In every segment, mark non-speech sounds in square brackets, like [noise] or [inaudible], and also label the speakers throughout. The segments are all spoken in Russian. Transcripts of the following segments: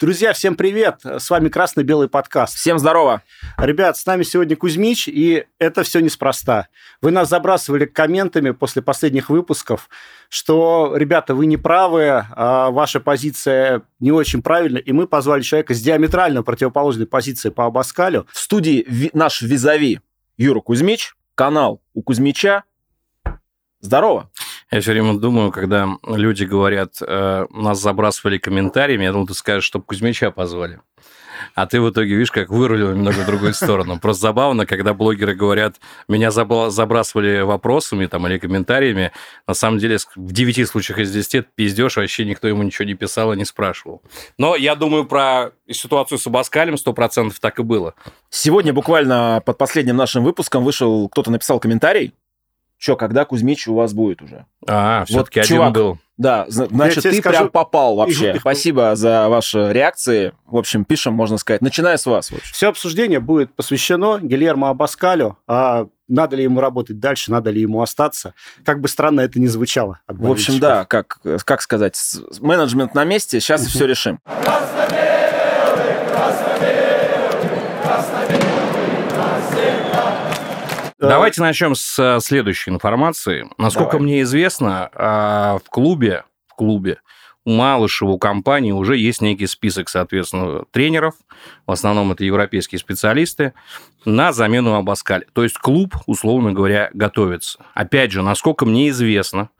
Speaker 1: Друзья, всем привет! С вами «Красно-белый подкаст».
Speaker 2: Всем здорово!
Speaker 1: Ребят, с нами сегодня Кузьмич, и это все неспроста. Вы нас забрасывали комментами после последних выпусков, что, ребята, вы не правы, а ваша позиция не очень правильна, и мы позвали человека с диаметрально противоположной позиции по Абаскалю.
Speaker 2: В студии ви- наш визави Юра Кузьмич, канал у Кузьмича. Здорово!
Speaker 3: Я все время думаю, когда люди говорят, э, нас забрасывали комментариями, я думал, ты скажешь, чтобы Кузьмича позвали. А ты в итоге, видишь, как вырулил немного в другую сторону. Просто забавно, когда блогеры говорят, меня забла- забрасывали вопросами там, или комментариями. На самом деле, с- в 9 случаях из 10 это пиздеж, вообще никто ему ничего не писал и не спрашивал. Но я думаю про ситуацию с Абаскалем 100% так и было.
Speaker 2: Сегодня буквально под последним нашим выпуском вышел, кто-то написал комментарий, что, когда Кузьмич у вас будет уже?
Speaker 3: А, все-таки один
Speaker 2: чувак,
Speaker 3: был.
Speaker 2: Да, зна- значит,
Speaker 1: тебе
Speaker 2: ты
Speaker 1: скажу-
Speaker 2: прям попал вообще.
Speaker 1: Их- их-
Speaker 2: Спасибо за ваши реакции. В общем, пишем, можно сказать. Начиная с вас. в общем.
Speaker 1: Все обсуждение будет посвящено Гильермо Абаскалю, а надо ли ему работать дальше, надо ли ему остаться. Как бы странно это ни звучало. от
Speaker 2: В общем,
Speaker 1: болельщиков.
Speaker 2: да, как, как сказать, с- с- менеджмент на месте, сейчас все решим.
Speaker 1: Э,
Speaker 3: Давайте начнем с э, следующей информации. Насколько
Speaker 2: Давай.
Speaker 3: мне известно, а, в клубе, в клубе у Малышева, у компании уже есть некий список, соответственно, тренеров. В основном это европейские специалисты на замену Абаскаль. То есть клуб, условно говоря, готовится. Опять же, насколько мне известно,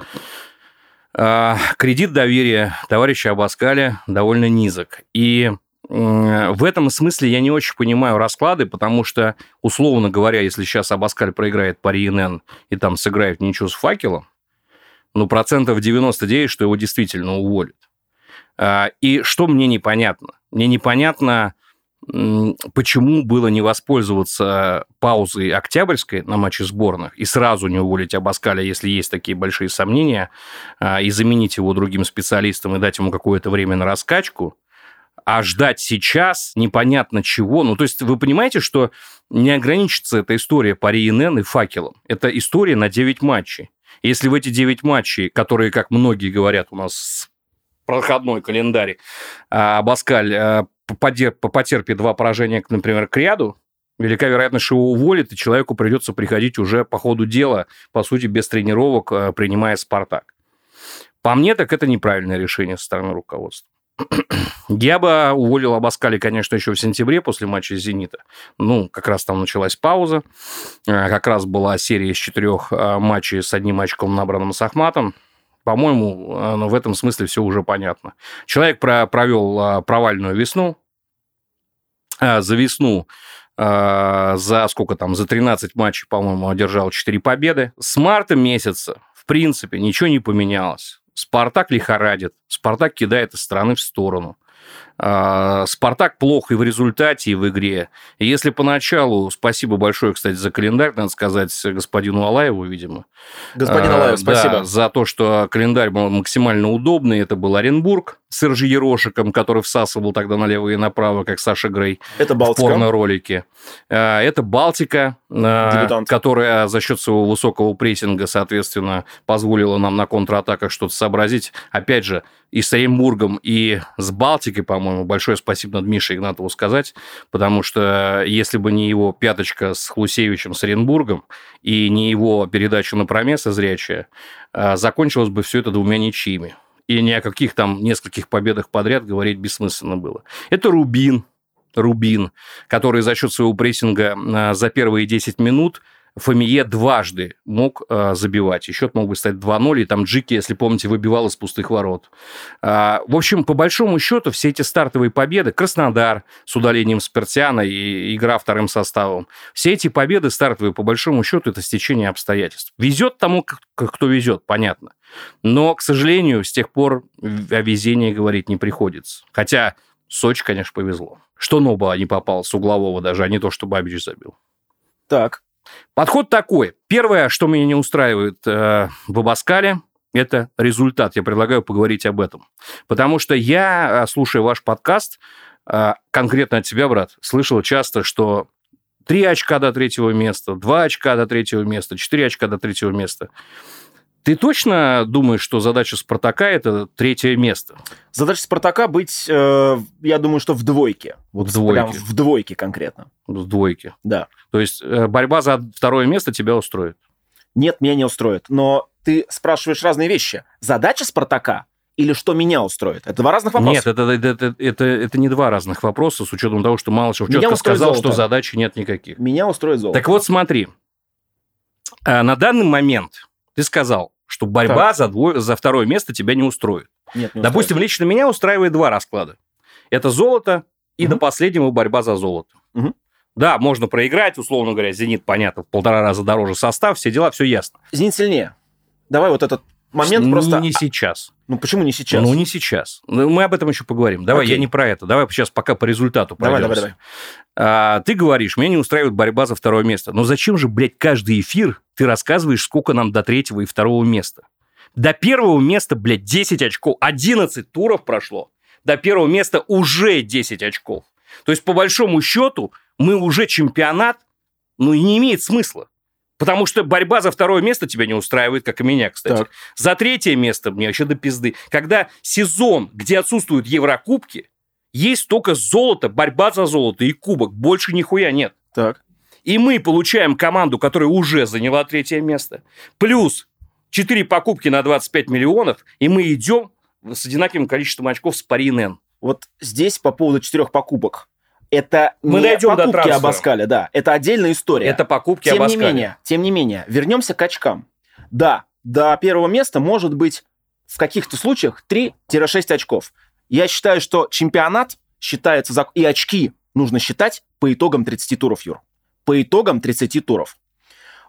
Speaker 3: а, кредит доверия товарища Абаскаля довольно низок. И м, в этом смысле я не очень понимаю расклады, потому что условно говоря, если сейчас Абаскаль проиграет пари НН и там сыграет ничего с факелом, ну, процентов 99, что его действительно уволят. А, И что мне непонятно? Мне непонятно, м, почему было не воспользоваться паузой октябрьской на матче сборных и сразу не уволить Абаскаля, если есть такие большие сомнения, а, и заменить его другим специалистом и дать ему какое-то время на раскачку, а ждать сейчас непонятно чего. Ну, то есть вы понимаете, что не ограничится эта история пари НН и факелом. Это история на 9 матчей. Если в эти 9 матчей, которые, как многие говорят, у нас проходной календарь, а, Абаскаль а, попадер- потерпит два поражения, к, например, к ряду, велика вероятность, что его уволят, и человеку придется приходить уже по ходу дела, по сути, без тренировок, а, принимая «Спартак». По мне, так это неправильное решение со стороны руководства. [clears throat] Я бы уволил Абаскали, конечно, еще в сентябре после матча с «Зенитом», ну, как раз там началась пауза. Э, Как раз была серия из четырех э, матчей с одним очком, набранным с Ахматом. По-моему, э, ну, в этом смысле все уже понятно. Человек про- провел э, провальную весну. Э, За весну э, за сколько там, за 13 матчей, по-моему, одержал 4 победы. С марта месяца, в принципе, ничего не поменялось. Спартак лихорадит, Спартак кидает из стороны в сторону. Э, Спартак плох и в результате, и в игре. И Если поначалу, спасибо большое, кстати, за календарь, надо сказать господину Алаеву, видимо.
Speaker 2: Господин
Speaker 3: Э,
Speaker 2: Алаев, спасибо.
Speaker 3: да, за то, что календарь был максимально удобный. Это был Оренбург с Иржи Ерошиком, который всасывал тогда налево и направо, как Саша Грей
Speaker 2: Это
Speaker 3: в
Speaker 2: Балтика.
Speaker 3: порно-ролике. Э, Это Балтика, э,
Speaker 2: Дебютант.
Speaker 3: которая за счет своего высокого прессинга, соответственно, позволила нам на контратаках что-то сообразить. Опять же, и с Оренбургом, и с Балтикой, по-моему, большое спасибо над Мишей Игнатову сказать, потому что э, если бы не его пяточка с Хлусевичем, с Оренбургом, и не его передача на промеса зрячая, э, закончилось бы все это двумя ничьими. И ни о каких там нескольких победах подряд говорить бессмысленно было. Это Рубин, Рубин, который за счет своего прессинга э, за первые 10 минут Фомие дважды мог э, забивать. И счет мог бы стать 2-0, и там Джики, если помните, выбивал из пустых ворот. А, в общем, по большому счету, все эти стартовые победы, Краснодар с удалением Спиртяна и игра вторым составом, все эти победы стартовые, по большому счету, это стечение обстоятельств. Везет тому, к- к- кто везет, понятно. Но, к сожалению, с тех пор в- о везении говорить не приходится. Хотя Сочи, конечно, повезло. Что Ноба не попал с углового даже, а не то, что Бабич забил.
Speaker 2: Так,
Speaker 3: Подход такой. Первое, что меня не устраивает э, в Абаскале, это результат. Я предлагаю поговорить об этом. Потому что я, э, слушая ваш подкаст, э, конкретно от тебя, брат, слышал часто, что 3 очка до третьего места, 2 очка до третьего места, 4 очка до третьего места. Ты точно думаешь, что задача Спартака это третье место?
Speaker 2: Задача Спартака быть, э, я думаю, что в двойке. Вот
Speaker 3: В двойке.
Speaker 2: Прям в двойке конкретно.
Speaker 3: В двойке.
Speaker 2: Да.
Speaker 3: То есть э, борьба за второе место тебя устроит.
Speaker 2: Нет, меня не устроит. Но ты спрашиваешь разные вещи. Задача Спартака или что меня устроит? Это два разных вопроса.
Speaker 3: Нет, это, это, это, это- это не два разных вопроса, с учетом того, что Малышев
Speaker 2: Меня
Speaker 3: четко
Speaker 2: устроит
Speaker 3: сказал,
Speaker 2: золото.
Speaker 3: что задачи нет никаких.
Speaker 2: Меня устроит золото.
Speaker 3: Так вот, смотри. А, На данный момент ты сказал, что борьба за, дво- за второе место тебя не устроит.
Speaker 2: Нет, не
Speaker 3: Допустим, лично меня устраивает два расклада. Это золото и
Speaker 2: Мгм.
Speaker 3: до последнего борьба за золото.
Speaker 2: Мгм.
Speaker 3: Да, можно проиграть, условно говоря, «Зенит», понятно, в полтора раза дороже состав, все дела, все ясно.
Speaker 2: устроит. Зенит сильнее. Давай вот этот момент
Speaker 3: Н-
Speaker 2: просто...
Speaker 3: Не сейчас.
Speaker 2: Ну почему не сейчас?
Speaker 3: Ну, не сейчас. Ну, Мы об этом еще поговорим. Давай,
Speaker 2: Окей.
Speaker 3: я не про это. Давай сейчас пока по результату
Speaker 2: Давай, давай, давай.
Speaker 3: пройдёмся. А, ты говоришь, меня не устраивает борьба за второе место. Но зачем же, блядь, каждый эфир ты рассказываешь, сколько нам до третьего и второго места? До первого места, блядь, 10 очков. 11 туров прошло. До первого места уже 10 очков. То есть, по большому счету, мы уже чемпионат, ну и не имеет смысла. Потому что борьба за второе место тебя не устраивает, как и меня, кстати.
Speaker 2: Так.
Speaker 3: За третье место мне вообще до пизды. Когда сезон, где отсутствуют Еврокубки, есть только золото, борьба за золото и кубок. Больше нихуя нет.
Speaker 2: Так.
Speaker 3: И мы получаем команду, которая уже заняла третье место. Плюс 4 покупки на 25 миллионов, и мы идем с одинаковым количеством очков с пари НН.
Speaker 2: Вот здесь по поводу четырех покупок. Это
Speaker 3: Мы
Speaker 2: не
Speaker 3: дойдем до
Speaker 2: покупки
Speaker 3: трансфера.
Speaker 2: Абаскаля, да. Это отдельная история.
Speaker 3: Это покупки
Speaker 2: Тем не
Speaker 3: Абаскаля.
Speaker 2: менее, тем не менее, вернемся к очкам. Да, до первого места может быть в каких-то случаях 3-6 очков. Я считаю, что чемпионат считается... зак- И очки нужно считать по итогам 30 туров, Юр. По итогам 30 туров.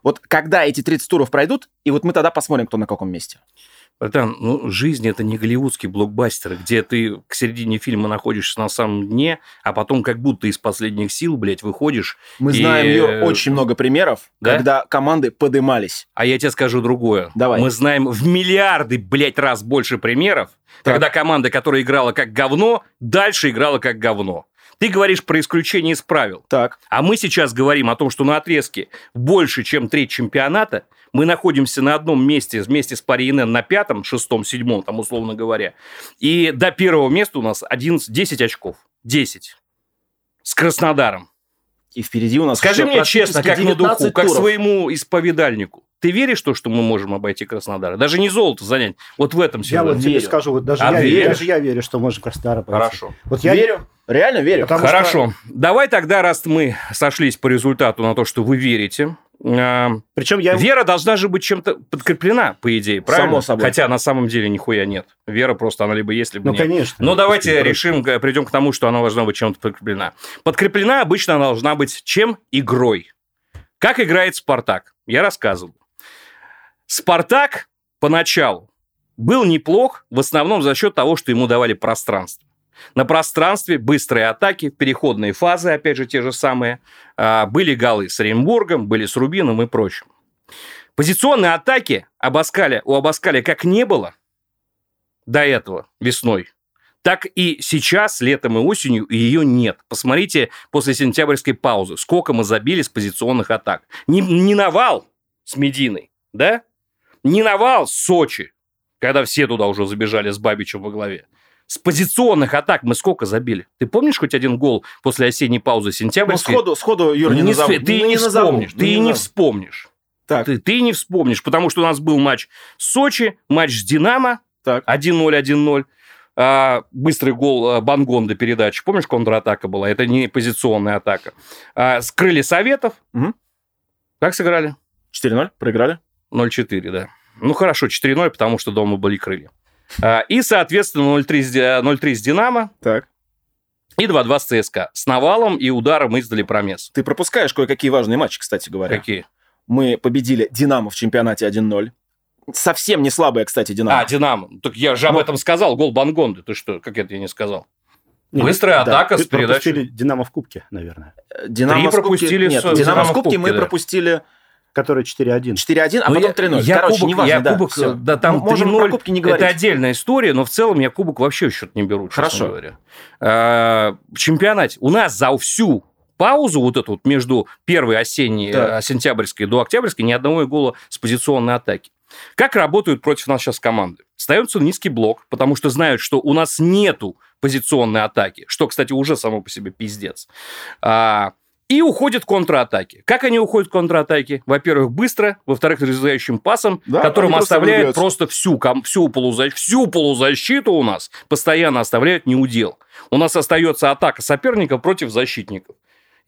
Speaker 2: Вот когда эти 30 туров пройдут, и вот мы тогда посмотрим, кто на каком месте.
Speaker 3: Братан, ну, жизнь это не голливудский блокбастер, где ты к середине фильма находишься на самом дне, а потом как будто из последних сил, блядь, выходишь.
Speaker 2: Мы
Speaker 3: И,
Speaker 2: знаем, Юр,
Speaker 3: э,
Speaker 2: очень много примеров,
Speaker 3: да?
Speaker 2: когда команды подымались.
Speaker 3: А я тебе скажу другое.
Speaker 2: Давай.
Speaker 3: Мы знаем в миллиарды, блядь, раз больше примеров,
Speaker 2: Так.
Speaker 3: когда команда, которая играла как говно, дальше играла как говно. Ты говоришь про исключение из правил.
Speaker 2: Так,
Speaker 3: А мы сейчас говорим о том, что на отрезке больше, чем треть чемпионата, мы находимся на одном месте вместе с Пари НН на пятом, шестом, седьмом, там, условно говоря. И до первого места у нас 11, 10 очков. 10. С Краснодаром.
Speaker 2: и впереди у нас...
Speaker 3: А Скажи
Speaker 2: еще
Speaker 3: мне
Speaker 2: практически
Speaker 3: честно, как на духу,
Speaker 2: 19
Speaker 3: как
Speaker 2: туров.
Speaker 3: своему исповедальнику. Ты веришь в то, что мы можем обойти Краснодар? Даже не золото занять. Вот в этом
Speaker 1: Я вот
Speaker 3: сегодня.
Speaker 1: тебе
Speaker 2: верю.
Speaker 1: скажу, вот даже,
Speaker 3: Ну, А
Speaker 1: я,
Speaker 3: веришь?
Speaker 1: даже я верю, что можем Краснодара пойти.
Speaker 3: Хорошо.
Speaker 1: Вот я
Speaker 2: Верю, реально верю.
Speaker 1: Потому
Speaker 3: Хорошо. Давай тогда, раз мы сошлись по результату на то, что вы верите, эм,
Speaker 1: Причем я...
Speaker 3: Вера должна же быть чем-то подкреплена, по идее, правильно?
Speaker 2: Само собой.
Speaker 3: Хотя на самом деле нихуя нет. Вера просто она либо есть, либо
Speaker 1: Ну,
Speaker 3: нет.
Speaker 1: конечно.
Speaker 3: Ну, давайте
Speaker 1: Просто-
Speaker 3: решим, э, придем к тому, что она должна быть чем-то подкреплена. Подкреплена обычно она должна быть чем? Игрой. Как играет «Спартак»? Я рассказывал. «Спартак» поначалу был неплох, в основном за счет того, что ему давали пространство. На пространстве быстрые атаки, переходные фазы, опять же, те же самые. А, Были голы с Оренбургом, были с Рубином и прочим. Позиционные атаки Абаскаля, у Абаскаля как не было до этого весной, так и сейчас, летом и осенью, ее нет. Посмотрите после сентябрьской паузы, сколько мы забили с позиционных атак. Не, не навал с Мединой, да? Не навал с Сочи, когда все туда уже забежали с Бабичем во главе. С позиционных атак мы сколько забили? Ты помнишь хоть один гол после осенней паузы
Speaker 2: Ну,
Speaker 3: сентябрьской?
Speaker 2: сходу, сходу, Юр, не,
Speaker 3: Не
Speaker 2: назову.
Speaker 3: сфе- Ты
Speaker 2: Ну,
Speaker 3: не
Speaker 2: назову.
Speaker 3: вспомнишь,
Speaker 2: Ну,
Speaker 3: ты и не
Speaker 2: назову.
Speaker 3: вспомнишь.
Speaker 2: Так,
Speaker 3: А Ты, ты не вспомнишь, потому что у нас был матч с Сочи, матч с Динамо,
Speaker 2: так.
Speaker 3: 1-0, 1-0. А, быстрый гол а, Бангонда передачи. Помнишь, контратака была? Это не позиционная атака. А, скрыли Советов.
Speaker 2: Мгм.
Speaker 3: Как сыграли?
Speaker 2: 4-0, проиграли.
Speaker 3: 0-4, да. Ну, хорошо, 4-0, потому что дома были крылья. А, и, соответственно, 0-3 с, Ди- 0-3 с Динамо
Speaker 2: Так.
Speaker 3: и 2-2 с ЦСКА. С навалом и ударом издали промес.
Speaker 2: Ты пропускаешь кое-какие важные матчи, кстати говоря.
Speaker 3: Какие?
Speaker 2: Мы победили Динамо в чемпионате 1-0. Совсем не слабая, кстати, Динамо.
Speaker 3: А, Динамо. Так я же об
Speaker 2: Ну.
Speaker 3: этом сказал. Гол Бангонды. Ты что, как это я не сказал?
Speaker 1: Нет,
Speaker 3: Быстрая
Speaker 2: да.
Speaker 3: атака с
Speaker 1: Вы пропустили
Speaker 3: передачей.
Speaker 1: Динамо в Кубке, наверное.
Speaker 2: Э, Динамо
Speaker 3: Три
Speaker 2: с Кубки-
Speaker 3: пропустили
Speaker 2: Нет,
Speaker 3: с-
Speaker 2: Динамо
Speaker 3: Динамо
Speaker 2: с
Speaker 3: в
Speaker 2: Кубки
Speaker 3: Кубке,
Speaker 2: мы
Speaker 3: да.
Speaker 2: пропустили
Speaker 1: Которая 4-1.
Speaker 2: 4-1, а
Speaker 3: Ну,
Speaker 2: потом
Speaker 3: я-
Speaker 2: 3-0.
Speaker 3: я
Speaker 2: Короче,
Speaker 3: кубок-
Speaker 2: неважно,
Speaker 3: я
Speaker 2: да.
Speaker 3: кубок,
Speaker 2: всё.
Speaker 3: э, да, там
Speaker 2: Ну, Можем
Speaker 3: 3:0,
Speaker 2: про Кубки не говорить.
Speaker 3: Это отдельная история, но в целом я кубок вообще Э, в счет не беру, честно
Speaker 2: Хорошо.
Speaker 3: говоря. А, В чемпионате у нас за всю паузу вот эту вот между первой осенней,
Speaker 2: Да.
Speaker 3: э, сентябрьской до октябрьской ни одного гола с позиционной атаки. Как работают против нас сейчас команды? Ставится низкий блок, потому что знают, что у нас нету позиционной атаки, что, кстати, уже само по себе пиздец. А, и уходят контратаки. Как они уходят в контратаки? Во-первых, быстро, во-вторых, разрезающим пасом,
Speaker 4: Да,
Speaker 3: которым
Speaker 4: они просто
Speaker 3: оставляют
Speaker 4: влюбляются.
Speaker 3: просто всю, ком- всю, полуза- всю полузащиту у нас, постоянно оставляют неудел. У нас остается атака соперника против защитников.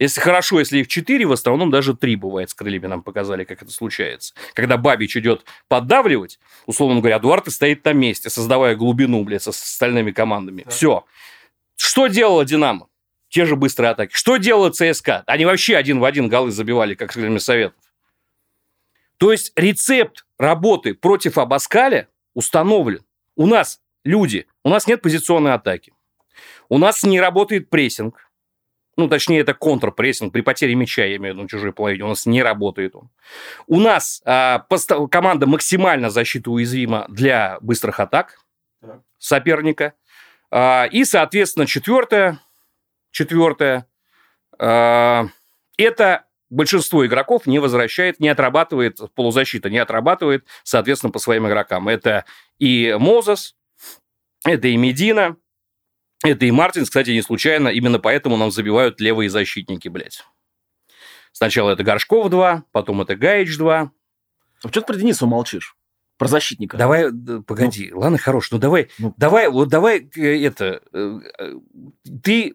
Speaker 3: Если хорошо, если их 4, в основном даже 3 бывает с крыльями, нам показали, как это случается. Когда Бабич идет поддавливать, условно говоря, Дуарте стоит на месте, создавая глубину, блядь, со с остальными командами. Все. Что делала Динамо? Те же быстрые атаки. Что делала ЦСКА? Они вообще один в один голы забивали, как с крыльями советов. То есть рецепт работы против Абаскаля установлен. У нас люди, у нас нет позиционной атаки. У нас не работает прессинг. Ну, точнее, это контрпрессинг. При потере мяча, я имею в виду, на чужой половине. У нас не работает он. У нас а, поста- команда максимально защита уязвима для быстрых атак
Speaker 2: Так.
Speaker 3: соперника. А, и, соответственно, четвертое, четвертое, а, это большинство игроков не возвращает, не отрабатывает, полузащита не отрабатывает, соответственно, по своим игрокам. Это и Мозес, это и Медина, это и Мартинс, кстати, не случайно, именно поэтому нам забивают левые защитники, блядь. Сначала это Горшков 2, потом это Гаич 2.
Speaker 2: А что ты про Дениса молчишь? Про защитника.
Speaker 3: Давай, да, погоди, ладно, хорош, ну давай,
Speaker 2: Ну.
Speaker 3: давай, вот давай э, это, э, э, ты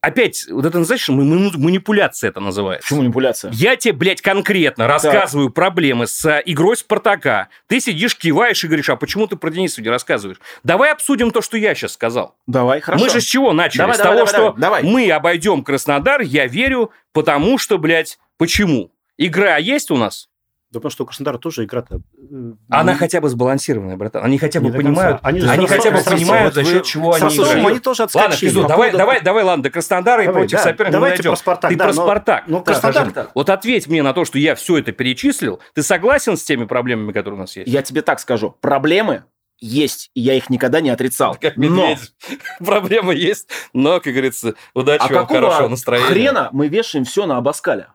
Speaker 3: опять, вот это, знаешь, м- м- ну, манипуляция это называется.
Speaker 2: Почему манипуляция?
Speaker 3: Я тебе, блядь, конкретно рассказываю проблемы с а, игрой Спартака. Ты сидишь, киваешь и говоришь, а почему ты про Дениса не рассказываешь? Давай обсудим то, что я сейчас сказал.
Speaker 2: Давай, хорошо.
Speaker 3: Мы же с чего начали?
Speaker 2: Давай,
Speaker 3: с
Speaker 2: давай,
Speaker 3: того,
Speaker 2: давай,
Speaker 3: что
Speaker 2: давай, давай.
Speaker 3: мы обойдем Краснодар, я верю, потому что, блядь, почему? Игра есть у нас?
Speaker 1: Да потому что у Краснодара тоже игра-то... э,
Speaker 2: Ну.
Speaker 3: Она хотя бы сбалансированная, братан. Они хотя бы понимают,
Speaker 1: Они,
Speaker 4: же
Speaker 3: они
Speaker 4: Ростов-
Speaker 3: хотя бы
Speaker 4: Ростов- Ростов-
Speaker 3: понимают, за счет чего
Speaker 1: С
Speaker 3: они
Speaker 1: Ростовом
Speaker 3: играют.
Speaker 1: они тоже
Speaker 3: Ладно,
Speaker 1: отскочили.
Speaker 3: Кизу,
Speaker 4: по
Speaker 3: давай,
Speaker 4: поводу-
Speaker 3: давай, давай, ладно, до Краснодара и
Speaker 1: Давай,
Speaker 3: против
Speaker 1: да.
Speaker 3: соперника мы
Speaker 1: Давайте
Speaker 3: дойдем.
Speaker 1: про Спартак,
Speaker 3: Ты
Speaker 1: да,
Speaker 3: про
Speaker 1: но-
Speaker 3: Спартак.
Speaker 1: ну,
Speaker 3: Да,
Speaker 1: Краснодар-
Speaker 3: скажи. Вот ответь мне на то, что я все это перечислил. Ты согласен с теми проблемами, которые у нас есть?
Speaker 2: Я тебе так скажу. Проблемы есть, и я их никогда не отрицал.
Speaker 3: Как
Speaker 2: Но
Speaker 3: медведь. [laughs] Проблема есть, но, как говорится, удачи
Speaker 2: а
Speaker 3: вам, хорошего
Speaker 2: какого
Speaker 3: настроения.
Speaker 2: хрена мы вешаем все на Абаскаля?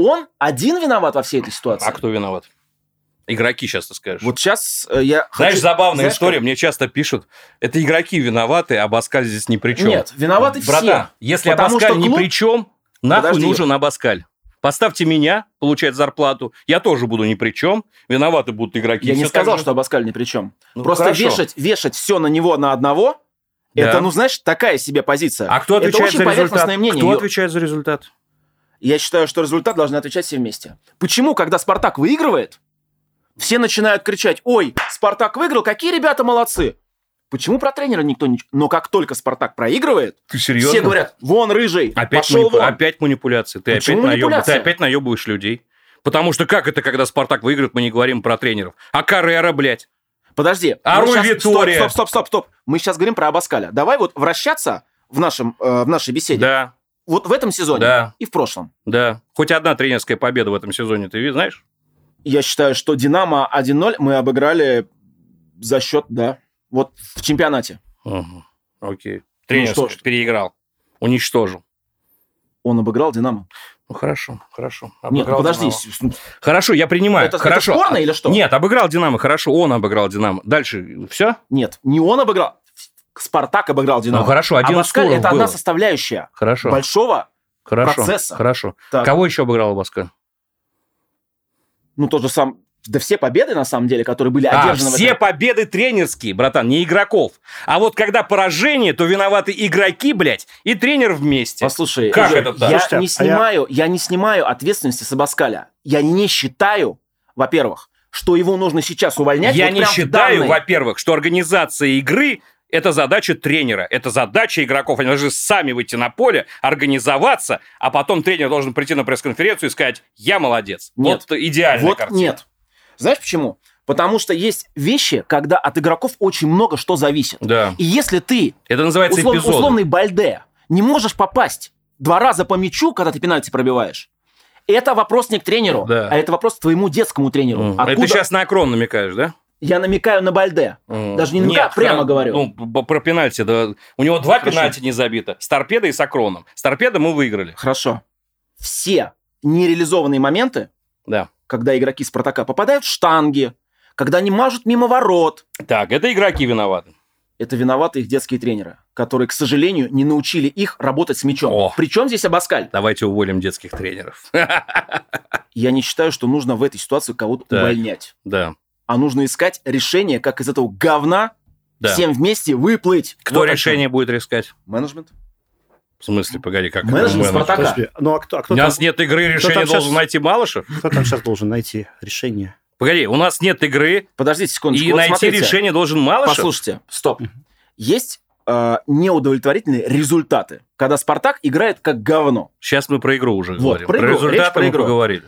Speaker 2: Он один виноват во всей этой ситуации?
Speaker 3: А кто виноват? Игроки, сейчас ты скажешь.
Speaker 2: Вот сейчас я
Speaker 3: Знаешь,
Speaker 2: хочу-
Speaker 3: забавная
Speaker 2: знаешь,
Speaker 3: история, мне часто пишут, это игроки виноваты, а Баскаль здесь ни при чем.
Speaker 2: Нет, виноваты
Speaker 3: Братан,
Speaker 2: А все.
Speaker 3: если
Speaker 2: Потому
Speaker 3: Абаскаль
Speaker 2: что
Speaker 3: ни
Speaker 2: клуб-
Speaker 3: при чем, нахуй
Speaker 2: Подожди.
Speaker 3: нужен Абаскаль. Поставьте меня, получать зарплату, я тоже буду ни при чем, виноваты будут игроки.
Speaker 2: Я
Speaker 3: Всё
Speaker 2: не
Speaker 3: так
Speaker 2: сказал,
Speaker 3: же.
Speaker 2: что Абаскаль ни при чем.
Speaker 3: Ну,
Speaker 2: Просто
Speaker 3: хорошо.
Speaker 2: вешать, вешать все на него на одного,
Speaker 3: Да.
Speaker 2: это, ну, знаешь, такая себе позиция.
Speaker 3: А кто
Speaker 2: это
Speaker 3: отвечает
Speaker 2: очень
Speaker 3: за
Speaker 2: поверхностное
Speaker 3: результат?
Speaker 2: мнение,
Speaker 3: Кто
Speaker 2: Ю-
Speaker 3: отвечает за результат?
Speaker 2: Я считаю, что результат должны отвечать все вместе. Почему, когда Спартак выигрывает, все начинают кричать, ой, Спартак выиграл, какие ребята молодцы. Почему про тренера никто не... ч- Но как только Спартак проигрывает,
Speaker 3: Ты серьезно?
Speaker 2: все говорят, вон, рыжий,
Speaker 3: Опять, а,
Speaker 2: пошел
Speaker 3: манипу-
Speaker 2: вон.
Speaker 3: опять манипуляции. Ты
Speaker 2: Почему
Speaker 3: опять, наеб- ты
Speaker 2: манипуляции?
Speaker 3: опять наебываешь людей. Потому что как это, когда Спартак выиграет, мы не говорим про тренеров? А Каррера, блядь.
Speaker 2: Подожди.
Speaker 3: А
Speaker 2: мы
Speaker 3: Руй
Speaker 2: щас-
Speaker 3: Витория?
Speaker 2: Стоп, стоп, стоп, стоп, стоп. Мы сейчас говорим про Абаскаля. Давай вот вращаться в, нашем, э, в нашей беседе.
Speaker 3: Да,
Speaker 2: Вот в этом сезоне
Speaker 3: Да.
Speaker 2: и в прошлом.
Speaker 3: да. Хоть одна тренерская победа в этом сезоне, ты ви- знаешь?
Speaker 2: Я считаю, что «Динамо» 1-0 мы обыграли за счет, да, вот в чемпионате.
Speaker 3: Мгм. Окей. Тренерскую
Speaker 2: что ж.
Speaker 3: переиграл. Уничтожил.
Speaker 2: Он обыграл «Динамо».
Speaker 3: Ну, хорошо, хорошо.
Speaker 2: Нет, ну
Speaker 3: Обыграл
Speaker 2: подожди,
Speaker 3: «Динамо».
Speaker 2: с- ну,
Speaker 3: Хорошо, я принимаю.
Speaker 2: это, это
Speaker 3: хорошо.
Speaker 2: спорно или что?
Speaker 3: Нет, обыграл Динамо, хорошо, он обыграл Динамо. Дальше Ну, все?
Speaker 2: Нет, не он обыграл. Спартак обыграл
Speaker 3: Ну
Speaker 2: «Динамо».
Speaker 3: хорошо,
Speaker 2: а
Speaker 3: один из
Speaker 2: Абаскаль
Speaker 3: туров
Speaker 2: это одна
Speaker 3: был.
Speaker 2: составляющая
Speaker 3: Хорошо,
Speaker 2: большого,
Speaker 3: хорошо,
Speaker 2: процесса.
Speaker 3: хорошо.
Speaker 2: Так.
Speaker 3: Кого еще обыграл Абаскаль?
Speaker 2: ну, тот же сам... Да все победы, на самом деле, которые были
Speaker 3: А,
Speaker 2: одержаны... в
Speaker 3: все
Speaker 2: этом-
Speaker 3: победы тренерские, братан, не игроков. А вот когда поражение, то виноваты игроки, блядь, и тренер вместе.
Speaker 2: Послушай,
Speaker 3: Как
Speaker 2: я,
Speaker 3: это так?
Speaker 2: я
Speaker 1: Слушайте, а
Speaker 2: не
Speaker 1: я-
Speaker 2: снимаю, я... не снимаю ответственности с Абаскаля. Я не считаю, во-первых, что его нужно сейчас увольнять.
Speaker 3: Я
Speaker 2: вот
Speaker 3: не
Speaker 2: прям в
Speaker 3: считаю,
Speaker 2: данной-
Speaker 3: во-первых, что организация игры – это задача тренера, это задача игроков. Они должны сами выйти на поле, организоваться, а потом тренер должен прийти на пресс-конференцию и сказать «Я молодец».
Speaker 2: Нет.
Speaker 3: Вот идеальная
Speaker 2: Вот
Speaker 3: картина.
Speaker 2: нет. Знаешь почему? Потому что есть вещи, когда от игроков очень много что зависит.
Speaker 3: Да,
Speaker 2: И если ты
Speaker 3: это называется
Speaker 2: услов-
Speaker 3: эпизодом.
Speaker 2: условный Бальде не можешь попасть два раза по мячу, когда ты пенальти пробиваешь, это вопрос не к тренеру,
Speaker 3: Да.
Speaker 2: а это вопрос к твоему детскому тренеру.
Speaker 3: Мгм. Это ты сейчас на Акрон намекаешь, да?
Speaker 2: Я намекаю на Бальде.
Speaker 3: М,
Speaker 2: Даже не намекаю, прямо
Speaker 3: хра-
Speaker 2: говорю.
Speaker 3: Ну, б- про пенальти. Да. У него два
Speaker 2: Хорошо.
Speaker 3: пенальти не забито. С торпедой и с Акроном. С торпедой мы выиграли.
Speaker 2: Хорошо. Все нереализованные моменты,
Speaker 3: Да.
Speaker 2: когда игроки Спартака попадают в штанги, когда они мажут мимо ворот,
Speaker 3: Так, это игроки виноваты.
Speaker 2: это виноваты их детские тренеры, которые, к сожалению, не научили их работать с мячом.
Speaker 3: О.
Speaker 2: Причем здесь Абаскаль?
Speaker 3: Давайте уволим детских тренеров. [laughs]
Speaker 2: Я не считаю, что нужно в этой ситуации кого-то
Speaker 3: Так.
Speaker 2: увольнять,
Speaker 3: Да.
Speaker 2: а нужно искать решение, как из этого говна
Speaker 3: Да.
Speaker 2: всем вместе выплыть.
Speaker 3: Кто
Speaker 2: Вот о чем.
Speaker 3: решение будет искать?
Speaker 2: Менеджмент.
Speaker 3: В смысле, погоди, как
Speaker 2: Менеджмент
Speaker 3: это
Speaker 2: «Спартака».
Speaker 1: Подожди, ну а кто, а
Speaker 3: У
Speaker 1: кто, там,
Speaker 3: нас нет игры, решение
Speaker 1: там щас-
Speaker 3: должен найти Малышев?
Speaker 1: кто там сейчас должен найти решение?
Speaker 3: Погоди, у нас нет игры,
Speaker 2: Подождите секундочку.
Speaker 3: и
Speaker 2: Вот
Speaker 3: найти
Speaker 2: смотрите.
Speaker 3: решение должен Малышев?
Speaker 2: Послушайте, стоп.
Speaker 1: Мгм.
Speaker 2: Есть э, неудовлетворительные результаты, когда Спартак играет как говно.
Speaker 3: Сейчас мы про игру уже
Speaker 2: Вот,
Speaker 3: говорим.
Speaker 2: про
Speaker 3: Про
Speaker 2: игру, речь
Speaker 3: результаты
Speaker 2: про
Speaker 3: мы
Speaker 2: игру.
Speaker 3: поговорили.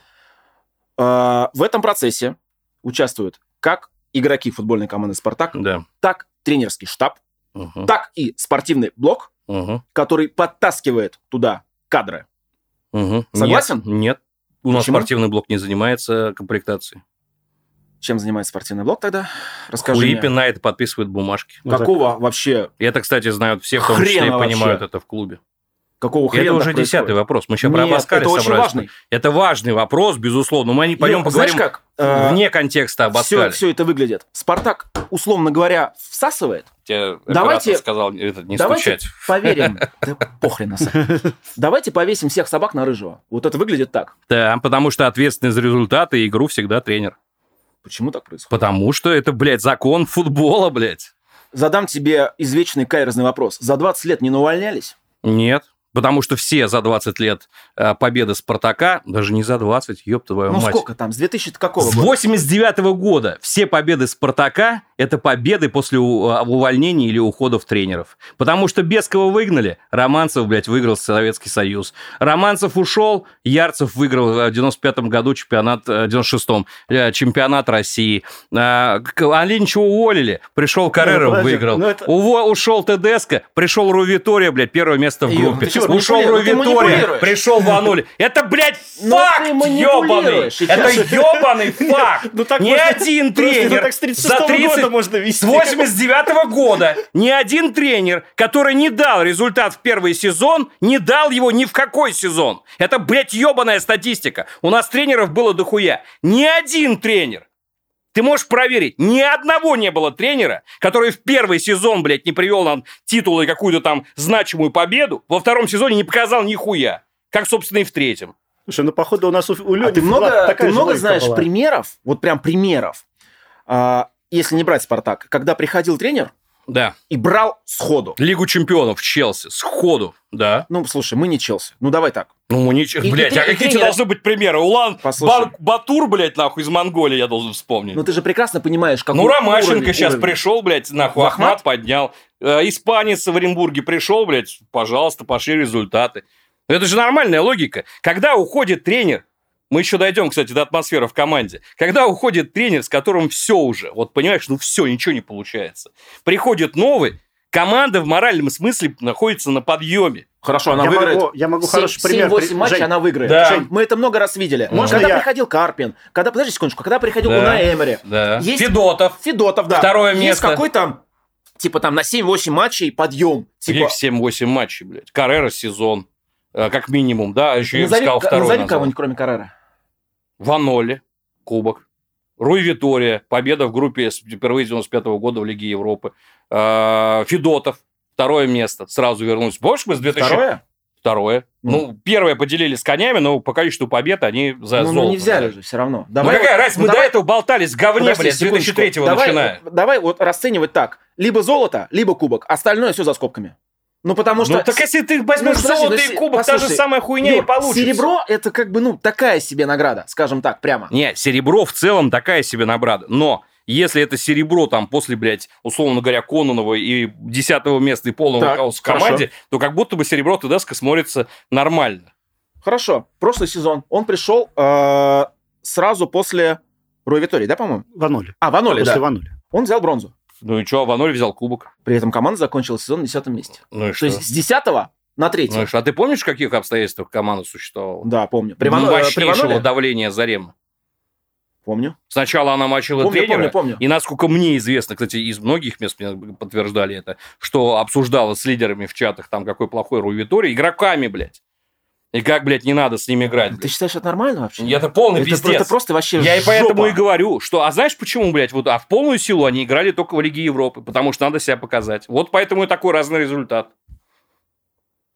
Speaker 2: Э, в этом процессе участвуют как игроки футбольной команды Спартак,
Speaker 3: Да.
Speaker 2: так тренерский штаб,
Speaker 3: Мгм.
Speaker 2: так и спортивный блок,
Speaker 3: Мгм.
Speaker 2: который подтаскивает туда кадры.
Speaker 3: Мгм. Нет,
Speaker 2: Согласен?
Speaker 3: Нет. У нас
Speaker 2: Почему?
Speaker 3: спортивный блок не занимается комплектацией.
Speaker 2: Чем занимается спортивный блок тогда? Расскажи мне.
Speaker 3: Хуипина это подписывает бумажки.
Speaker 1: Ну,
Speaker 2: Какого вообще,
Speaker 3: И это, кстати, знают все, в том
Speaker 2: Хрена
Speaker 3: числе и
Speaker 2: вообще.
Speaker 3: понимают это в клубе.
Speaker 2: какого
Speaker 3: И
Speaker 2: хрена
Speaker 3: это
Speaker 2: так
Speaker 3: уже
Speaker 2: происходит?
Speaker 3: десятый вопрос. Мы сейчас про
Speaker 2: Нет,
Speaker 3: Абаскаля
Speaker 2: это очень
Speaker 3: собрались.
Speaker 2: важный.
Speaker 3: Это важный вопрос, безусловно. Мы о ней пойдем
Speaker 2: Я- знаешь
Speaker 3: поговорим
Speaker 2: как? Э,
Speaker 3: вне контекста
Speaker 2: все,
Speaker 3: Абаскаля.
Speaker 2: все это выглядит. Спартак, условно говоря, всасывает.
Speaker 3: Тебе оператор
Speaker 2: Давайте-
Speaker 3: сказал это, не
Speaker 2: давайте
Speaker 3: стучать.
Speaker 2: поверим. Да похрен на самом деле. Давайте повесим всех собак на рыжего. Вот это выглядит так.
Speaker 3: Да, потому что ответственность за результаты и игру всегда тренер.
Speaker 2: Почему так происходит?
Speaker 3: Потому что это, блядь, закон футбола, блядь.
Speaker 2: Задам тебе извечный каверзный вопрос. За 20 лет не наувольнялись?
Speaker 3: Нет. Потому что все за 20 лет э, победы Спартака, даже не за 20, ёб твою
Speaker 2: Ну
Speaker 3: мать.
Speaker 2: сколько там? С 2000 какого
Speaker 3: С
Speaker 2: года?
Speaker 3: 89 года все победы Спартака – это победы после у- а, увольнений или уходов тренеров. Потому что Бескова выгнали, Романцев, блядь, выиграл Советский Союз. Романцев ушел, Ярцев выиграл э, в 95 году чемпионат, э, в 96-м, э, чемпионат России. А, к- Оленичева уволили, пришел
Speaker 1: Ну,
Speaker 3: Карреров,
Speaker 1: подожди,
Speaker 3: выиграл.
Speaker 1: ну, это-
Speaker 3: Уво- ушел Тедеско, пришел Рувитория, блядь, первое место в
Speaker 2: Юр,
Speaker 3: группе.
Speaker 2: ты чё,
Speaker 3: ушел
Speaker 2: манипулируешь? ну, Ты
Speaker 3: Рувитория,
Speaker 2: манипулируешь.
Speaker 3: пришел Ванули. Это, блядь,
Speaker 2: Ну,
Speaker 3: факт
Speaker 2: ты манипулируешь.
Speaker 3: ёбаный. Это [laughs] ебаный факт.
Speaker 1: [laughs] Ну, так
Speaker 3: Ни
Speaker 1: можно-
Speaker 3: один
Speaker 1: Просто это
Speaker 3: тренер
Speaker 1: так с 36
Speaker 3: за 30
Speaker 1: года можно
Speaker 3: с
Speaker 1: вести.
Speaker 3: 89 года ни один тренер, который не дал результат в первый сезон, не дал его ни в какой сезон. Это, блядь, ебаная статистика. У нас тренеров было дохуя. Ни один тренер. Ты можешь проверить, ни одного не было тренера, который в первый сезон, блядь, не привел нам титул и какую-то там значимую победу, во втором сезоне не показал нихуя. Как, собственно, и в третьем.
Speaker 1: Слушай, ну, походу, у нас у, у
Speaker 2: А
Speaker 1: Лёни
Speaker 2: ты
Speaker 1: была
Speaker 2: много,
Speaker 1: такая
Speaker 2: ты
Speaker 1: же
Speaker 2: много
Speaker 1: логика
Speaker 2: знаешь
Speaker 1: была.
Speaker 2: примеров, вот прям примеров, а, если не брать Спартак, когда приходил тренер
Speaker 3: Да.
Speaker 2: и брал сходу.
Speaker 3: Лигу чемпионов Челси сходу, да.
Speaker 2: Ну, слушай, мы не Челси. Ну, давай так.
Speaker 3: Ну, мы ничего,
Speaker 2: И- и
Speaker 3: блядь,
Speaker 2: тренер-
Speaker 3: а какие
Speaker 2: тренер-
Speaker 3: должны быть примеры? Улан
Speaker 2: Послушай.
Speaker 3: Бан- Батур, блядь, нахуй, из Монголии я должен вспомнить.
Speaker 2: Но Ну, ты же прекрасно понимаешь, как
Speaker 3: ну, Ромашенко сейчас
Speaker 2: пришел.
Speaker 3: пришел, блядь, нахуй,
Speaker 2: Ахмат?
Speaker 3: Ахмат поднял. Э, Испанец в Оренбурге пришел, блядь, пожалуйста, пошли результаты. Ну, Это же нормальная логика. Когда уходит тренер, мы еще дойдем, кстати, до атмосферы в команде. Когда уходит тренер, с которым все уже, вот понимаешь, ну все, ничего не получается. Приходит новый, команда в моральном смысле находится на подъеме.
Speaker 2: Хорошо, она
Speaker 1: Я
Speaker 2: выиграет.
Speaker 1: могу, я могу хороший пример.
Speaker 2: 7-8
Speaker 1: при-
Speaker 2: матчей
Speaker 1: Жень,
Speaker 2: она выиграет.
Speaker 3: Да.
Speaker 2: Жень, мы это много раз видели.
Speaker 3: Можно
Speaker 2: когда
Speaker 1: я?
Speaker 2: приходил Карпин, когда, подожди секундочку, когда приходил
Speaker 3: Да.
Speaker 2: Унай Эмери,
Speaker 3: Да.
Speaker 2: Есть-
Speaker 3: Федотов.
Speaker 2: Федотов, да.
Speaker 3: Второе
Speaker 2: Есть
Speaker 3: место.
Speaker 2: какой там, типа там на 7-8 матчей подъем. Типа,
Speaker 3: Типа... 7-8 матчей, блядь. Каррера сезон, э, как минимум, да, еще
Speaker 2: назови,
Speaker 3: и сказал
Speaker 2: ка-
Speaker 3: второй.
Speaker 2: назови
Speaker 3: назвал.
Speaker 2: кого-нибудь, кроме Каррера.
Speaker 3: Ванолли, кубок. Руй Витория, победа в группе с- впервые с 95 года в Лиге Европы. Э, Федотов, второе место, сразу вернулись. Помнишь, мы с 2000...
Speaker 2: Второе?
Speaker 3: Второе.
Speaker 2: Ну.
Speaker 3: Ну, первое поделили с конями, но по количеству побед они за
Speaker 2: ну, ну,
Speaker 3: золото.
Speaker 2: не взяли
Speaker 3: взяли.
Speaker 2: же все равно.
Speaker 3: Ну,
Speaker 2: Давай
Speaker 3: какая
Speaker 2: вот-
Speaker 3: разница,
Speaker 2: ну,
Speaker 3: мы
Speaker 2: давай-
Speaker 3: до этого болтались, говне,
Speaker 2: подожди
Speaker 3: блядь, с
Speaker 2: секундочку.
Speaker 3: 2003
Speaker 2: давай, ну,
Speaker 3: начиная.
Speaker 2: вот- Давай вот расценивать так. Либо золото, либо кубок. Остальное все за скобками. Ну, потому что...
Speaker 3: Ну, так если ты возьмешь
Speaker 2: подожди,
Speaker 3: золото
Speaker 2: ну,
Speaker 3: и
Speaker 2: се-
Speaker 3: кубок, та же
Speaker 2: послушай,
Speaker 3: самая хуйня и
Speaker 2: Юр,
Speaker 3: получится.
Speaker 2: серебро это как бы, ну, такая себе награда, скажем так, прямо.
Speaker 3: Не, серебро в целом такая себе набрада. Но если это серебро там после, блядь, условно говоря, Кононова и 10 места и полного
Speaker 2: Так,
Speaker 3: хаоса в
Speaker 2: хорошо.
Speaker 3: команде, то как будто бы серебро Тедеско смотрится нормально.
Speaker 2: Хорошо, прошлый сезон он пришел э, сразу после Руи Витории, да, по-моему?
Speaker 1: Ванули.
Speaker 2: А, Ваноли,
Speaker 1: После
Speaker 2: да.
Speaker 1: Ванули.
Speaker 2: Он взял бронзу.
Speaker 3: Ну и что, Ваноль взял кубок.
Speaker 2: При этом команда закончила сезон на 10 месте.
Speaker 3: Ну и
Speaker 2: То
Speaker 3: что?
Speaker 2: есть с 10 на 3.
Speaker 3: Ну и что? А ты помнишь, в каких обстоятельствах команда существовала?
Speaker 2: Да, помню. При
Speaker 3: Ну,
Speaker 2: Вано- э, при
Speaker 3: мощнейшего
Speaker 2: Ваноли-
Speaker 3: давления Заремы.
Speaker 2: Помню.
Speaker 3: Сначала она мочила
Speaker 2: Помню,
Speaker 3: Ну, тренера,
Speaker 2: помню, помню.
Speaker 3: и насколько мне известно, кстати, из многих мест мне подтверждали это, что обсуждала с лидерами в чатах, там, какой плохой Руи Витория, игроками, блядь. И как, блядь, не надо с ними играть,
Speaker 2: Ты
Speaker 3: блядь.
Speaker 2: считаешь это нормально вообще?
Speaker 3: Это полный
Speaker 2: это,
Speaker 3: пиздец.
Speaker 2: это просто вообще
Speaker 3: Я и
Speaker 2: жопа.
Speaker 3: поэтому и говорю, что, а знаешь почему, блядь, вот, а в полную силу они играли только в Лиге Европы, потому что надо себя показать. Вот поэтому и такой разный результат.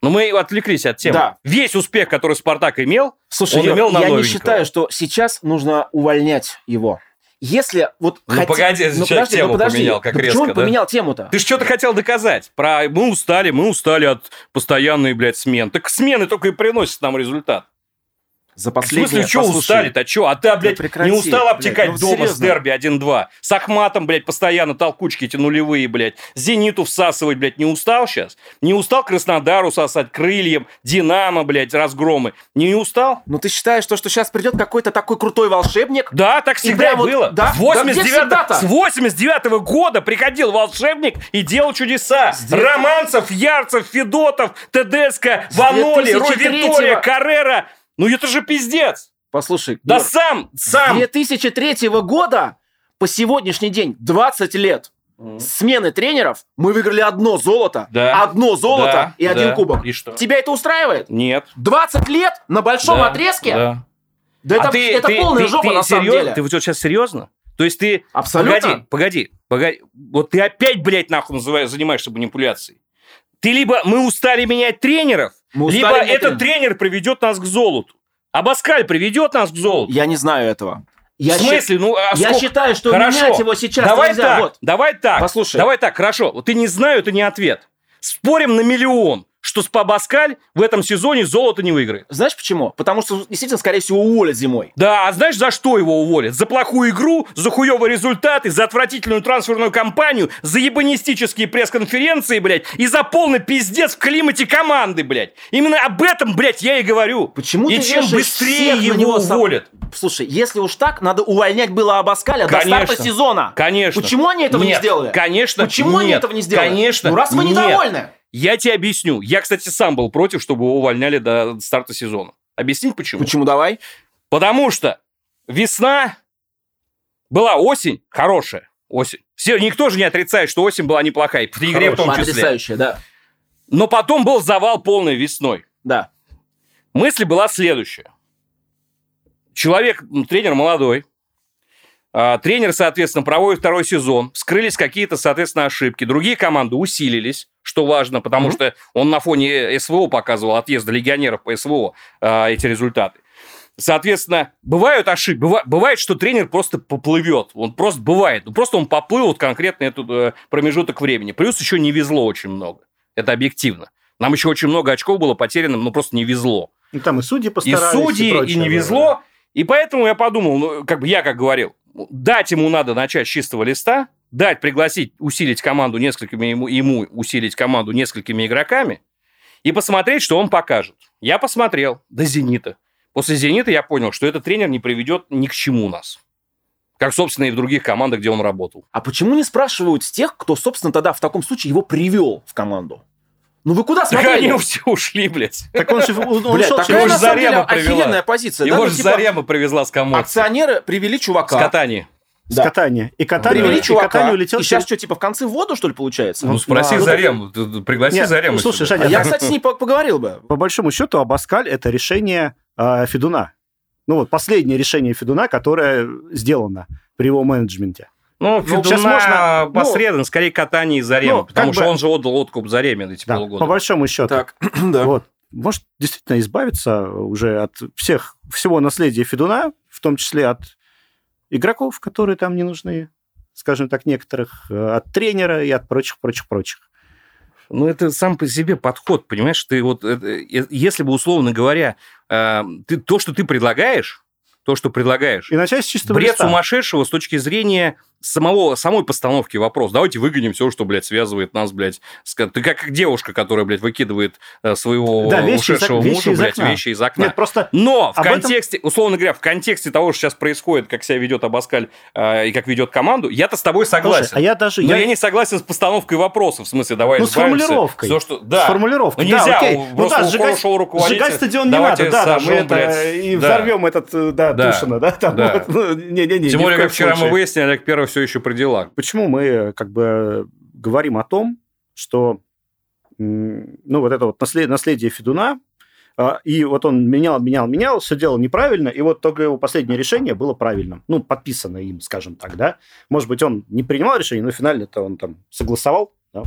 Speaker 3: Но мы отвлеклись от темы.
Speaker 2: Да.
Speaker 3: Весь успех, который Спартак имел,
Speaker 2: Слушай,
Speaker 3: Он
Speaker 2: я,
Speaker 3: имел на
Speaker 2: я не
Speaker 3: новенького.
Speaker 2: считаю, что сейчас нужно увольнять его. Если вот...
Speaker 3: Ну, погоди, сейчас тему поменял, как
Speaker 2: ну
Speaker 3: резко,
Speaker 2: Почему он
Speaker 3: да?
Speaker 2: поменял тему-то?
Speaker 3: ты же что-то хотел доказать. Про мы устали, мы устали от постоянной, блядь, смен. Так смены только и приносят нам результат.
Speaker 2: За
Speaker 3: В смысле,
Speaker 2: последнее,
Speaker 3: что
Speaker 2: послушай.
Speaker 3: устали-то? Что? А ты, блядь,
Speaker 2: прекрати,
Speaker 3: не устал
Speaker 2: блядь,
Speaker 3: обтекать
Speaker 2: ну,
Speaker 3: дома с
Speaker 2: серьезно.
Speaker 3: дерби 1-2? С Ахматом, блядь, постоянно толкучки эти нулевые, блядь. Зениту всасывать, блядь, не устал сейчас? Не устал Краснодару сосать крыльям, Динамо, блядь, разгромы? Не устал?
Speaker 2: Ну ты считаешь, то, что сейчас придет какой-то такой крутой волшебник?
Speaker 3: Да, так всегда и
Speaker 2: прям вот-
Speaker 3: было.
Speaker 2: да,
Speaker 3: с,
Speaker 2: да где
Speaker 3: 89
Speaker 2: всегда-то?
Speaker 3: с 89 года приходил волшебник и делал чудеса.
Speaker 2: Здесь-
Speaker 3: Романцев, Ярцев, Федотов, Тедеско, Ваноли,
Speaker 2: 2003-го.
Speaker 3: Ровитория, Каррера. Ну это же пиздец.
Speaker 2: Послушай,
Speaker 3: Да
Speaker 2: Юр,
Speaker 3: сам, сам.
Speaker 2: 2003 года по сегодняшний день 20 лет смены тренеров мы выиграли одно золото,
Speaker 3: Да.
Speaker 2: одно золото
Speaker 3: Да,
Speaker 2: и один
Speaker 3: да.
Speaker 2: кубок.
Speaker 3: И что?
Speaker 2: Тебя это устраивает?
Speaker 3: Нет.
Speaker 2: 20 лет на большом
Speaker 3: Да,
Speaker 2: отрезке? Да,
Speaker 3: да.
Speaker 2: это,
Speaker 3: А ты-
Speaker 2: это
Speaker 3: ты-
Speaker 2: полная
Speaker 3: ты-
Speaker 2: жопа
Speaker 3: ты
Speaker 2: на самом
Speaker 3: серьезно?
Speaker 2: деле.
Speaker 3: Ты вот сейчас серьезно? То есть ты
Speaker 2: Абсолютно.
Speaker 3: Погоди, погоди, погоди. Вот ты опять, блядь, нахуй называешь, занимаешься манипуляцией. Ты либо мы устали менять тренеров,
Speaker 2: Мы устали
Speaker 3: либо
Speaker 2: менять
Speaker 3: этот
Speaker 2: тренеров.
Speaker 3: тренер приведет нас к золоту. А Баскаль приведет нас к золоту.
Speaker 2: Я не знаю этого. Я
Speaker 3: в смысле? Ну, а
Speaker 2: щи- Я
Speaker 3: сколько-
Speaker 2: считаю, что
Speaker 3: Хорошо.
Speaker 2: менять его сейчас
Speaker 3: давай
Speaker 2: нельзя.
Speaker 3: так,
Speaker 2: Вот.
Speaker 3: давай так.
Speaker 2: Послушай.
Speaker 3: Давай так, хорошо. Вот ты не знаю, это не ответ. Спорим на миллион, что Спа Баскаль в этом сезоне золото не выиграет.
Speaker 2: Знаешь почему? Потому что, действительно, скорее всего, уволят зимой.
Speaker 3: Да, а знаешь, за что его уволят? За плохую игру, за хуёвые результаты, за отвратительную трансферную кампанию, за ебанистические пресс-конференции, блядь, и за полный пиздец в климате команды, блядь. Именно об этом, блядь, я и говорю.
Speaker 2: Почему
Speaker 3: И
Speaker 2: Ну, ты
Speaker 3: чем
Speaker 2: вешаешь
Speaker 3: быстрее
Speaker 2: всех на
Speaker 3: его
Speaker 2: него сам-
Speaker 3: уволят.
Speaker 2: Слушай, если уж так, надо увольнять было Абаскаля до
Speaker 3: Конечно.
Speaker 2: старта сезона.
Speaker 3: Конечно.
Speaker 2: Почему они этого не
Speaker 3: Нет,
Speaker 2: сделали?
Speaker 3: Конечно,
Speaker 2: Почему они
Speaker 3: нет,
Speaker 2: этого не сделали?
Speaker 3: Конечно,
Speaker 2: Ну, раз мы
Speaker 3: нет.
Speaker 2: недовольны.
Speaker 3: Я тебе объясню. Я, кстати, сам был против, чтобы его увольняли до старта сезона. Объяснить почему?
Speaker 2: давай?
Speaker 3: Потому что весна была осень хорошая. Осень. Все, никто же не отрицает, что осень была неплохая. При игре в том числе.
Speaker 2: Потрясающе, да.
Speaker 3: Но потом был завал полный весной.
Speaker 2: Да.
Speaker 3: Мысль была следующая. Человек, м, тренер молодой, а, тренер, соответственно, проводит второй сезон, вскрылись какие-то, соответственно, ошибки. Другие команды усилились, что важно, потому
Speaker 2: Мгм.
Speaker 3: что он на фоне СВО показывал отъезда легионеров по СВО а, эти результаты. Соответственно, бывают ошибки, быва- бывает, что тренер просто поплывет, он просто бывает, Ну, просто он поплыл вот конкретно этот э, промежуток времени. Плюс еще не везло очень много, это объективно. Нам еще очень много очков было потеряно, но просто не везло
Speaker 1: Ну, Там и судьи
Speaker 3: и
Speaker 1: постарались.
Speaker 3: судьи, и,
Speaker 1: прочее,
Speaker 3: не
Speaker 1: да.
Speaker 3: везло. И поэтому я подумал, ну, как бы я как говорил, дать ему надо начать с чистого листа, дать пригласить, усилить команду несколькими, ему, ему усилить команду несколькими игроками и посмотреть, что он покажет. Я посмотрел до «Зенита». После «Зенита» я понял, что этот тренер не приведет ни к чему нас. Как, собственно, и в других командах, где он работал.
Speaker 2: А почему не спрашивают с тех, кто, собственно, тогда в таком случае его привел в команду? Ну вы куда
Speaker 3: Так они
Speaker 2: смотрели?
Speaker 3: все ушли, блядь.
Speaker 1: Так он же он
Speaker 2: Блядь,
Speaker 1: ушел
Speaker 2: такая
Speaker 3: его
Speaker 2: на
Speaker 1: через-
Speaker 3: же
Speaker 2: самом деле
Speaker 3: Зарема привела.
Speaker 2: охеренная позиция. да?
Speaker 3: Его
Speaker 2: Ну,
Speaker 3: же
Speaker 2: типа,
Speaker 3: Зарема привела с комод.
Speaker 2: Акционеры привели
Speaker 3: С
Speaker 2: чувака.
Speaker 3: катания.
Speaker 1: с катания. И катание,
Speaker 2: Привели
Speaker 1: и катание
Speaker 2: чувака. И
Speaker 1: улетел.
Speaker 2: сейчас что, типа в конце в воду, что ли, получается? А
Speaker 3: Ну, спроси
Speaker 1: да.
Speaker 3: Зарему. ты- ты Пригласи
Speaker 1: Нет,
Speaker 3: Зарему.
Speaker 1: ну, слушай,
Speaker 3: сюда.
Speaker 1: Женя,
Speaker 2: Я, кстати, с ней по- поговорил бы.
Speaker 1: По большому счету, Абаскаль это решение э, Федуна. Ну вот последнее решение Федуна, которое сделано при его менеджменте.
Speaker 3: Ну,
Speaker 1: сейчас можно,
Speaker 3: Федуна
Speaker 1: ну,
Speaker 3: посредственно, скорее катание из Заремы,
Speaker 1: ну, как
Speaker 3: потому что
Speaker 1: бы-
Speaker 3: он же отдал откуп Зареме эти
Speaker 1: Да, по
Speaker 3: полгода.
Speaker 1: большому счету.
Speaker 2: Так, [clears throat] да.
Speaker 1: Вот. Может, действительно избавиться уже от всех, всего наследия Федуна, в том числе от игроков, которые там не нужны, скажем так, некоторых, э, от тренера и от прочих, прочих, прочих.
Speaker 3: Ну, это сам по себе подход, понимаешь? Ты вот, это, э, если бы, условно говоря, э, ты, то, что ты предлагаешь, то, что предлагаешь,
Speaker 1: И начать с чистого
Speaker 3: бред
Speaker 1: листа.
Speaker 3: сумасшедшего с точки зрения самого, самой постановки вопрос. Давайте выгоним все, что, блядь, связывает нас, блядь. с ко- Ты как девушка, которая, блядь, выкидывает э, своего
Speaker 1: Да, вещи из
Speaker 3: ушедшего
Speaker 1: ок- вещи
Speaker 3: мужа,
Speaker 1: из
Speaker 3: блядь,
Speaker 1: окна.
Speaker 3: вещи из окна.
Speaker 1: Нет, просто
Speaker 3: Но в
Speaker 1: Об этом-
Speaker 3: контексте, условно говоря, в контексте того, что сейчас происходит, как себя ведет Абаскаль э, и как ведет команду, я-то с тобой согласен.
Speaker 1: Слушай, а я даже...
Speaker 3: Но я...
Speaker 1: я-
Speaker 3: не согласен с постановкой вопроса, в смысле, давай
Speaker 1: Ну, с
Speaker 3: избавимся.
Speaker 1: формулировкой.
Speaker 3: Всё, что... Да.
Speaker 1: С формулировкой.
Speaker 3: Ну, нельзя,
Speaker 1: да, окей.
Speaker 3: у-
Speaker 1: Ну
Speaker 3: просто
Speaker 1: да,
Speaker 3: у
Speaker 1: сжигать-
Speaker 3: хорошего руководителя
Speaker 1: Сжигать стадион не
Speaker 3: давайте
Speaker 1: надо, да, да, мы
Speaker 3: сожжём,
Speaker 1: это
Speaker 3: блядь,
Speaker 1: и
Speaker 3: да.
Speaker 1: взорвем этот, э, да,
Speaker 3: Да.
Speaker 1: Тушина, да, там
Speaker 3: Да.
Speaker 1: вот, ну, не-не-не,
Speaker 3: Тем
Speaker 1: ни в
Speaker 3: более,
Speaker 1: коем
Speaker 3: как вчера мы
Speaker 1: случае.
Speaker 3: выяснили, Олег Первый все еще при делах.
Speaker 1: Почему мы э, как бы говорим о том, что м, ну вот это вот наслед- наследие Федуна, а, и вот он менял, менял, менял, все делал неправильно, и вот только его последнее решение было правильным, ну, подписано им, скажем так, да. Может быть, он не принимал решение, но финально-то он там согласовал, да,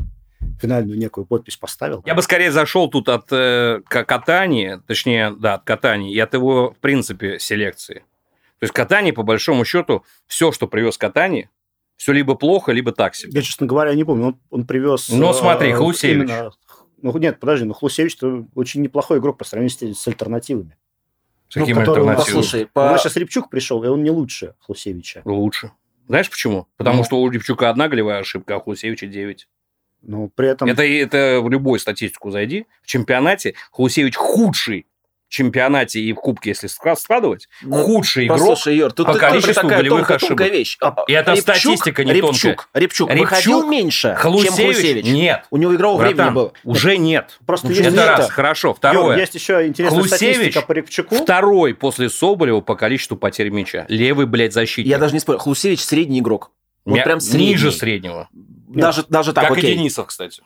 Speaker 1: финальную некую подпись поставил.
Speaker 3: Я бы скорее зашел тут от э, к- катания, точнее, да, от катания и от его, в принципе, селекции. То есть катание, по большому счету, все, что привез катание, все либо плохо, либо так себе.
Speaker 1: Я, честно говоря, не помню. Он, он привез...
Speaker 3: Ну,
Speaker 1: э,
Speaker 3: смотри, Хлусевич.
Speaker 1: именно- Ну, нет, подожди, ну, Хлусевич это очень неплохой игрок по сравнению с, с альтернативами.
Speaker 3: С каким
Speaker 1: Ну, которого-
Speaker 3: альтернативам?
Speaker 2: Послушай,
Speaker 1: У
Speaker 2: по...
Speaker 1: нас сейчас Рябчук пришел, и он не лучше Хлусевича.
Speaker 3: Лучше. Знаешь почему? Потому
Speaker 1: Ну.
Speaker 3: что у Липчука одна голевая ошибка, а у Хлусевича 9.
Speaker 1: Но при этом...
Speaker 3: Это, это в любую статистику зайди. В чемпионате Хлусевич худший в чемпионате и в кубке, если ска- складывать,
Speaker 2: Ну,
Speaker 3: худший игрок.
Speaker 2: Послушай, Юр, тут
Speaker 3: по
Speaker 2: тут тоже
Speaker 3: количеству
Speaker 2: такая
Speaker 3: голевых
Speaker 2: тонкая-
Speaker 3: ошибок.
Speaker 2: тонкая вещь.
Speaker 1: А,
Speaker 3: и это статистика не
Speaker 2: Рябчук,
Speaker 3: тонкая.
Speaker 2: Рябчук,
Speaker 3: Рябчук,
Speaker 2: выходил меньше, чем Хлусевич.
Speaker 3: Нет.
Speaker 2: У него игрового времени
Speaker 3: Братан,
Speaker 2: было.
Speaker 3: уже нет.
Speaker 1: Просто
Speaker 2: Уже
Speaker 1: есть...
Speaker 3: Это
Speaker 2: нет.
Speaker 3: раз, хорошо.
Speaker 1: Юр,
Speaker 3: Второе.
Speaker 1: есть еще интересная
Speaker 3: Хлусевич
Speaker 1: статистика по Рябчуку.
Speaker 3: Второй после Соболева по количеству потерь мяча. Левый, блядь, защитник.
Speaker 2: Я даже не спорю, Хлусевич средний игрок. Вот
Speaker 3: Мя-
Speaker 2: прям средний.
Speaker 3: Ниже среднего.
Speaker 2: Даже, даже так,
Speaker 3: как
Speaker 2: окей.
Speaker 3: и Денисов, кстати.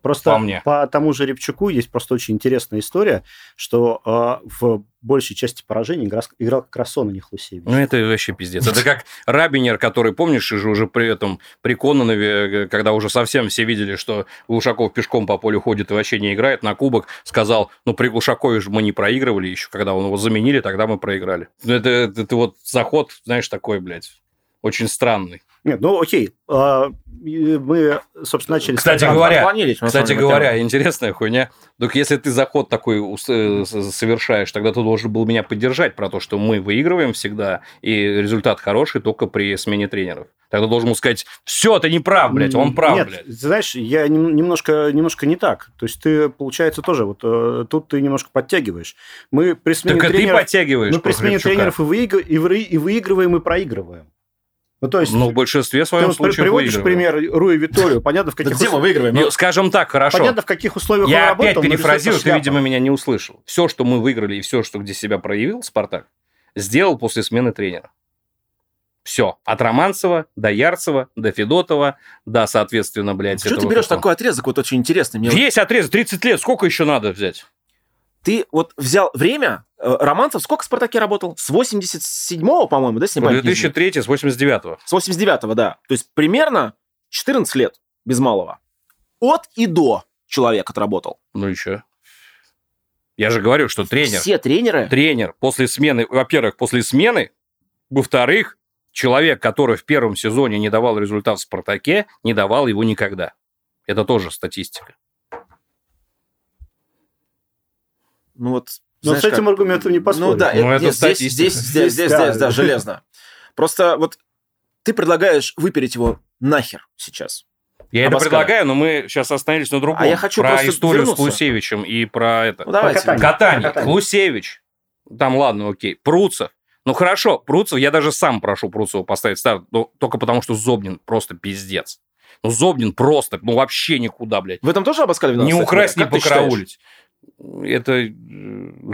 Speaker 1: Просто
Speaker 3: По мне.
Speaker 1: по тому же Рябчуку есть просто очень интересная история, что э, в большей части поражений игра- играл как раз он, а не Хлусевич.
Speaker 3: Ну, это вообще пиздец. Это как Рабинер, который, помнишь, же уже при этом при Кононове, э, когда уже совсем все видели, что Глушаков пешком по полю ходит и вообще не играет, на кубок сказал, ну, при Глушакове же мы не проигрывали еще, когда он его заменили, тогда мы проиграли. Ну, Это, это- это вот заход, знаешь, такой, блядь, очень странный.
Speaker 1: Нет, ну окей. А, и мы, собственно, начали... с
Speaker 3: Кстати
Speaker 1: того,
Speaker 3: говоря,
Speaker 2: Отклонились, на самом
Speaker 3: Кстати
Speaker 2: деле,
Speaker 3: говоря, интересная хуйня. Только если ты заход такой ус- э, с- совершаешь, тогда ты должен был меня поддержать про то, что мы выигрываем всегда, и результат хороший только при смене тренеров. Тогда ты должен был сказать, все, ты не прав, блядь, он прав,
Speaker 1: Нет,
Speaker 3: блядь.
Speaker 1: ты знаешь, я нем- немножко, немножко не так. То есть ты, получается, тоже вот э, тут ты немножко подтягиваешь. Мы при смене
Speaker 3: Так и ты
Speaker 1: тренеров,
Speaker 3: подтягиваешь.
Speaker 1: мы при
Speaker 3: просто
Speaker 1: смене
Speaker 3: Рябчука.
Speaker 1: тренеров и, выигр- и вры- и выигрываем, и проигрываем. Ну, то есть...
Speaker 3: Ну, в большинстве
Speaker 1: ты
Speaker 3: своем
Speaker 1: вот при-
Speaker 3: случае
Speaker 1: приводишь
Speaker 3: выигрываем.
Speaker 1: пример Руи Виторию. Понятно, в
Speaker 2: Да
Speaker 1: каких,
Speaker 2: где мы
Speaker 1: ус-
Speaker 2: выигрываем?
Speaker 3: Ну, скажем так, хорошо.
Speaker 1: понятно, в каких условиях
Speaker 3: Я
Speaker 1: он работал.
Speaker 3: опять
Speaker 1: но
Speaker 3: перефразирую,
Speaker 1: результат
Speaker 3: ты,
Speaker 1: шляпа.
Speaker 3: видимо, меня не услышал. Все, что мы выиграли и все, что где себя проявил Спартак, сделал после смены тренера. Все. От Романцева до Ярцева, до Федотова, до, соответственно, блядь,
Speaker 2: Почему ты
Speaker 3: этого
Speaker 2: берешь
Speaker 3: какого.
Speaker 2: такой отрезок, вот очень интересный? Мне вот-
Speaker 3: Весь отрез, 30 лет, сколько еще надо взять?
Speaker 2: Ты вот взял время, э, Романцев сколько в «Спартаке» работал? С 87-го, по-моему, да, с ним память не изменяет?
Speaker 3: 2003 с 89
Speaker 2: С 89-го, да. То есть примерно 14 лет, без малого. От и до человек отработал.
Speaker 3: Ну и что? Я же говорю, что тренер.
Speaker 2: Все тренеры...
Speaker 3: Тренер после смены, во-первых, после смены, во-вторых, человек, который в первом сезоне не давал результат в «Спартаке», не давал его никогда. Это тоже статистика.
Speaker 2: Ну вот...
Speaker 1: Но
Speaker 2: знаешь,
Speaker 1: с этим
Speaker 2: как-
Speaker 1: аргументом не поспоришь.
Speaker 2: Ну да,
Speaker 3: Ну,
Speaker 2: э,
Speaker 3: это
Speaker 2: нет, здесь,
Speaker 3: статистика.
Speaker 2: здесь, здесь,
Speaker 1: Здесь,
Speaker 2: здесь,
Speaker 1: да.
Speaker 2: здесь, да, железно. Просто вот ты предлагаешь выпереть его нахер сейчас.
Speaker 3: Я это
Speaker 2: Абаскаля.
Speaker 3: предлагаю, но мы сейчас остановились на другом.
Speaker 2: А я хочу
Speaker 3: про
Speaker 2: просто
Speaker 3: историю
Speaker 2: вернуться.
Speaker 3: с Лусевичем и про это.
Speaker 2: Ну давайте.
Speaker 1: катание.
Speaker 3: Катание.
Speaker 1: Катание.
Speaker 3: Лусевич. Там, ладно, окей. Пруцев. Ну хорошо, Пруцев, я даже сам прошу Пруцева поставить старт, но только потому, что Зобнин просто пиздец. Ну, Зобнин просто, ну вообще никуда, блядь.
Speaker 2: В этом тоже Абаскаль виноват,
Speaker 3: Не
Speaker 2: кстати,
Speaker 3: украсть, не
Speaker 2: Марк? Как ты считаешь?
Speaker 3: покараулить. Это э,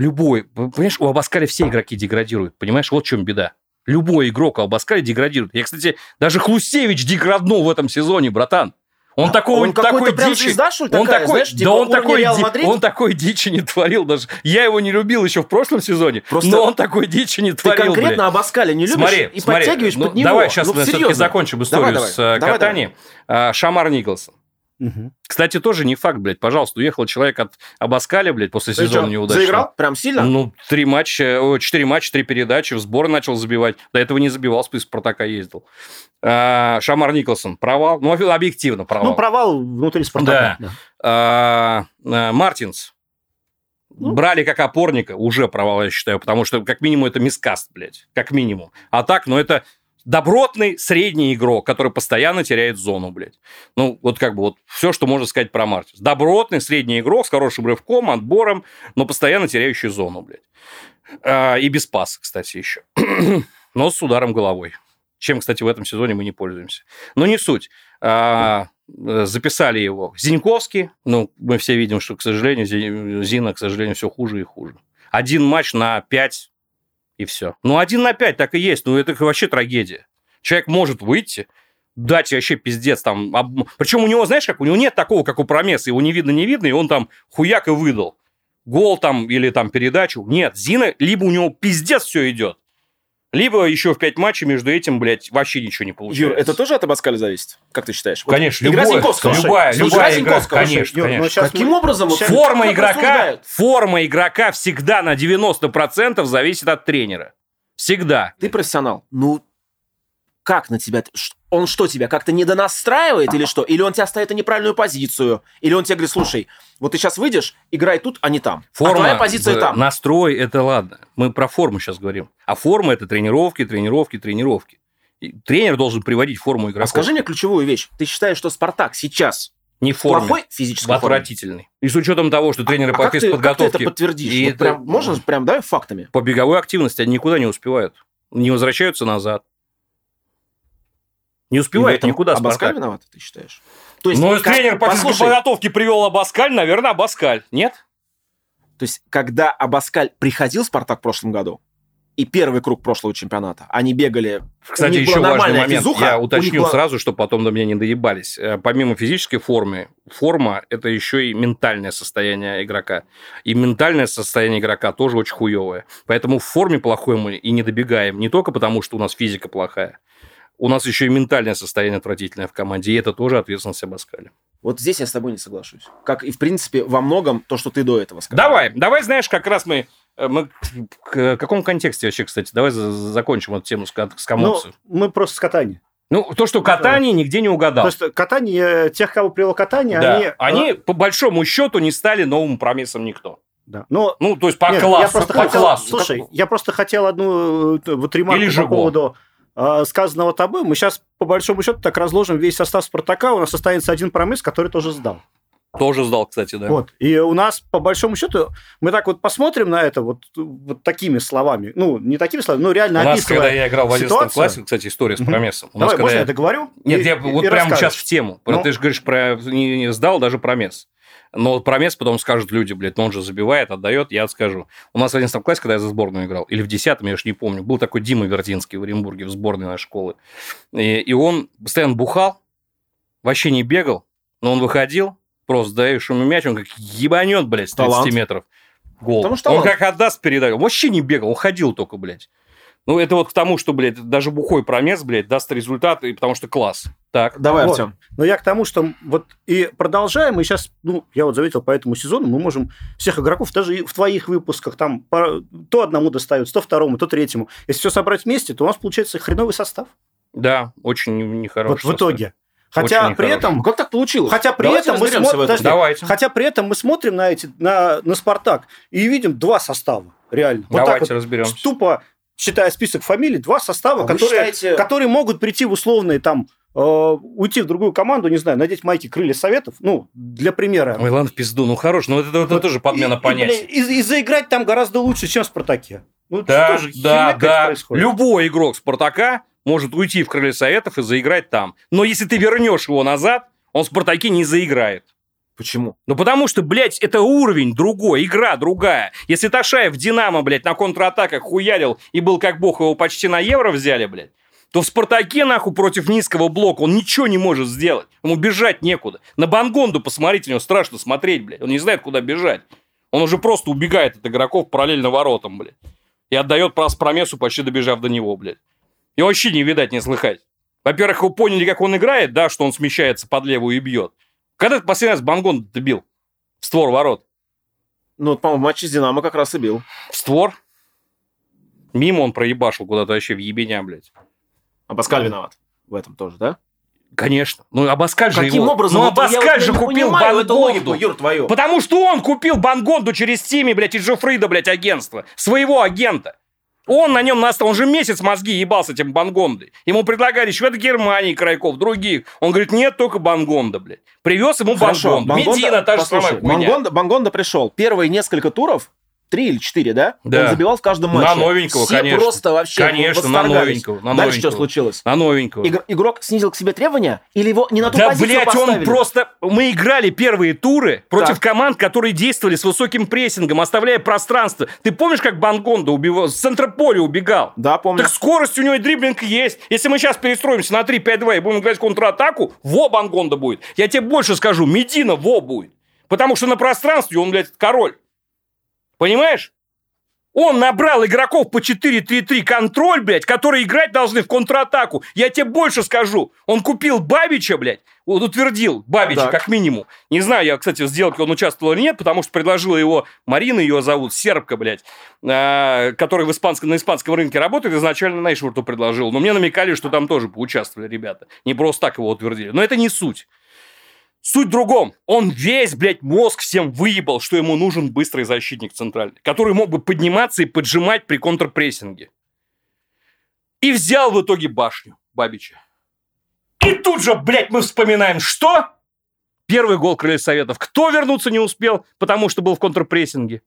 Speaker 3: любой... Понимаешь, у Абаскаля все игроки деградируют. Понимаешь, вот в чем беда. Любой игрок у Абаскаля деградирует. Я, кстати, даже Хлусевич деграднул в этом сезоне, братан. Он такого
Speaker 2: А Он
Speaker 3: такой
Speaker 2: какой-то прям
Speaker 3: дичи...
Speaker 2: звезда, что ли,
Speaker 3: Он
Speaker 2: такая,
Speaker 3: такой,
Speaker 2: знаешь,
Speaker 3: да
Speaker 2: типа
Speaker 3: он
Speaker 2: уровня
Speaker 3: такой,
Speaker 2: Реал
Speaker 3: ди-
Speaker 2: Мадрид?
Speaker 3: он такой дичи не творил даже. Я его не любил еще в прошлом сезоне,
Speaker 2: Просто
Speaker 3: но он такой дичи не
Speaker 2: Ты
Speaker 3: творил. блядь.
Speaker 2: конкретно Абаскаля не любишь
Speaker 3: Смотри,
Speaker 2: и
Speaker 3: смотри,
Speaker 2: подтягиваешь
Speaker 3: ну,
Speaker 2: под него.
Speaker 3: Давай сейчас
Speaker 2: ну,
Speaker 3: все-таки
Speaker 2: серьезно.
Speaker 3: закончим историю
Speaker 2: Давай,
Speaker 3: с
Speaker 2: давай.
Speaker 3: э,
Speaker 2: Давай,
Speaker 3: катанием. А, Шамар Николсон.
Speaker 1: Мгм.
Speaker 3: Кстати, тоже не факт, блядь. Пожалуйста, уехал человек от Абаскаля, блядь, после
Speaker 2: Ты
Speaker 3: сезона
Speaker 2: чё,
Speaker 3: неудачного.
Speaker 2: Заиграл? Прям сильно?
Speaker 3: Ну, три матча, о, четыре матча, три передачи, в сбор начал забивать. До этого не забивал, в список Спартака ездил. А, Шамар Николсон, провал. Ну, оби- объективно провал.
Speaker 1: Ну, провал внутри Спартака. да.
Speaker 3: А, а, Мартинс. Брали как опорника, уже провал, я считаю, потому что как минимум это мискаст, блядь, как минимум. А так, ну это добротный средний игрок, который постоянно теряет зону, блядь. Ну, вот как бы вот все, что можно сказать про Мартинс. Добротный средний игрок с хорошим рывком, отбором, но постоянно теряющий зону, блядь. А, и без паса, кстати, еще. [clears throat] но с ударом головой. Чем, кстати, в этом сезоне мы не пользуемся. Но не суть. А, записали его Зиньковский. Ну, мы все видим, что, к сожалению, Зи- Зина, к сожалению, все хуже и хуже. Один матч на пять и все. Ну, один на пять так и есть. Ну, это вообще трагедия. Человек может выйти, дать вообще пиздец там. об- Причем у него, знаешь как, у него нет такого, как у Промеса. Его не видно, не видно, и он там хуяк и выдал. Гол там или там передачу. Нет, Зина, либо у него пиздец все идет, либо еще в пять матчей между этим, блядь, вообще ничего не получается.
Speaker 2: Юр, это тоже от Абаскаля зависит? Как ты считаешь? Вот
Speaker 3: Конечно,
Speaker 2: игра
Speaker 3: любое-
Speaker 2: Зиньковского, слушай.
Speaker 3: любая,
Speaker 2: Слушай,
Speaker 3: любая
Speaker 2: игра
Speaker 3: игра,
Speaker 2: Зиньковского, слушай.
Speaker 3: конечно,
Speaker 1: Юр, ну,
Speaker 3: конечно.
Speaker 1: щас
Speaker 2: Каким
Speaker 1: мы-
Speaker 2: образом? вот
Speaker 1: щас-
Speaker 2: тут
Speaker 3: Форма
Speaker 2: как
Speaker 3: игрока,
Speaker 2: рассуждают?
Speaker 3: форма игрока всегда на 90% зависит от тренера. Всегда.
Speaker 2: Ты профессионал. Ну, как на тебя? ш- Он что, тебя как-то недонастраивает или что? Или он тебя ставит на неправильную позицию? Или он тебе говорит, слушай, вот ты сейчас выйдешь, играй тут, а не там. а твоя позиция
Speaker 3: да,
Speaker 2: там.
Speaker 3: Настрой это ладно. Мы про форму сейчас говорим. А форма это тренировки, тренировки, тренировки. И тренер должен приводить форму игрока.
Speaker 2: А скажи мне ключевую вещь. Ты считаешь, что Спартак сейчас
Speaker 3: не
Speaker 2: в
Speaker 3: форме.
Speaker 2: плохой физической форме?
Speaker 3: отвратительный. И с учетом того, что тренеры
Speaker 2: А
Speaker 3: по
Speaker 2: как ты, как ты
Speaker 3: физподготовке
Speaker 2: это подтвердишь?
Speaker 3: И
Speaker 2: Вот
Speaker 3: это-
Speaker 2: прям, можно прям, давай фактами.
Speaker 3: по беговой активности они никуда не успевают. Не возвращаются назад. Не
Speaker 2: Успевает
Speaker 3: успевает никуда Спартак.
Speaker 2: виноват, ты считаешь? То
Speaker 3: ну, если
Speaker 2: как-
Speaker 3: тренер по физической
Speaker 2: послушай,
Speaker 3: подготовке привел Абаскаль, наверное, Абаскаль. Нет?
Speaker 2: То есть, когда Абаскаль приходил в «Спартак» в прошлом году, и первый круг прошлого чемпионата, они бегали...
Speaker 3: Кстати,
Speaker 2: у них
Speaker 3: еще
Speaker 2: была
Speaker 3: важный
Speaker 2: нормальная
Speaker 3: момент.
Speaker 2: физуха,
Speaker 3: Я
Speaker 2: у них
Speaker 3: уточню
Speaker 2: была-
Speaker 3: сразу, чтобы потом до меня не доебались. Э, Помимо физической формы, форма – это еще и ментальное состояние игрока. И ментальное состояние игрока тоже очень хуевое. Поэтому в форме плохой мы и не добегаем. Не только потому, что у нас физика плохая. У нас еще и ментальное состояние отвратительное в команде. И это тоже ответственность Абаскаля.
Speaker 2: Вот здесь я с тобой не соглашусь. Как и, в принципе, во многом то, что ты до этого сказал.
Speaker 3: Давай, давай, знаешь, как раз мы... э, Мы к- к какому контексте вообще, кстати? Давай за- закончим эту тему с, кат- с
Speaker 1: Ну,
Speaker 3: Комодцем.
Speaker 1: мы просто с катания.
Speaker 3: Ну, то, что катание нигде не угадал.
Speaker 1: Просто катание, э, тех, кого привело катание,
Speaker 3: Да.
Speaker 1: они... э,
Speaker 3: Они, по большому счету, не стали новым промиссом никто.
Speaker 1: да. Но
Speaker 3: Ну, то есть по
Speaker 1: Нет,
Speaker 3: классу.
Speaker 1: Я просто
Speaker 3: по
Speaker 1: хотел,
Speaker 3: классу.
Speaker 1: Слушай, я просто хотел одну э, т- вот ремарку
Speaker 3: Или
Speaker 1: по
Speaker 3: Жигу.
Speaker 1: поводу э, сказанного тобой. Мы сейчас, по большому счету, так разложим весь состав «Спартака». У нас останется один промыс, который тоже сдал.
Speaker 3: Тоже сдал, кстати, да.
Speaker 1: Вот. И у нас, по большому счету, мы так вот посмотрим на это вот, вот такими словами. Ну, не такими словами, но реально
Speaker 3: У нас,
Speaker 1: описывая.
Speaker 3: когда я играл в 11
Speaker 1: ситуацию-
Speaker 3: классе, кстати, история с
Speaker 1: Мгм.
Speaker 3: промиссом. У
Speaker 1: Давай,
Speaker 3: нас, когда
Speaker 1: можно
Speaker 3: я-
Speaker 1: я договорю?
Speaker 3: Нет,
Speaker 1: И-
Speaker 3: я
Speaker 1: и-
Speaker 3: вот
Speaker 1: и
Speaker 3: прямо сейчас
Speaker 1: расскажешь.
Speaker 3: в тему. Про-
Speaker 1: Ну.
Speaker 3: Ты же говоришь про не, не сдал даже промес. Но промес потом скажут люди, блядь, ну он же забивает, отдает, я скажу. У нас в 11 классе, когда я за сборную играл, или в 10 я уж не помню, был такой Дима Вердинский в Оренбурге, в сборной нашей школы. И, и он постоянно бухал, вообще не бегал, но он выходил, просто даешь ему мяч, он как ебанет, блядь, с 30
Speaker 2: Талант.
Speaker 3: метров. Гол.
Speaker 2: Потому что
Speaker 3: он
Speaker 2: талант.
Speaker 3: как отдаст передачу. Он вообще не бегал, он ходил только, блядь. Ну, это вот к тому, что, блядь, даже бухой промес, блядь, даст результат, и потому что класс. Так.
Speaker 2: Давай,
Speaker 1: Вот.
Speaker 2: Артем.
Speaker 1: Но я к тому, что вот и продолжаем, и сейчас, ну, я вот заметил по этому сезону, мы можем всех игроков, даже и в твоих выпусках, там, по- то одному достается, то второму, то третьему. Если все собрать вместе, то у нас получается хреновый состав.
Speaker 3: Да, очень не-
Speaker 1: вот
Speaker 3: нехороший.
Speaker 1: в итоге. Хотя
Speaker 3: Очень
Speaker 1: при
Speaker 3: нехороший.
Speaker 1: этом...
Speaker 2: Ну, как так получилось?
Speaker 1: Хотя при
Speaker 2: Давайте
Speaker 1: этом мы
Speaker 2: разберемся
Speaker 1: смо-
Speaker 2: в этом.
Speaker 1: подожди.
Speaker 3: состав. Давайте.
Speaker 1: Хотя при этом мы смотрим на, эти, на, на «Спартак» и видим два состава, реально. Вот
Speaker 3: Давайте
Speaker 1: так вот,
Speaker 3: разберемся.
Speaker 1: тупо считая список фамилий, два
Speaker 2: А
Speaker 1: состава,
Speaker 2: вы
Speaker 1: которые...
Speaker 2: считаете-
Speaker 1: которые могут прийти в условные там э, уйти в другую команду, не знаю, надеть майки крылья советов, ну, для примера.
Speaker 3: Ой, ладно, в пизду, ну хорош, но это, это
Speaker 1: Вот
Speaker 3: тоже подмена
Speaker 1: и- и,
Speaker 3: понятий.
Speaker 1: блин, И, и заиграть там гораздо лучше, чем в «Спартаке». Ну,
Speaker 3: Да,
Speaker 1: что же,
Speaker 3: да,
Speaker 1: херня
Speaker 3: да.
Speaker 1: происходит?
Speaker 3: Любой игрок Спартака может уйти в крылья советов и заиграть там. Но если ты вернешь его назад, он в Спартаке не заиграет.
Speaker 2: Почему?
Speaker 3: Ну потому что, блядь, это уровень другой, игра другая. Если Ташаев Динамо, блядь, на контратаках хуярил и был как бог, его почти на евро взяли, блядь, то в «Спартаке», нахуй, против низкого блока он ничего не может сделать. Ему бежать некуда. На Бангонду посмотрите, у него страшно смотреть, блядь. Он не знает, куда бежать. Он уже просто убегает от игроков параллельно воротам, блядь. И отдает прас промесу, почти добежав до него, блядь. И вообще не видать, не слыхать. Во-первых, вы поняли, как он играет, да, что он смещается под левую и бьет. Когда ты последний раз Бангон добил? В створ ворот.
Speaker 2: Ну, вот, по-моему, матч с «Динамо» как раз и бил.
Speaker 3: В створ? Мимо он проебашил куда-то вообще в ебеня, блядь.
Speaker 2: Абаскаль виноват в этом тоже, да?
Speaker 3: Конечно. Ну, Абаскаль же
Speaker 2: Каким
Speaker 3: его...
Speaker 2: образом?
Speaker 3: Ну,
Speaker 2: Вот я вот
Speaker 3: Абаскаль же
Speaker 2: не
Speaker 3: купил
Speaker 2: понимаю эту логику,
Speaker 3: Бангонду.
Speaker 2: Юр, твою.
Speaker 3: Потому что он купил Бангонду через Тими, блядь, и Джофрида, блядь, агентство. Своего агента. Он на нем настал, он же месяц мозги ебался этим Бангондой. Ему предлагали швед Германии, Крайков, других. Он говорит, нет, только Бангонда, блядь. Привез ему
Speaker 2: Хорошо,
Speaker 3: Бангонду. Медина, та же самая
Speaker 2: послушай,
Speaker 3: хуйня.
Speaker 2: Бангонда, Бангонда пришел. Первые несколько туров, три или четыре, да?
Speaker 3: Да.
Speaker 2: Он забивал в каждом
Speaker 3: На
Speaker 2: матче.
Speaker 3: новенького,
Speaker 2: Все
Speaker 3: конечно.
Speaker 2: просто вообще
Speaker 3: Конечно, на
Speaker 2: восторгались.
Speaker 3: новенького, на
Speaker 2: Дальше
Speaker 3: новенького.
Speaker 2: что случилось?
Speaker 3: На новенького.
Speaker 2: Игр- игрок снизил к себе требования? Или его не на ту
Speaker 3: Да,
Speaker 2: позицию
Speaker 3: блядь, он
Speaker 2: поставили?
Speaker 3: просто... Мы играли первые туры против
Speaker 2: Так.
Speaker 3: команд, которые действовали с высоким прессингом, оставляя пространство. Ты помнишь, как Бангонда убивал, с центра поля убегал?
Speaker 2: Да, помню.
Speaker 3: Так скорость у него и дриблинг есть. Если мы сейчас перестроимся на 3-5-2 и будем играть в контратаку, во Бангонда будет. Я тебе больше скажу, Медина во будет. Потому что на пространстве он, блядь, король. Понимаешь? Он набрал игроков по 4-3-3 контроль, блядь, которые играть должны в контратаку. Я тебе больше скажу. Он купил Бабича, блядь, вот утвердил Бабича,
Speaker 2: Так.
Speaker 3: как минимум. Не знаю, я, кстати, в сделке он участвовал или нет, потому что предложила его Марина, ее зовут, сербка, блядь, а, которая в испанском, на испанском рынке работает, изначально на Ишварту предложил. Но мне намекали, что там тоже поучаствовали ребята. Не просто так его утвердили. Но это не суть. Суть в другом. Он весь, блядь, мозг всем выебал, что ему нужен быстрый защитник центральный, который мог бы подниматься и поджимать при контрпрессинге. И взял в итоге башню Бабича. И тут же, блядь, мы вспоминаем, что? Первый гол Крылья Советов. Кто вернуться не успел, потому что был в контрпрессинге?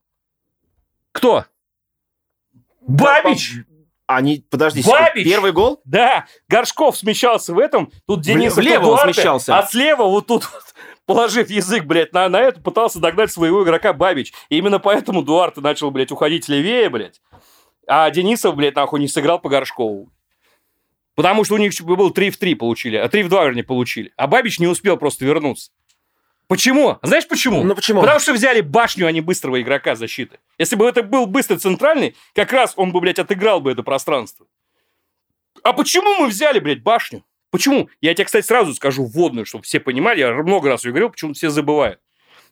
Speaker 3: Кто? Бабич!
Speaker 2: Они, подожди,
Speaker 3: Бабич!
Speaker 2: секунду. первый гол?
Speaker 3: Да, Горшков смещался в этом, тут Денис
Speaker 2: влево он
Speaker 3: Эдуарде,
Speaker 2: смещался.
Speaker 3: а слева вот тут вот, положив язык, блядь, на, на это, пытался догнать своего игрока Бабич. И именно поэтому Дуарте начал, блядь, уходить левее, блядь. А Денисов, блядь, нахуй не сыграл по Горшкову. Потому что у них был 3 в 3 получили, а 3 в 2, вернее, получили. А Бабич не успел просто вернуться. Почему? Знаешь почему?
Speaker 2: Ну почему?
Speaker 3: Потому что взяли башню, а не быстрого игрока защиты. Если бы это был быстрый центральный, как раз он бы, блядь, отыграл бы это пространство. А почему мы взяли, блядь, башню? Почему? Я тебе, кстати, сразу скажу вводную, чтобы все понимали. Я много раз ее говорил, почему все забывают.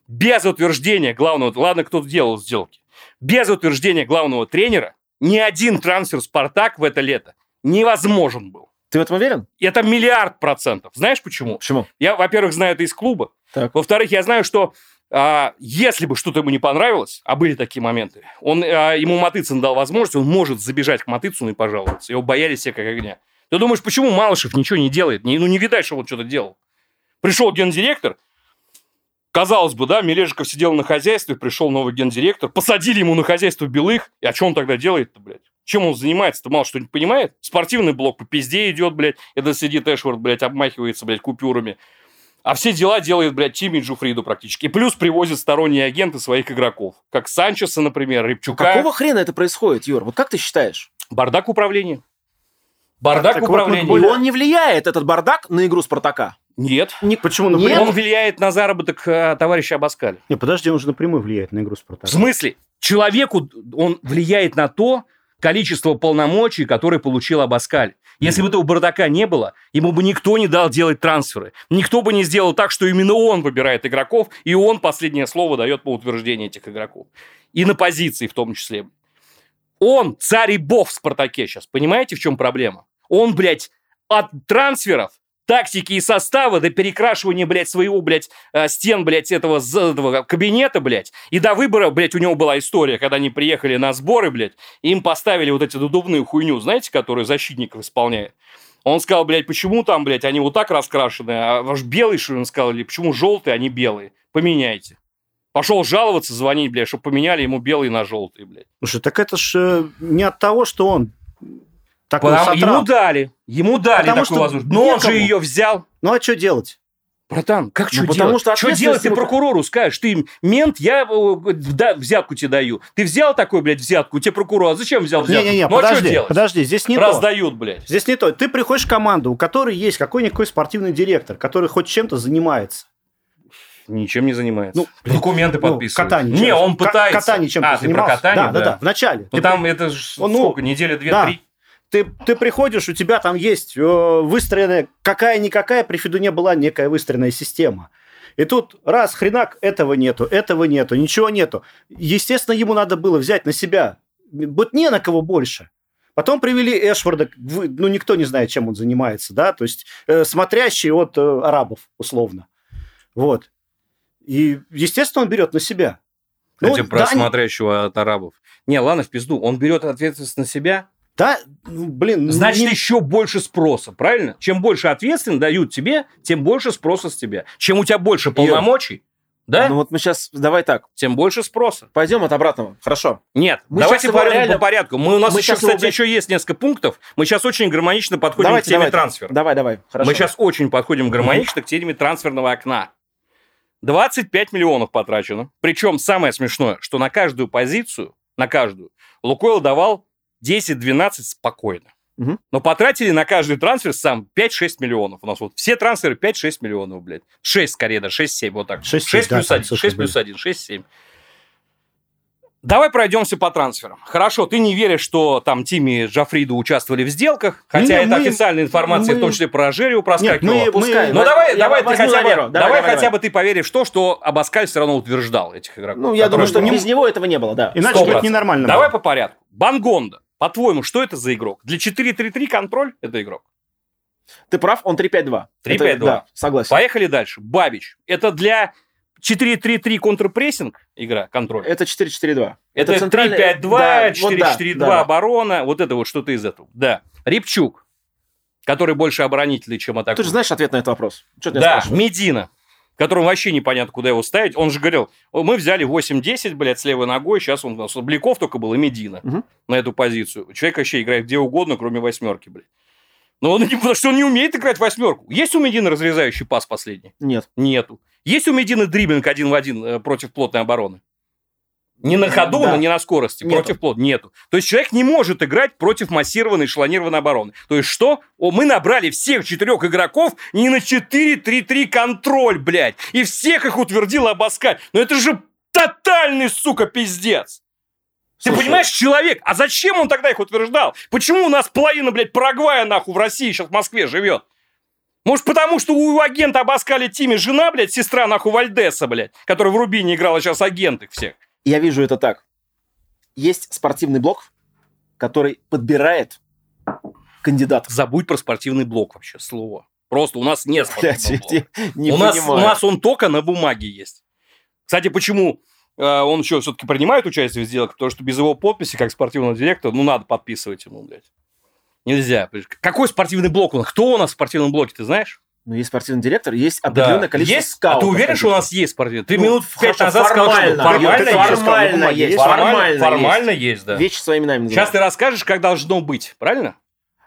Speaker 3: Без утверждения главного... Ладно, кто делал сделки. Без утверждения главного тренера ни один трансфер «Спартак» в это лето невозможен был.
Speaker 2: Ты в этом уверен?
Speaker 3: И Это миллиард процентов. Знаешь почему?
Speaker 2: Почему?
Speaker 3: Я, во-первых, знаю это из клуба.
Speaker 2: Так.
Speaker 3: Во-вторых, я знаю, что а, если бы что-то ему не понравилось, а были такие моменты, он, а, ему Матыцын дал возможность, он может забежать к Матыцыну и пожаловаться. Его боялись все как огня. Ты думаешь, почему Малышев ничего не делает? Не- ну, не видать, что он что-то делал. Пришел гендиректор, казалось бы, да, Мележиков сидел на хозяйстве, пришел новый гендиректор, посадили ему на хозяйство белых, и а что он тогда делает-то, блядь? Чем он занимается-то? Мало что не понимает? Спортивный блок по пизде идет, блядь, это сидит Эшвард, блядь, обмахивается, блядь, купюрами. А все дела делает, блядь, Тимми Джуфриду практически. И плюс привозят сторонние агенты своих игроков. Как Санчеса, например, Рябчука.
Speaker 1: А
Speaker 2: Какого хрена это происходит, Юр? Вот как ты считаешь?
Speaker 3: Бардак управления. Бардак
Speaker 1: А Так вот,
Speaker 3: управления.
Speaker 2: И он не влияет, этот бардак, на игру Спартака.
Speaker 3: Нет.
Speaker 1: Почему
Speaker 2: Нет.
Speaker 1: напрямую?
Speaker 3: Он влияет на заработок э, товарища Абаскаля.
Speaker 1: Не, подожди, он же напрямую влияет на игру
Speaker 3: В
Speaker 1: Спартака.
Speaker 3: смысле? Человеку он влияет на то количество полномочий, которые получил Абаскаль. Если бы этого бардака не было, ему бы никто не дал делать трансферы. Никто бы не сделал так, что именно он выбирает игроков, и он последнее слово дает по утверждению этих игроков. И на позиции в том числе. Он царь и бог в «Спартаке» сейчас. Понимаете, в чем проблема? Он, блядь, от трансферов, тактики и состава до перекрашивания, блядь, своего, блядь, э, стен, блядь, этого, за- этого кабинета, блядь. И до выбора, блядь, у него была история, когда они приехали на сборы, блядь, и им поставили вот эти дудовную хуйню, знаете, которую защитников исполняет. Он сказал, блядь, почему там, блядь, они вот так раскрашены, а ваш белый, что ли, он сказал, или почему желтые, а не белые? Поменяйте. Пошел жаловаться, звонить, блядь, чтобы поменяли ему белый на желтый, блядь.
Speaker 1: Слушай, так это же не от того, что он такой
Speaker 3: Потому-
Speaker 1: сатрап.
Speaker 3: ему дали, ему дали
Speaker 1: Потому
Speaker 3: такую
Speaker 1: что
Speaker 3: возможность. Но он же
Speaker 1: некому.
Speaker 3: ее взял.
Speaker 1: Ну а что делать?
Speaker 3: Братан, как что
Speaker 2: потому
Speaker 3: делать?
Speaker 2: что
Speaker 3: Ну, что делать? Ты
Speaker 2: ответственность-
Speaker 3: прокурору скажешь, ты мент, я э, да, взятку тебе даю. Ты взял такой, блядь, взятку, тебе прокурор, а зачем взял взятку?
Speaker 1: Не-не-не,
Speaker 3: ну, а что
Speaker 1: подожди,
Speaker 3: делать?
Speaker 1: подожди, здесь не то.
Speaker 3: Раздают, блядь.
Speaker 1: Здесь не то. Ты приходишь в команду, у которой есть какой-никакой спортивный директор, который хоть чем-то занимается.
Speaker 3: Ничем не занимается.
Speaker 1: Ну,
Speaker 3: Документы
Speaker 1: Ну,
Speaker 3: подписывает.
Speaker 1: катание
Speaker 3: Не,
Speaker 1: чем-то.
Speaker 3: он
Speaker 1: Ка-
Speaker 3: пытается.
Speaker 1: Катание чем-то
Speaker 3: А, ты про
Speaker 1: занимался?
Speaker 3: катание,
Speaker 1: да, да, да, в начале.
Speaker 3: Ну,
Speaker 1: Ты,
Speaker 3: там это ж
Speaker 1: Ну,
Speaker 3: сколько, неделя, две,
Speaker 1: да.
Speaker 3: три?
Speaker 1: ты, ты приходишь, у тебя там есть э, выстроенная, какая-никакая, при Федуне была некая выстроенная система. И тут раз, хренак, этого нету, этого нету, ничего нету. Естественно, ему надо было взять на себя. Вот не на кого больше. Потом привели Эшфорда, вы- ну, никто не знает, чем он занимается, да, то есть э, смотрящий от э, арабов, условно. Вот. И, естественно, он берет на себя.
Speaker 3: Кстати,
Speaker 2: Ну,
Speaker 3: про
Speaker 2: да, они-
Speaker 3: смотрящего от арабов. Не, ладно, в пизду. Он берет ответственность на себя.
Speaker 1: Да, ну, блин, ну,
Speaker 3: Значит,
Speaker 1: не-
Speaker 3: еще больше спроса, правильно? Чем больше ответственность дают тебе, тем больше спроса с тебя. Чем у тебя больше полномочий, да?
Speaker 2: Ну вот мы сейчас, давай так,
Speaker 3: Тем больше спроса.
Speaker 2: пойдем от обратного. Хорошо.
Speaker 3: Нет,
Speaker 2: Мы
Speaker 3: давайте
Speaker 2: щас его
Speaker 3: по,
Speaker 2: реально-
Speaker 3: по порядку. Мы, у нас
Speaker 2: Мы
Speaker 3: еще,
Speaker 2: щас его,
Speaker 3: кстати,
Speaker 2: блядь-
Speaker 3: еще есть несколько пунктов. Мы сейчас очень гармонично подходим
Speaker 2: давайте,
Speaker 3: к теме
Speaker 2: давай,
Speaker 3: трансфера.
Speaker 2: Давай, давай. Хорошо.
Speaker 3: Мы сейчас очень подходим гармонично к теме трансферного окна. 25 миллионов потрачено. Причем самое смешное, что на каждую позицию, на каждую, Лукойл давал 10-12 спокойно.
Speaker 2: Мгм.
Speaker 3: Но потратили на каждый трансфер сам 5-6 миллионов. У нас вот все трансферы 5-6 миллионов, блядь. 6 скорее, да, 6-7, вот так.
Speaker 1: 6-7,
Speaker 3: 6,
Speaker 1: да,
Speaker 3: плюс
Speaker 1: там
Speaker 3: 1,
Speaker 1: цифры
Speaker 3: 6
Speaker 1: были.
Speaker 3: плюс 1, 6-7. Давай пройдемся по трансферам. Хорошо, ты не веришь, что там Тими и Джафриду участвовали в сделках, хотя
Speaker 2: Не,
Speaker 3: это
Speaker 2: мы-
Speaker 3: официальная информация,
Speaker 2: мы-
Speaker 3: в том числе про Ажерию
Speaker 1: Нет,
Speaker 3: проскакивала.
Speaker 1: мы-
Speaker 2: Пускай.
Speaker 3: Ну
Speaker 2: Я
Speaker 3: давай,
Speaker 2: возьму
Speaker 3: давай, ты
Speaker 2: наоборот.
Speaker 3: хотя бы,
Speaker 2: Давай,
Speaker 3: давай,
Speaker 2: давай,
Speaker 3: хотя
Speaker 2: давай.
Speaker 3: бы ты поверишь в то, что Абаскаль все равно утверждал этих игроков.
Speaker 2: Ну, я думаю,
Speaker 3: которые
Speaker 2: что
Speaker 3: были.
Speaker 2: без него этого не было, да.
Speaker 1: Иначе будет
Speaker 3: 100%.
Speaker 1: ненормально.
Speaker 3: Давай
Speaker 1: было.
Speaker 3: по порядку. Бангонда, по-твоему, что это за игрок? Для 4-3-3 контроль это игрок.
Speaker 2: Ты прав, он 3-5-2.
Speaker 3: 3-5-2.
Speaker 2: Это- Да, согласен.
Speaker 3: Поехали дальше. Бабич. Это для 4-3-3 контрпрессинг игра, контроль.
Speaker 2: Это 4-4-2.
Speaker 3: Это,
Speaker 2: центральный-
Speaker 3: 3-5-2,
Speaker 2: да, вот
Speaker 3: 4-4-2
Speaker 2: да, да, да.
Speaker 3: оборона, вот это вот что-то из этого. Да. Репчук, который больше оборонительный, чем атакующий.
Speaker 2: Ты же знаешь ответ на этот вопрос. Что ты
Speaker 3: Да,
Speaker 2: спрашиваешь?
Speaker 3: Медина, которому вообще непонятно, куда его ставить. Он же говорил, «О, мы взяли 8-10, блядь, с левой ногой, сейчас он у нас Бляков только был и Медина
Speaker 2: Мгм.
Speaker 3: на эту позицию. Человек вообще играет где угодно, кроме восьмерки, блядь. Но он, [laughs] не- потому что он не умеет играть восьмерку. Есть у Медина разрезающий пас последний?
Speaker 2: Нет.
Speaker 3: Нету. Есть у Медина дриблинг один в один э, против плотной обороны? Не на ходу,
Speaker 2: Да.
Speaker 3: но не на скорости.
Speaker 2: Нету.
Speaker 3: Против плот нету. То есть человек не может играть против массированной шланированной обороны. То есть что? О, мы набрали всех четырех игроков не на 4-3-3 контроль, блядь. И всех их утвердила Абаскаль. Но это же тотальный, сука, пиздец. Ты
Speaker 2: Слушай,
Speaker 3: понимаешь, человек, а зачем он тогда их утверждал? Почему у нас половина, блядь, Парагвая, нахуй, в России сейчас в Москве живет? Может, потому что у агента обоскали Тиме жена, блядь, сестра, нахуй, Вальдеса, блядь, которая в Рубине играла сейчас агент их всех.
Speaker 2: Я вижу это так. Есть спортивный блок, который подбирает кандидатов.
Speaker 3: Забудь про спортивный блок вообще, слово. Просто у нас нет
Speaker 2: Блядь,
Speaker 3: спортивного
Speaker 2: я
Speaker 3: блока.
Speaker 2: те- [laughs] не
Speaker 3: у, нас, у
Speaker 2: понимаю.
Speaker 3: нас он только на бумаге есть. Кстати, почему э, он еще все-таки принимает участие в сделках? Потому что без его подписи, как спортивного директора, ну, надо подписывать ему, блядь. Нельзя. Какой спортивный блок у нас? Кто у нас в спортивном блоке, ты знаешь?
Speaker 2: Ну, есть спортивный директор, есть определенное количество
Speaker 3: есть?
Speaker 2: скаутов.
Speaker 3: а ты уверен, что у нас есть спортивный? Ты
Speaker 2: Ну,
Speaker 3: минут пять
Speaker 2: хорошо,
Speaker 3: назад сказал, что
Speaker 2: формально.
Speaker 3: формально,
Speaker 1: Я сказал, на
Speaker 2: Формально
Speaker 3: есть.
Speaker 1: бумаге
Speaker 2: есть.
Speaker 1: есть.
Speaker 2: Формально есть.
Speaker 3: формально есть, да.
Speaker 2: Вещи своими именами
Speaker 3: Сейчас
Speaker 2: называют.
Speaker 3: ты расскажешь, как должно быть, правильно?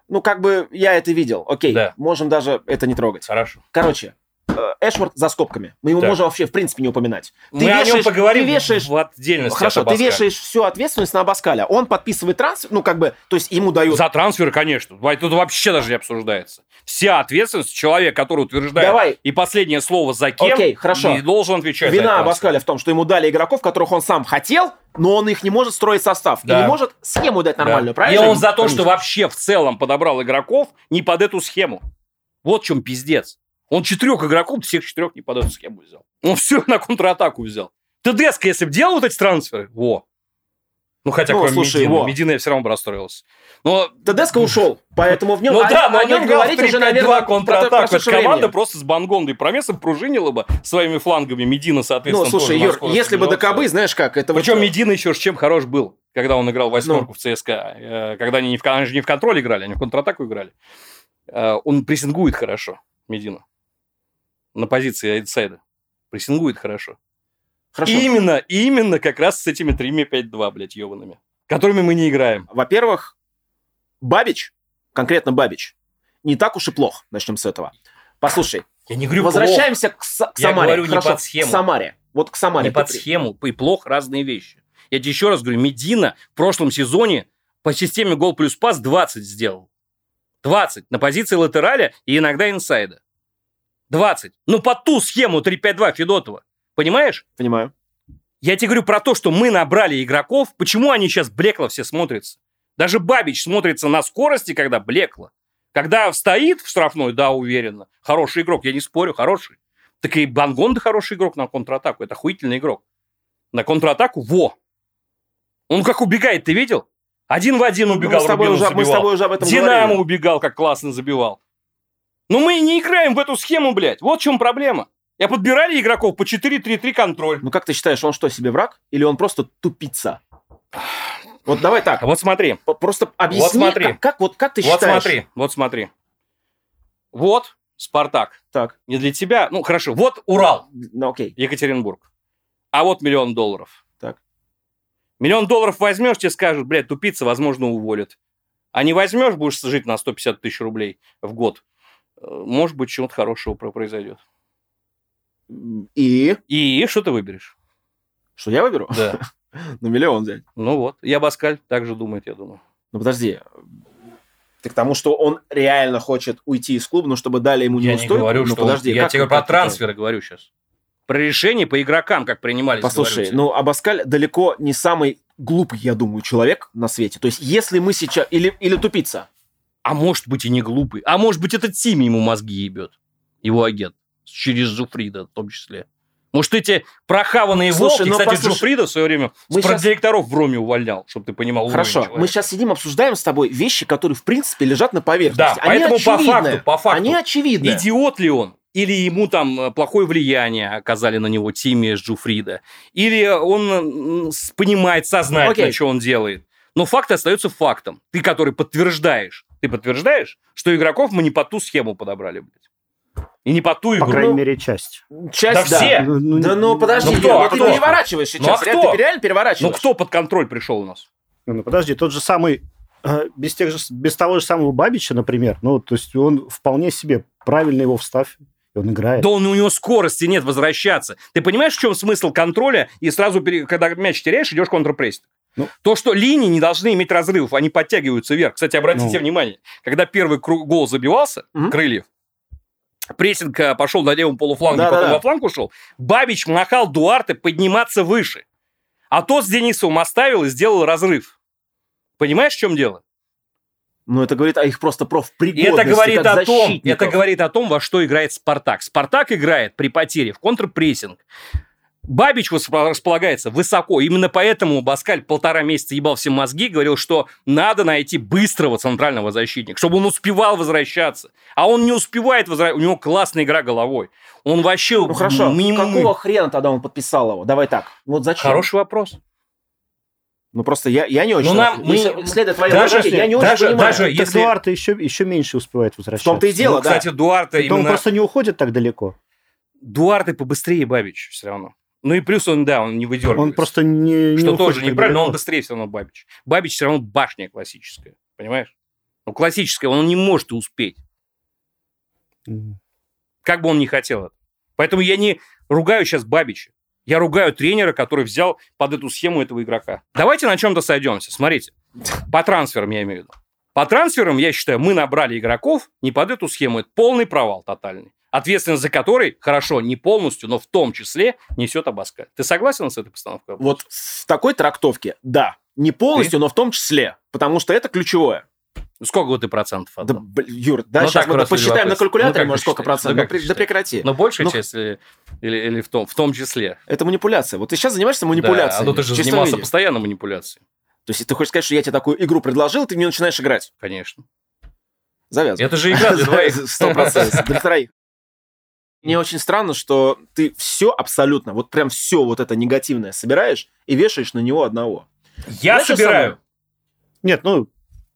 Speaker 2: Ну, как бы я это видел. Окей,
Speaker 3: Да.
Speaker 2: можем даже это не трогать.
Speaker 3: Хорошо.
Speaker 2: Короче, э, Эшворт за скобками. Мы его
Speaker 3: Так.
Speaker 2: можем вообще, в принципе, не упоминать. Ты
Speaker 3: Мы о нем
Speaker 2: вешаешь-
Speaker 3: поговорим
Speaker 2: ты вешаешь-
Speaker 3: в отдельности.
Speaker 2: Хорошо,
Speaker 3: от
Speaker 2: ты
Speaker 3: Абаскаля.
Speaker 2: вешаешь всю ответственность на Абаскаля. Он подписывает трансфер, ну, как бы, то есть ему дают...
Speaker 3: За трансфер, конечно. Давай, Тут вообще даже не обсуждается. Вся ответственность человека, который утверждает
Speaker 2: Давай.
Speaker 3: и последнее слово за кем,
Speaker 2: Окей, хорошо.
Speaker 3: и должен отвечать за
Speaker 2: Вина
Speaker 3: этот трансфер.
Speaker 2: Абаскаля в том, что ему дали игроков, которых он сам хотел, но он их не может строить состав.
Speaker 3: Да.
Speaker 2: И не может схему дать
Speaker 3: Да.
Speaker 2: нормальную,
Speaker 3: И
Speaker 2: правильно?
Speaker 3: он за то, что
Speaker 2: Конечно.
Speaker 3: вообще в целом подобрал игроков не под эту схему. Вот в чем пиздец. Он четырех игроков, всех четырех не под эту схему взял. Он все на контратаку взял. ТДСК, если бы делал вот эти трансферы, во. Ну, хотя,
Speaker 2: Ну,
Speaker 3: кроме
Speaker 2: слушай,
Speaker 3: Медина,
Speaker 2: во.
Speaker 3: Медина я все равно бы расстроился. Но
Speaker 2: Тедеско ушел, поэтому в нем...
Speaker 3: Ну
Speaker 2: а-
Speaker 3: да,
Speaker 2: о
Speaker 3: но они
Speaker 2: нем
Speaker 3: говорить уже, наверное,
Speaker 2: про- про
Speaker 3: контратаку. Это
Speaker 2: прошедшее
Speaker 3: команда
Speaker 2: время.
Speaker 3: просто с Бангондой и Промесом пружинила бы своими флангами. Медина, соответственно,
Speaker 2: Ну, слушай,
Speaker 3: тоже на
Speaker 2: Юр,
Speaker 3: скорости
Speaker 2: если бы
Speaker 3: бежала.
Speaker 2: Докабы, знаешь как, это Ну. вот- э,
Speaker 3: Причем Медина еще ж чем хорош был, когда он играл восьмерку в ЦСКА. э, Когда они, не в, кон- они же не в контроль играли, они в контратаку играли. Э, Он прессингует хорошо, Медина. На позиции айдсайда. Прессингует хорошо.
Speaker 2: Хорошо.
Speaker 3: Именно, именно как раз с этими тремя 5-2, блядь, ебаными. Которыми мы не играем.
Speaker 2: Во-первых, Бабич, конкретно Бабич, не так уж и плох. Начнем с этого. Послушай,
Speaker 3: Я не говорю, плохо.
Speaker 2: возвращаемся к, Са- к
Speaker 3: Я
Speaker 2: Самаре.
Speaker 3: говорю не
Speaker 2: Хорошо,
Speaker 3: под схему.
Speaker 2: К Самаре. Вот к Самаре.
Speaker 3: не под
Speaker 2: Ты при-
Speaker 3: схему, и плохо разные вещи. Я тебе еще раз говорю, Медина в прошлом сезоне по системе гол плюс пас 20 сделал. 20 на позиции латераля и иногда инсайда. 20. Ну, под ту схему 3-5-2 Федотова. Понимаешь?
Speaker 2: Понимаю.
Speaker 3: Я тебе говорю про то, что мы набрали игроков. Почему они сейчас блекло все смотрятся? Даже Бабич смотрится на скорости, когда блекло. Когда стоит в штрафной, да, уверенно. Хороший игрок, я не спорю, хороший. Так и Бангонда хороший игрок на контратаку. Это охуительный игрок. На контратаку, во! Он как убегает, ты видел? Один в один
Speaker 2: Ну,
Speaker 3: убегал,
Speaker 2: мы, с тобой
Speaker 3: Рубину
Speaker 2: уже, мы с
Speaker 3: забивал.
Speaker 2: тобой уже об этом
Speaker 3: Динамо
Speaker 2: говорили.
Speaker 3: убегал, как классно забивал. Но мы не играем в эту схему, блядь. Вот в чем проблема.
Speaker 4: Я подбирали игроков по 4-3-3 контроль.
Speaker 2: Ну как ты считаешь, он что, себе враг? Или он просто тупица? Вот давай так,
Speaker 3: А Вот смотри,
Speaker 2: п- просто объясни,
Speaker 3: смотри.
Speaker 2: Как, как вот, как ты
Speaker 3: вот
Speaker 2: считаешь?
Speaker 3: смотри, вот смотри. Вот Спартак.
Speaker 2: Так,
Speaker 3: Не для тебя. Ну, хорошо. Вот Урал,
Speaker 2: ну окей.
Speaker 3: Екатеринбург. А вот миллион долларов.
Speaker 2: Так.
Speaker 3: Миллион долларов возьмешь, тебе скажут, блядь, тупица, возможно, уволят. А не возьмешь, будешь жить на 150 тысяч рублей в год. э, Может быть, чего-то хорошего про- произойдет.
Speaker 2: И
Speaker 3: И что ты выберешь?
Speaker 2: что я выберу? [laughs]
Speaker 3: Да.
Speaker 2: Ну миллион взять.
Speaker 3: Ну вот. Я Баскаль так же думает, я думаю.
Speaker 2: Ну подожди. Ты к тому, что он реально хочет уйти из клуба, но чтобы дали ему
Speaker 3: Я не
Speaker 2: неустойку?
Speaker 3: говорю,
Speaker 2: ну,
Speaker 3: что...
Speaker 2: подожди,
Speaker 3: я
Speaker 2: как
Speaker 3: тебе
Speaker 2: это-
Speaker 3: про
Speaker 2: как это?
Speaker 3: трансферы говорю сейчас. Про решение по игрокам, как принимались.
Speaker 2: Послушай,
Speaker 3: говорю тебе.
Speaker 2: ну Абаскаль далеко не самый глупый, я думаю, человек на свете. То есть, если мы сейчас... Или, или тупица.
Speaker 3: А может быть и не глупый. А может быть, этот Тими ему мозги ебет. Его агент. Через Зуфрида в том числе. Может, эти прохаванные
Speaker 2: Слушай,
Speaker 3: волки...
Speaker 2: ну,
Speaker 3: Кстати,
Speaker 2: послушай,
Speaker 3: Зуфрида в свое время
Speaker 2: мы
Speaker 3: с
Speaker 2: щас-
Speaker 3: директоров в Роме увольнял, чтобы ты понимал. уровень
Speaker 2: Хорошо,
Speaker 3: человека.
Speaker 2: мы сейчас сидим, обсуждаем с тобой вещи, которые, в принципе, лежат на
Speaker 3: Да,
Speaker 2: поверхности. Они
Speaker 3: поэтому по
Speaker 2: очевидны.
Speaker 3: факту, по факту.
Speaker 2: Они очевидны.
Speaker 3: Идиот ли он? Или ему там э, плохое влияние оказали на него Тимми с Джуфрида? Или он э, м, с- понимает сознательно,
Speaker 2: Окей.
Speaker 3: что он делает? Но факт остается фактом. Ты, который подтверждаешь, ты подтверждаешь, что игроков мы не по ту схему подобрали, блядь. И не по ту
Speaker 1: По
Speaker 3: игру.
Speaker 1: крайней мере, часть.
Speaker 2: Часть,
Speaker 3: Да все.
Speaker 2: Ну, Да ну подожди,
Speaker 3: Ну
Speaker 2: Юр,
Speaker 3: кто,
Speaker 2: ну
Speaker 3: а
Speaker 2: ты
Speaker 3: кто?
Speaker 2: переворачиваешь
Speaker 3: Ну
Speaker 2: сейчас.
Speaker 3: а
Speaker 2: реально,
Speaker 3: кто?
Speaker 2: Ты реально
Speaker 3: Ну
Speaker 2: переворачиваешь.
Speaker 3: кто под контроль пришел у нас?
Speaker 1: Ну, ну, подожди, тот же самый, э, без, тех же, с- без того же самого Бабича, например, ну, то есть он вполне себе правильно его вставь, и он играет.
Speaker 3: Да он, у него скорости нет возвращаться. Ты понимаешь, в чем смысл контроля? И сразу, пере- когда мяч теряешь, идешь контрпрессинг.
Speaker 1: Ну.
Speaker 3: То, что линии не должны иметь разрывов, они подтягиваются вверх. Кстати, обратите
Speaker 1: Ну.
Speaker 3: внимание, когда первый кру- гол забивался,
Speaker 2: Мгм.
Speaker 3: Крыльев, прессинг э, пошел на левом полуфланге,
Speaker 2: Да-да-да.
Speaker 3: потом во фланг ушел, Бабич махал Дуарте подниматься выше. А тот с Денисовым оставил и сделал разрыв. Понимаешь, в чем дело?
Speaker 2: Ну это говорит о их просто
Speaker 3: И
Speaker 2: профпригодности
Speaker 3: это говорит
Speaker 2: как
Speaker 3: о том,
Speaker 2: защитников.
Speaker 3: это говорит о том, во что играет Спартак. Спартак играет при потере в контрпрессинг. Бабич восп- располагается высоко. Именно поэтому Баскаль полтора месяца ебал все мозги, говорил, что надо найти быстрого центрального защитника, чтобы он успевал возвращаться. А он не успевает возвращаться. У него классная игра головой. Он вообще...
Speaker 2: Ну хорошо,
Speaker 3: минимум-
Speaker 2: какого хрена тогда он подписал его? Давай так, вот зачем?
Speaker 3: Хороший вопрос.
Speaker 2: Ну просто я, я не очень...
Speaker 3: Ну, нам-
Speaker 2: рас-
Speaker 3: мы-
Speaker 2: если- следуя твоей
Speaker 3: даже-
Speaker 2: логике, я не
Speaker 3: даже-
Speaker 2: очень понимаю.
Speaker 3: даже-
Speaker 1: Так
Speaker 3: если-
Speaker 1: Дуарте еще, еще меньше успевает
Speaker 2: В
Speaker 1: возвращаться.
Speaker 2: том-то и дело,
Speaker 3: Ну,
Speaker 2: да.
Speaker 3: кстати, Дуарте
Speaker 1: Да Он
Speaker 3: именно...
Speaker 1: просто не уходит так далеко.
Speaker 3: Дуарте побыстрее Бабич все равно. Ну и плюс он, да, он не выдергивается.
Speaker 1: Он просто не, не
Speaker 3: Что
Speaker 1: уходит
Speaker 3: тоже
Speaker 1: так
Speaker 3: неправильно, но он
Speaker 1: далеко.
Speaker 3: быстрее все равно Бабич. Бабич все равно башня классическая, понимаешь? Ну, классическая, он не может успеть,
Speaker 1: Мгм.
Speaker 3: как бы он ни хотел. этого. Поэтому я не ругаю сейчас Бабича. Я ругаю тренера, который взял под эту схему этого игрока. Давайте на чем-то сойдемся. Смотрите, по трансферам я имею в виду. По трансферам, я считаю, мы набрали игроков не под эту схему. Это полный провал тотальный. Ответственность за который, хорошо, не полностью, но в том числе несет Абаскаль. Ты согласен с этой постановкой?
Speaker 2: Вот в такой трактовке, да. Не полностью, но в том числе. Потому что это ключевое.
Speaker 3: Сколько вот ты процентов
Speaker 2: Да,
Speaker 3: отдал?
Speaker 2: блин, Юр, да,
Speaker 3: Ну,
Speaker 2: сейчас
Speaker 3: так
Speaker 2: мы
Speaker 3: раз
Speaker 2: посчитаем на
Speaker 3: любопытно. Ну,
Speaker 2: калькуляторе,
Speaker 3: как
Speaker 2: может,
Speaker 3: ты
Speaker 2: сколько
Speaker 3: считаешь?
Speaker 2: процентов.
Speaker 3: Ну,
Speaker 2: Да,
Speaker 3: как
Speaker 2: при-
Speaker 3: ты
Speaker 2: да
Speaker 3: считаешь?
Speaker 2: прекрати.
Speaker 3: Но большая
Speaker 2: Ну,
Speaker 3: часть или, или, или в, том, в том числе.
Speaker 2: Это манипуляция. Вот ты сейчас занимаешься манипуляцией.
Speaker 3: Да, а то ты же занимался постоянно манипуляцией,
Speaker 2: То есть ты хочешь сказать, что я тебе такую игру предложил, ты мне начинаешь играть.
Speaker 3: конечно.
Speaker 2: Завязывай.
Speaker 3: Это же [laughs] игра для двоих.
Speaker 2: Сто процентов. Для втроих. Мне очень странно, что ты все абсолютно, вот прям все вот это негативное собираешь и вешаешь на него одного.
Speaker 3: Я
Speaker 2: Знаешь, что
Speaker 3: собираю.
Speaker 1: Нет, ну,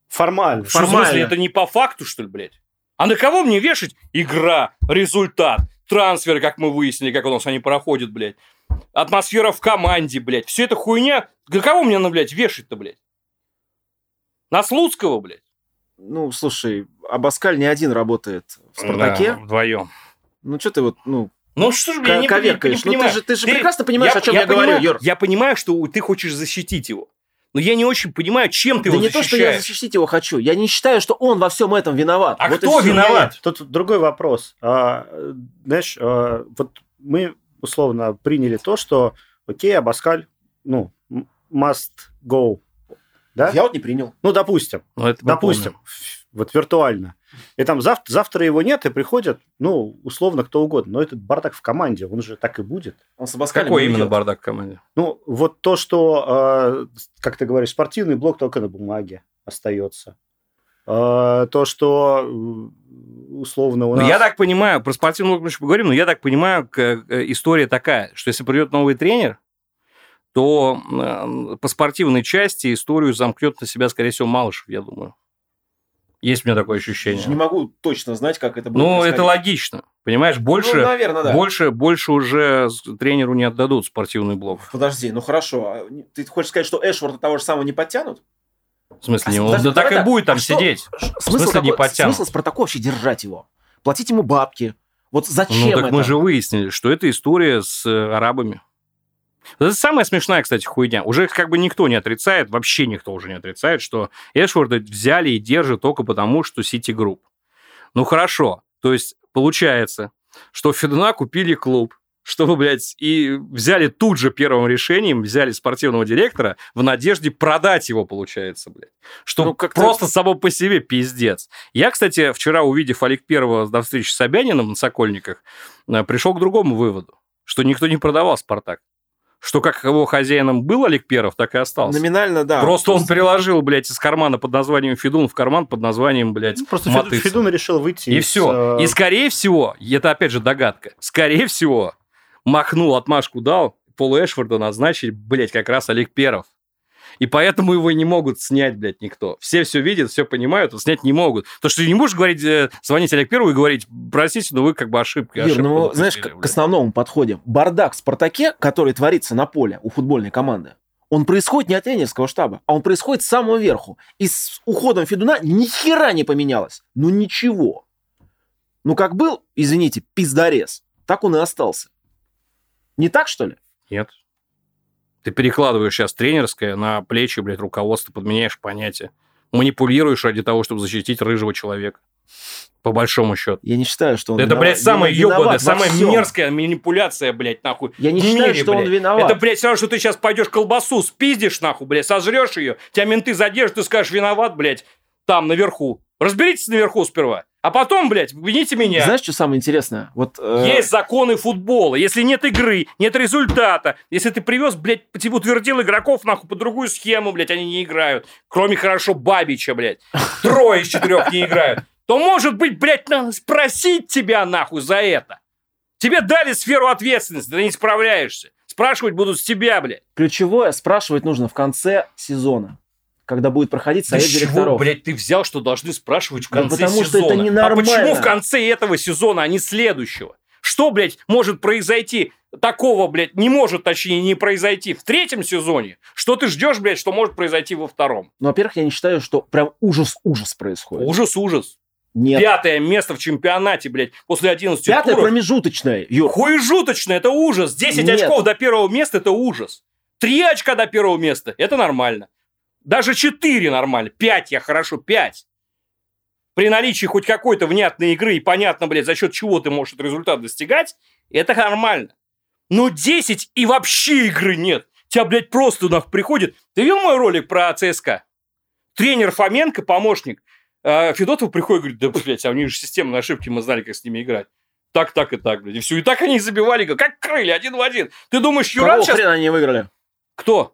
Speaker 1: формально.
Speaker 3: В смысле,
Speaker 2: Формально.
Speaker 3: это не по факту, что ли, блядь? А на кого мне вешать? Игра, результат, трансферы, как мы выяснили, как у нас они проходят, блядь. Атмосфера в команде, блядь. Все это хуйня. На кого мне, ну, блядь, вешать-то, блядь? На Слуцкого, блядь?
Speaker 2: Ну, слушай, Абаскаль не один работает в «Спартаке».
Speaker 3: вдвоем.
Speaker 2: Ну, что ты вот, ну,
Speaker 3: Ну что ж, я не, пони- не
Speaker 2: коверкаешь. Ну, ты
Speaker 3: понимаю.
Speaker 2: же, ты же
Speaker 3: Ты-
Speaker 2: прекрасно понимаешь, о чем я, говорю,
Speaker 3: понимаю,
Speaker 2: Юр.
Speaker 3: Я понимаю, что у- ты хочешь защитить его. Но я не очень понимаю, чем ты
Speaker 2: да
Speaker 3: его
Speaker 2: не то, что я
Speaker 3: защищаешь.
Speaker 2: защитить его хочу. Я не считаю, что он во всем этом виноват.
Speaker 3: А
Speaker 2: Вот и
Speaker 3: кто
Speaker 2: всё.
Speaker 3: виноват?
Speaker 1: Тут другой вопрос. А, э, знаешь, э, вот мы условно приняли то, что окей, Абаскаль, ну, м- must go. Да?
Speaker 2: Я вот не принял.
Speaker 1: Ну, допустим.
Speaker 3: Ну, это мы
Speaker 1: допустим. ф- Вот виртуально. И там зав- завтра его нет, и приходит, ну, условно, кто угодно. Но этот бардак в команде, он же так и будет.
Speaker 2: Он с
Speaker 3: помним.
Speaker 2: Абаскалем
Speaker 3: Какой
Speaker 2: не
Speaker 3: именно
Speaker 2: идет.
Speaker 3: бардак в команде?
Speaker 1: Ну, вот то, что, э, как ты говоришь, спортивный А, блок только на бумаге остается. Э, то, что э, условно у
Speaker 3: Ну,
Speaker 1: нас.
Speaker 3: Я так понимаю, про спортивную логику мы еще поговорим, но я так понимаю, к- э, история такая, что если придет новый тренер, то э, по спортивной части историю замкнет на себя, скорее всего, Малышев, я думаю. Есть у меня такое
Speaker 2: Я же не
Speaker 3: ощущение.
Speaker 2: могу точно знать, как это будет
Speaker 3: Ну, это
Speaker 2: происходить.
Speaker 3: логично. Понимаешь, больше,
Speaker 2: Ну, наверное, да.
Speaker 3: больше, больше уже с- тренеру не отдадут спортивный блок.
Speaker 2: Подожди, ну хорошо. а не- Ты хочешь сказать, что Эшворда того же самого не подтянут?
Speaker 3: В смысле,
Speaker 2: А
Speaker 3: не-
Speaker 2: с-
Speaker 3: он-
Speaker 2: подожди,
Speaker 3: да так
Speaker 2: давай
Speaker 3: и
Speaker 2: так,
Speaker 3: будет там
Speaker 2: а что-
Speaker 3: сидеть.
Speaker 2: Ш-
Speaker 3: смысле не
Speaker 2: какой-
Speaker 3: подтянут?
Speaker 2: Смысл Спартаку вообще держать его? Платить ему бабки. Вот зачем
Speaker 3: Ну, так
Speaker 2: это?
Speaker 3: мы же выяснили, что это история с э, арабами. Это самая смешная, кстати, хуйня. Уже как бы никто не отрицает, вообще никто уже не отрицает, что Эшворда взяли и держат только потому, что Сити Групп. Ну, хорошо. То есть, получается, что Федуна купили клуб, чтобы, блядь, и взяли тут же первым решением, взяли спортивного директора в надежде продать его, получается, блядь. Что
Speaker 2: Ну, как-то-
Speaker 3: просто само по себе пиздец. Я, кстати, вчера, увидев Олег Первого на встрече с Собяниным на Сокольниках, э, пришел к другому выводу, что никто не продавал «Спартак». Что как его хозяином был Олег Перов, так и остался.
Speaker 2: Номинально, да.
Speaker 3: Просто он
Speaker 2: То есть
Speaker 3: переложил, блядь, из кармана под названием Федун в карман под названием, блядь,
Speaker 1: Ну, Просто
Speaker 3: Матыцын.
Speaker 1: Феду- Федун решил выйти.
Speaker 3: И
Speaker 1: из,
Speaker 3: все.
Speaker 1: э,
Speaker 3: И скорее всего, и это опять же догадка, скорее всего, махнул, отмашку дал, Полу Эшфорда назначить, блядь, как раз Олег Перов. И поэтому его не могут снять, блядь, никто. Все все видят, все понимают, а снять не могут. Потому что ты не можешь говорить, э, звонить Олег Перву и говорить, простите, но вы как бы ошибка.
Speaker 2: Юр, ну, знаешь, к, к основному подходим. Бардак в «Спартаке», который творится на поле у футбольной команды, он происходит не от тренерского штаба, а он происходит с самого верху. И с уходом Федуна ни хера не поменялось. Ну ничего. Ну как был, извините, пиздарез, так он и остался. Не так, что ли?
Speaker 3: Нет. Ты перекладываешь сейчас тренерское на плечи, блядь, руководство, подменяешь понятие. Манипулируешь ради того, чтобы защитить рыжего человека. По большому счету.
Speaker 2: Я не считаю, что он
Speaker 3: Это,
Speaker 2: виноват-
Speaker 3: блядь, самая
Speaker 2: виноват
Speaker 3: ебаная,
Speaker 2: во
Speaker 3: самая
Speaker 2: всем.
Speaker 3: мерзкая манипуляция, блядь, нахуй.
Speaker 2: Я не
Speaker 3: в
Speaker 2: считаю,
Speaker 3: мире,
Speaker 2: что он
Speaker 3: блядь.
Speaker 2: виноват.
Speaker 3: Это, блядь, все равно, что ты сейчас пойдешь колбасу спиздишь, нахуй, блядь, сожрешь ее, тебя менты задержат, ты скажешь, виноват, блядь, там, наверху. Разберитесь наверху сперва, а потом, блядь, вините меня.
Speaker 2: Знаешь, что самое интересное? Вот, э,
Speaker 3: Есть законы футбола. Если нет игры, нет результата. Если ты привез, блядь, типа утвердил игроков, нахуй, по другую схему, блядь, они не играют. Кроме хорошо Бабича, блядь. Трое из четырех не играют. То, может быть, блядь, надо спросить тебя, нахуй, за это. Тебе дали сферу ответственности, ты не справляешься. Спрашивать будут с тебя, блядь.
Speaker 2: Ключевое спрашивать нужно в конце сезона, когда будет проходить совет
Speaker 3: С чего,
Speaker 2: директоров.
Speaker 3: блядь, ты взял, что должны спрашивать в
Speaker 2: Да
Speaker 3: конце
Speaker 2: потому что это
Speaker 3: сезона? а
Speaker 2: ненормально.
Speaker 3: почему в конце этого сезона, а не следующего? Что, блядь, может произойти такого, блядь, не может, точнее, не произойти в третьем сезоне? Что ты ждешь, блядь, что может произойти во втором?
Speaker 2: Ну, во-первых, я не считаю, что прям ужас-ужас происходит.
Speaker 3: Ужас-ужас.
Speaker 2: Нет.
Speaker 3: Пятое место в чемпионате, блядь, после 11
Speaker 2: Пятое
Speaker 3: туров.
Speaker 2: промежуточное, Юр.
Speaker 3: Хуежуточно, это ужас. 10
Speaker 2: Нет.
Speaker 3: очков до первого места – это ужас. 3 очка до первого места – это нормально. Даже 4 нормально. 5 я хорошо, 5. При наличии хоть какой-то внятной игры и понятно, блядь, за счет чего ты можешь этот результат достигать, это нормально. Но 10 Ну, и вообще игры нет. Тебя, блядь, просто нахуй приходит. Ты видел мой ролик про ЦСКА? Тренер Фоменко, помощник, э, Федотов приходит и говорит, да, блядь, а у них же системные ошибки, мы знали, как с ними играть. Так, так и так, блядь. И все. И так они их забивали, как- как крылья, один в один. Ты думаешь, Юран
Speaker 2: Какого
Speaker 3: сейчас...
Speaker 2: хрена они выиграли? а?
Speaker 3: Кто?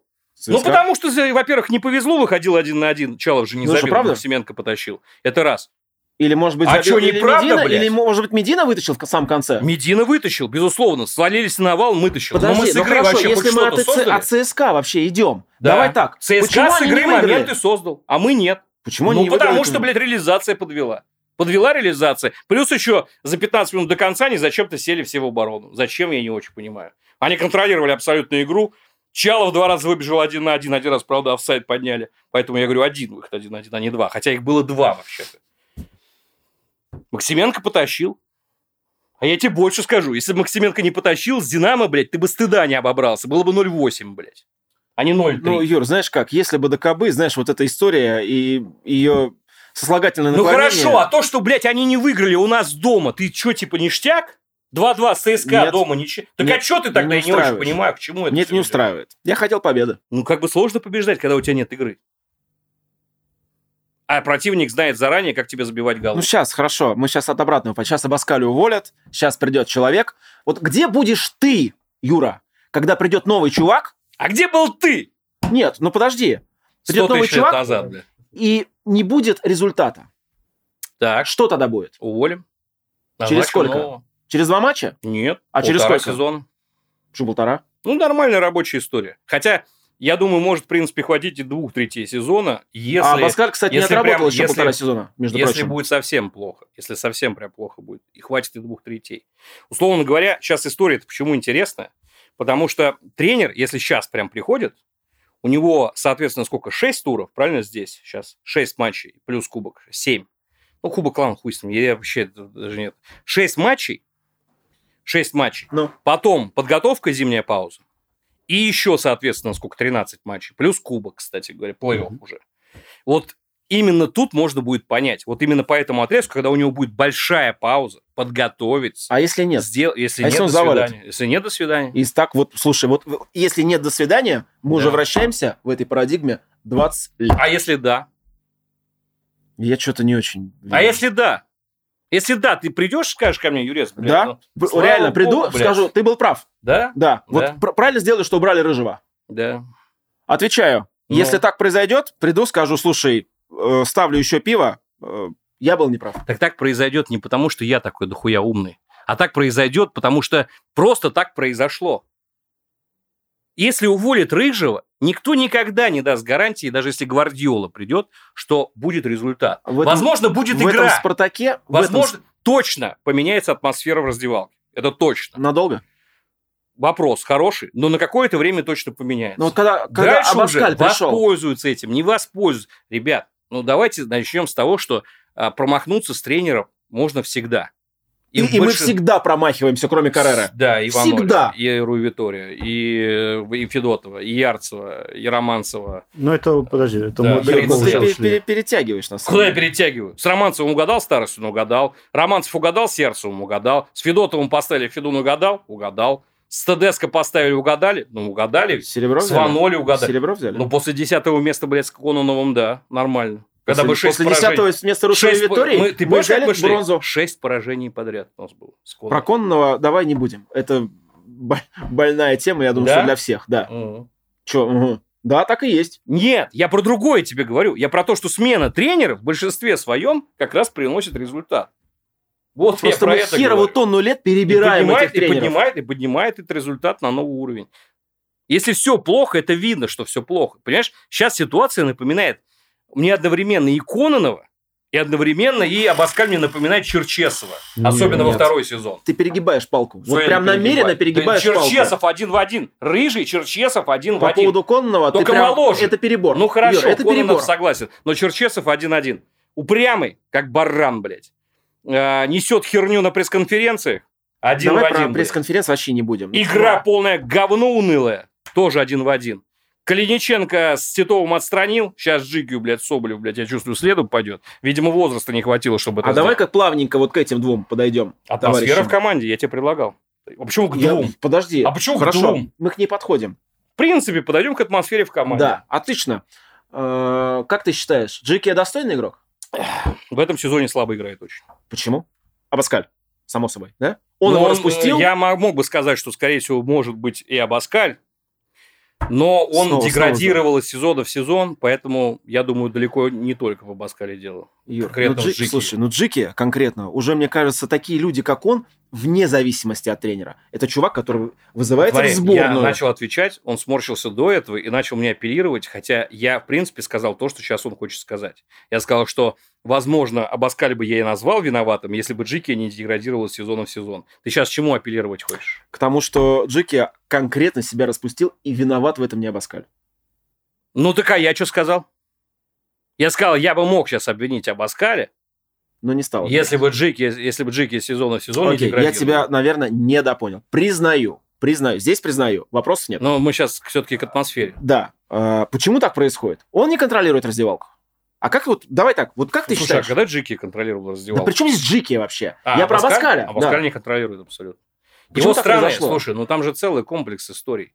Speaker 3: Ну,
Speaker 2: ЦСКА?
Speaker 3: потому что, за- во-первых, не повезло, выходил один на один. Чалов же не
Speaker 2: Ну, это
Speaker 3: забил,
Speaker 2: правда?
Speaker 3: правда? Семенко потащил. Это раз.
Speaker 2: Или, может быть,
Speaker 3: А
Speaker 2: забил-
Speaker 3: чё,
Speaker 2: или
Speaker 3: неправда,
Speaker 2: Медина,
Speaker 3: блядь?
Speaker 2: Или, может быть, Медина вытащил в ко- самом конце?
Speaker 3: Медина вытащил, безусловно. Свалились на вал, мы тащил.
Speaker 2: Подожди,
Speaker 3: Но мы с
Speaker 2: ну
Speaker 3: игры
Speaker 2: хорошо,
Speaker 3: вообще
Speaker 2: если
Speaker 3: хоть
Speaker 2: мы
Speaker 3: что-то
Speaker 2: от, ЦС
Speaker 3: создали?
Speaker 2: от ЦСКА вообще идем.
Speaker 3: Да.
Speaker 2: Давай так.
Speaker 3: ЦСКА
Speaker 2: Почему
Speaker 3: с
Speaker 2: они не
Speaker 3: игры
Speaker 2: выиграли?
Speaker 3: моменты создал, а мы нет.
Speaker 2: Почему они
Speaker 3: ну,
Speaker 2: не
Speaker 3: потому
Speaker 2: выиграли?
Speaker 3: что, блядь, реализация подвела. Подвела реализация. Плюс еще за 15 минут до конца они зачем-то сели все в оборону. Зачем, я не очень понимаю. Они контролировали абсолютную игру. Чалов два раза выбежал один на один. Один раз, правда, офсайд подняли. Поэтому я говорю, один выход, один на один, а не два. Хотя их было два вообще-то. Максименко потащил. А я тебе больше скажу. Если бы Максименко не потащил с «Динамо», блядь, ты бы стыда не обобрался. Было бы 0,8, блядь. А не 0,3.
Speaker 2: Ну, Юр, знаешь как, если бы ДКБ, знаешь, вот эта история и ее сослагательное
Speaker 3: Ну
Speaker 2: наклонение...
Speaker 3: хорошо, а то, что, блядь, они не выиграли у нас дома, ты что, типа, ништяк? 2-2 с ЦСКА
Speaker 2: Нет.
Speaker 3: дома ничего. Так
Speaker 2: Нет.
Speaker 3: а что ты тогда,
Speaker 2: Не
Speaker 3: я не очень
Speaker 2: устраивает.
Speaker 3: понимаю, к чему это
Speaker 2: Мне это
Speaker 3: всё
Speaker 2: не
Speaker 3: идёт?
Speaker 2: устраивает. Я хотел победы.
Speaker 3: Ну, как бы сложно побеждать, когда у тебя нет игры. А противник знает заранее, как тебе забивать голы.
Speaker 2: Ну, сейчас, хорошо, мы сейчас от обратного. Сейчас Абаскалю уволят, сейчас придет человек. Вот где будешь ты, Юра, когда придет новый чувак?
Speaker 3: а где был ты?
Speaker 2: Нет, ну подожди. Придет
Speaker 3: 100
Speaker 2: новый
Speaker 3: тысяч лет
Speaker 2: чувак
Speaker 3: назад, блядь.
Speaker 2: и не будет результата.
Speaker 3: Так,
Speaker 2: Что тогда будет?
Speaker 3: уволим.
Speaker 2: Через сколько? Через два матча?
Speaker 5: Нет.
Speaker 2: А через
Speaker 5: полтора
Speaker 2: сколько?
Speaker 5: сезона.
Speaker 2: Почему полтора?
Speaker 5: Ну, нормальная рабочая история.
Speaker 3: Хотя, я думаю, может, в принципе, хватить и двух третей сезона, если,
Speaker 2: а Баскаль, кстати, не
Speaker 3: если
Speaker 2: отработал
Speaker 3: прям-
Speaker 2: еще
Speaker 3: если-
Speaker 2: полтора сезона, между
Speaker 3: если
Speaker 2: прочим.
Speaker 3: будет совсем плохо. Если совсем прям плохо будет. И хватит и двух третей. Условно говоря, сейчас история-то почему интересная? Потому что тренер, если сейчас прям приходит, у него, соответственно, сколько? Шесть туров, правильно, здесь сейчас? Шесть матчей плюс кубок. Семь. Ну, кубок, ладно, хуй с ним. Я вообще д- даже нет. Шесть матчей. Шесть матчей.
Speaker 2: Ну.
Speaker 3: Потом подготовка, зимняя пауза. И еще, соответственно, сколько? 13 матчей. Плюс кубок, кстати говоря, плей-офф уже. Вот именно тут можно будет понять. Вот именно по этому отрезку, когда у него будет большая пауза, подготовиться.
Speaker 2: А если нет?
Speaker 3: Сдел... Если,
Speaker 2: А
Speaker 3: нет,
Speaker 2: если он
Speaker 3: до
Speaker 2: завалит?
Speaker 3: свидания. Если нет, до свидания.
Speaker 2: И так вот, слушай, вот в- если нет до свидания, мы уже
Speaker 3: Да.
Speaker 2: вращаемся в этой парадигме 20 лет.
Speaker 3: А если да?
Speaker 2: Я что-то не очень...
Speaker 3: А
Speaker 2: верю.
Speaker 3: если да? Если да, ты придешь и скажешь ко мне, Юрец, блядь,
Speaker 2: Да?
Speaker 3: ну,
Speaker 2: Б-
Speaker 3: слава
Speaker 2: Реально,
Speaker 3: богу,
Speaker 2: приду,
Speaker 3: блядь.
Speaker 2: скажу, ты был прав.
Speaker 3: да?
Speaker 2: Да, вот
Speaker 3: Да.
Speaker 2: пр- правильно сделали, что убрали Рыжего.
Speaker 3: Да.
Speaker 2: Отвечаю.
Speaker 3: Ну.
Speaker 2: Если так произойдет, приду, скажу, слушай, э, ставлю еще пиво, э, я был неправ.
Speaker 3: Так так произойдет не потому, что я такой дохуя умный, а так произойдет, потому что просто так произошло. Если уволит Рыжего, никто никогда не даст гарантии, даже если Гвардиола придет, что будет результат.
Speaker 2: В этом-
Speaker 3: Возможно, будет
Speaker 2: в
Speaker 3: игра.
Speaker 2: этом «Спартаке» в этом
Speaker 3: Возможно, точно поменяется атмосфера в раздевалке. Это
Speaker 2: «Спар-
Speaker 3: точно.
Speaker 2: надолго.
Speaker 3: Вопрос хороший, но на какое-то время точно поменяется.
Speaker 2: Ну вот когда, когда
Speaker 3: Дальше
Speaker 2: Абаскаль
Speaker 3: уже
Speaker 2: пришел,
Speaker 3: воспользуются этим, не воспользуются. Ребят, ну давайте начнем с того, что а, промахнуться с тренером можно всегда.
Speaker 2: и, и мы
Speaker 3: больше-
Speaker 2: всегда промахиваемся, кроме Каррера.
Speaker 3: Да, и Иванова,
Speaker 2: Всегда.
Speaker 3: и Руи Витория, и, э, и Федотова, и Ярцева, и Романцева.
Speaker 1: Ну, это, подожди, это
Speaker 3: Да,
Speaker 1: мы
Speaker 3: Блин,
Speaker 1: далеко
Speaker 3: ну,
Speaker 1: уже
Speaker 2: Ты пе-
Speaker 1: ушли.
Speaker 2: пе- перетягиваешь нас.
Speaker 3: Куда я перетягиваю? С Романцевым угадал Старостину? Угадал. Романцев угадал, с Ярцевым угадал. С Федотовым поставили, Федун угадал? Угадал. С ТДСК поставили, угадали? Ну, угадали.
Speaker 2: Серебро
Speaker 3: С
Speaker 2: взяли?
Speaker 3: Ваноли угадали.
Speaker 2: Серебро взяли?
Speaker 3: Ну, после 10 места, блядь, с Кононовым, да, нормально. Когда бы 6
Speaker 2: после 10 места Русской Витории мы,
Speaker 3: ты помнишь,
Speaker 2: взяли
Speaker 3: как мы шли?
Speaker 2: бронзу.
Speaker 3: 6 поражений подряд у нас было. с
Speaker 2: Про
Speaker 3: Кононовым.
Speaker 2: Конного давай не будем. Это бо- больная тема, я думаю,
Speaker 3: Да?
Speaker 2: что для всех. Да.
Speaker 3: Мгм.
Speaker 2: Че, мгм. Да, так и есть.
Speaker 3: Нет, я про другое тебе говорю. Я про то, что смена тренера в большинстве своем как раз приносит результат. Вот
Speaker 2: Просто
Speaker 3: я
Speaker 2: мы
Speaker 3: про это
Speaker 2: херову
Speaker 3: говорю.
Speaker 2: тонну лет
Speaker 3: И
Speaker 2: перебираем
Speaker 3: поднимает,
Speaker 2: этих тренеров.
Speaker 3: И поднимает, и поднимает этот результат на новый уровень. Если все плохо, это видно, что все плохо. Понимаешь, сейчас ситуация напоминает мне одновременно и Кононова, и одновременно и Абаскаль мне напоминает Черчесова. ну, особенно во
Speaker 2: нет.
Speaker 3: второй сезон.
Speaker 2: Ты перегибаешь палку. Вот
Speaker 3: Своё
Speaker 2: прям намеренно
Speaker 3: перегибает.
Speaker 2: перегибаешь
Speaker 3: Да,
Speaker 2: палку.
Speaker 3: Черчесов один в один. Рыжий Черчесов один в
Speaker 2: По
Speaker 3: один.
Speaker 2: поводу Конного, ты
Speaker 3: ну, Только
Speaker 2: прям-
Speaker 3: моложе.
Speaker 2: Это перебор.
Speaker 3: Ну хорошо,
Speaker 2: Юра, это
Speaker 3: Кононов
Speaker 2: перебор.
Speaker 3: согласен. Но Черчесов один-один. Упрямый, как баран, блядь. А, несет херню на пресс-конференциях. Один
Speaker 2: Давай
Speaker 3: в один.
Speaker 2: про
Speaker 3: блядь.
Speaker 2: пресс-конференц вообще не будем.
Speaker 3: Игра полная говно унылая. Тоже один в один. Калиниченко с Титовым отстранил. Сейчас Джигию, блядь, Соболев, блядь, я чувствую, следом пойдет. Видимо, возраста не хватило, чтобы это
Speaker 2: А давай
Speaker 3: сделать.
Speaker 2: как плавненько вот к этим двум подойдем.
Speaker 3: Атмосфера
Speaker 2: товарищи.
Speaker 3: в команде, я тебе предлагал. А почему к
Speaker 2: Я-
Speaker 3: двум?
Speaker 2: Подожди.
Speaker 3: А почему к
Speaker 2: Хорошо,
Speaker 3: двум?
Speaker 2: мы к ней подходим.
Speaker 3: В принципе, подойдем к атмосфере в команде.
Speaker 2: Да, отлично. Э, Как ты считаешь, Джеки достойный игрок?
Speaker 3: В этом сезоне слабо играет очень.
Speaker 2: Почему? Абаскаль, само собой, да? Он
Speaker 3: Но
Speaker 2: его распустил.
Speaker 3: э, Я мо- мог бы сказать, что, скорее всего, может быть и Абаскаль, но он
Speaker 2: Снова,
Speaker 3: деградировал из сезона в сезон, поэтому, я думаю, далеко не только в Абаскале дело.
Speaker 2: Юр,
Speaker 3: конкретно
Speaker 2: ну,
Speaker 3: вот
Speaker 2: Джи-
Speaker 3: Джики.
Speaker 2: Слушай, ну Джики конкретно, уже, мне кажется, такие люди, как он, вне зависимости от тренера. Это чувак, который вызывается
Speaker 3: Смотри,
Speaker 2: в сборную.
Speaker 3: Я начал отвечать, он сморщился до этого и начал мне апеллировать, хотя я, в принципе, сказал то, что сейчас он хочет сказать. Я сказал, что, возможно, Абаскаль бы я и назвал виноватым, если бы Джики не деградировал из сезона в сезон. Ты сейчас чему апеллировать хочешь?
Speaker 2: К тому, что Джики конкретно себя распустил и виноват в этом не Абаскаль.
Speaker 3: Ну так а я что сказал? Я сказал, я бы мог сейчас обвинить Абаскаля,
Speaker 2: Но не стал.
Speaker 3: если бы Джики, если бы Джики из сезона в сезон не
Speaker 2: Окей, я
Speaker 3: деградировал.
Speaker 2: тебя, наверное, недопонял. Признаю, признаю, здесь признаю, вопросов нет.
Speaker 3: Но мы сейчас все-таки к атмосфере.
Speaker 2: Да, э, почему так происходит? Он не контролирует раздевалку. А как вот, давай так, вот как ты
Speaker 3: Слушай,
Speaker 2: считаешь?
Speaker 3: а когда Джики контролировал
Speaker 2: Да
Speaker 3: раздевалку?
Speaker 2: при чем здесь Джики вообще?
Speaker 3: А,
Speaker 2: я про Абаскаля.
Speaker 3: Абаскаль? Абаскаль
Speaker 2: да.
Speaker 3: не контролирует абсолютно.
Speaker 2: Почему
Speaker 3: Его
Speaker 2: так
Speaker 3: странное,
Speaker 2: произошло?
Speaker 3: слушай, ну там же целый комплекс историй.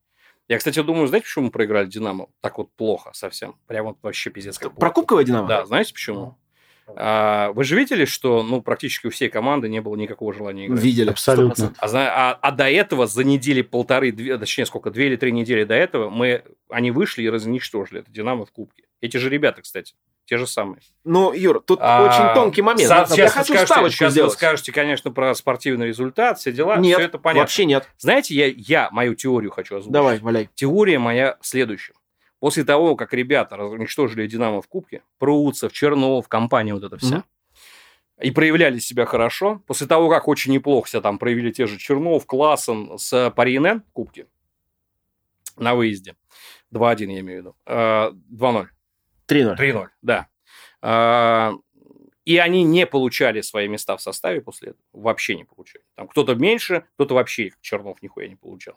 Speaker 3: Я, кстати, думаю, знаете, почему мы проиграли Динамо так вот плохо совсем? Прямо вот вообще пиздец как
Speaker 2: Про Ну.
Speaker 3: плохо.
Speaker 2: Кубковое Динамо?
Speaker 3: Да, знаете почему? А, вы же видели, что ну, практически у всей команды не было никакого желания играть?
Speaker 2: Видели.
Speaker 1: Абсолютно.
Speaker 2: 100%.
Speaker 3: А, зна- а- а до этого за недели полторы, две, точнее сколько, две или три недели до этого мы, они вышли и разничтожили это Динамо в Кубке. Эти же ребята, кстати, те же самые.
Speaker 2: Ну, Юр, тут
Speaker 3: А,
Speaker 2: очень тонкий момент.
Speaker 3: со-
Speaker 2: Я- Я
Speaker 3: сейчас вы
Speaker 2: хочу
Speaker 3: скажете-
Speaker 2: ставочку
Speaker 3: сейчас
Speaker 2: сделать.
Speaker 3: вы скажете, конечно, про спортивный результат, все дела,
Speaker 2: Нет,
Speaker 3: все это понятно.
Speaker 2: вообще нет.
Speaker 3: Знаете, я, я мою теорию хочу озвучить.
Speaker 2: Давай, валяй.
Speaker 3: Теория моя в следующем. После того, как ребята раз- уничтожили «Динамо» в Кубке, Пруцев, Чернов, компания вот эта вся,
Speaker 2: Мгм.
Speaker 3: и проявляли себя хорошо, после того, как очень неплохо себя там проявили те же Чернов, Классен с Паринен в Кубке на выезде, 2-1 я имею в виду, Э, 2-0,
Speaker 2: 3-0.
Speaker 3: 3-0, да. Э, И они не получали свои места в составе после этого. Вообще не получали. Там кто-то меньше, кто-то вообще их Чернов нихуя не получал.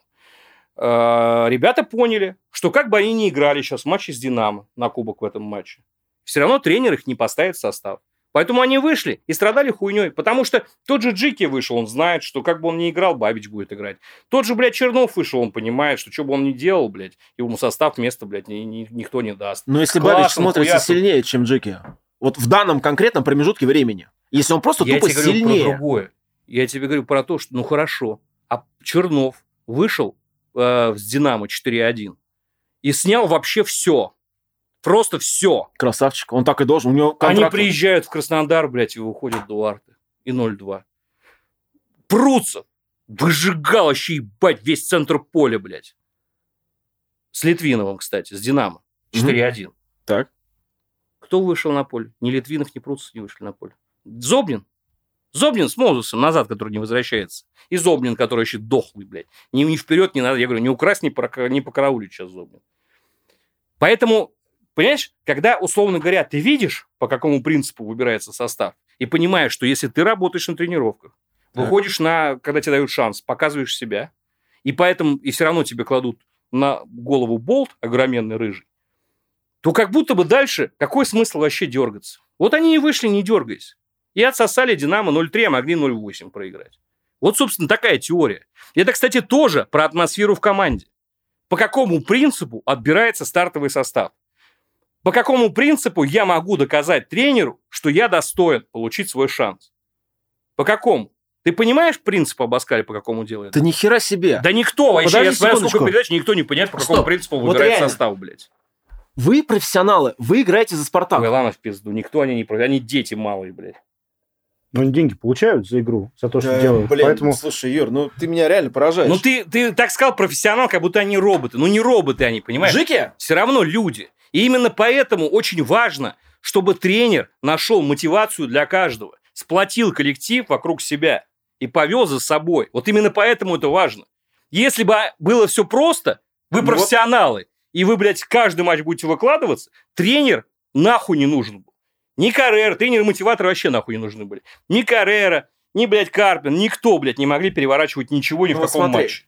Speaker 3: Э, Ребята поняли, что как бы они ни играли сейчас матчи с «Динамо» на кубок в этом матче, все равно тренер их не поставит в состав. Поэтому они вышли и страдали хуйней. Потому что тот же Джики вышел, он знает, что как бы он ни играл, Бабич будет играть. Тот же, блядь, Чернов вышел, он понимает, что что бы он ни делал, блядь, ему состав места, блядь, ни- ни- никто не даст.
Speaker 2: Но Ну, если
Speaker 3: Классно,
Speaker 2: Бабич смотрится
Speaker 3: хуясно.
Speaker 2: сильнее, чем Джеки, вот в данном конкретном промежутке времени, если он просто
Speaker 3: Я
Speaker 2: тупо
Speaker 3: тебе говорю про
Speaker 2: сильнее,
Speaker 3: другое. Я тебе говорю про то, что ну хорошо. А Чернов вышел э, с Динамо 4-1 и снял вообще все. Просто все.
Speaker 2: красавчик, он так и должен, у него
Speaker 3: Они
Speaker 2: контракт.
Speaker 3: приезжают в Краснодар, блядь, и выходят Дуарте. И 0-2. Пруцев выжигал вообще, ебать, весь центр поля, блядь. С Литвиновым, кстати, с Динамо. 4-1.
Speaker 2: Так.
Speaker 3: Кто вышел на поле? Ни Литвинов, ни Пруцев не вышли на поле. Зобнин. Зобнин с Мозусом назад, который не возвращается. И Зобнин, который еще дохлый, блядь. Ни, ни вперед не надо. Я говорю, не украсть, не, пора- не покараулить сейчас Зобнин. Поэтому, понимаешь, когда, условно говоря, ты видишь, по какому принципу выбирается состав, и понимаешь, что если ты работаешь на тренировках,
Speaker 2: Так.
Speaker 3: выходишь на, когда тебе дают шанс, показываешь себя, и поэтому, и все равно тебе кладут на голову болт огроменный рыжий, то как будто бы дальше какой смысл вообще дергаться? Вот они и вышли, не дергаясь. И отсосали «Динамо» 0-3, а могли 0-8 проиграть. Вот, собственно, такая теория. Это, кстати, тоже про атмосферу в команде. По какому принципу отбирается стартовый состав? По какому принципу я могу доказать тренеру, что я достоин получить свой шанс? По какому? Ты понимаешь принцип Абаскаля, по какому дело это?
Speaker 2: Да ни хера себе.
Speaker 3: Да никто вообще,
Speaker 2: Подожди
Speaker 3: я смотрел
Speaker 2: секундочку.
Speaker 3: сколько передач, никто не понимает, по какому
Speaker 2: Стоп.
Speaker 3: принципу
Speaker 2: Вот
Speaker 3: выбирает
Speaker 2: реально.
Speaker 3: состав, блядь.
Speaker 2: Вы профессионалы, вы играете за Спартак.
Speaker 3: Ой, ладно, в пизду, никто они не про- они дети малые, блядь.
Speaker 1: Но Ну, они деньги получают за игру, за то, что
Speaker 2: Э,
Speaker 1: делают.
Speaker 2: блин,
Speaker 1: Поэтому
Speaker 2: слушай, Юр, ну ты меня реально поражаешь.
Speaker 3: Ну ты, ты так сказал профессионал, как будто они роботы. Ну не роботы они, понимаешь?
Speaker 2: Жики?
Speaker 3: Все равно люди. И именно поэтому очень важно, чтобы тренер нашел мотивацию для каждого, сплотил коллектив вокруг себя и повел за собой. Вот именно поэтому это важно. Если бы а, было все просто, вы
Speaker 2: Ну Вот.
Speaker 3: профессионалы, и вы, блядь, каждый матч будете выкладываться, тренер нахуй не нужен был. Ни Каррера, тренеры-мотиваторы вообще нахуй не нужны были. Ни Каррера, ни, блядь, Карпин, никто, блядь, не могли переворачивать ничего ни
Speaker 2: Ну
Speaker 3: в
Speaker 2: вот
Speaker 3: каком
Speaker 2: смотри.
Speaker 3: матче.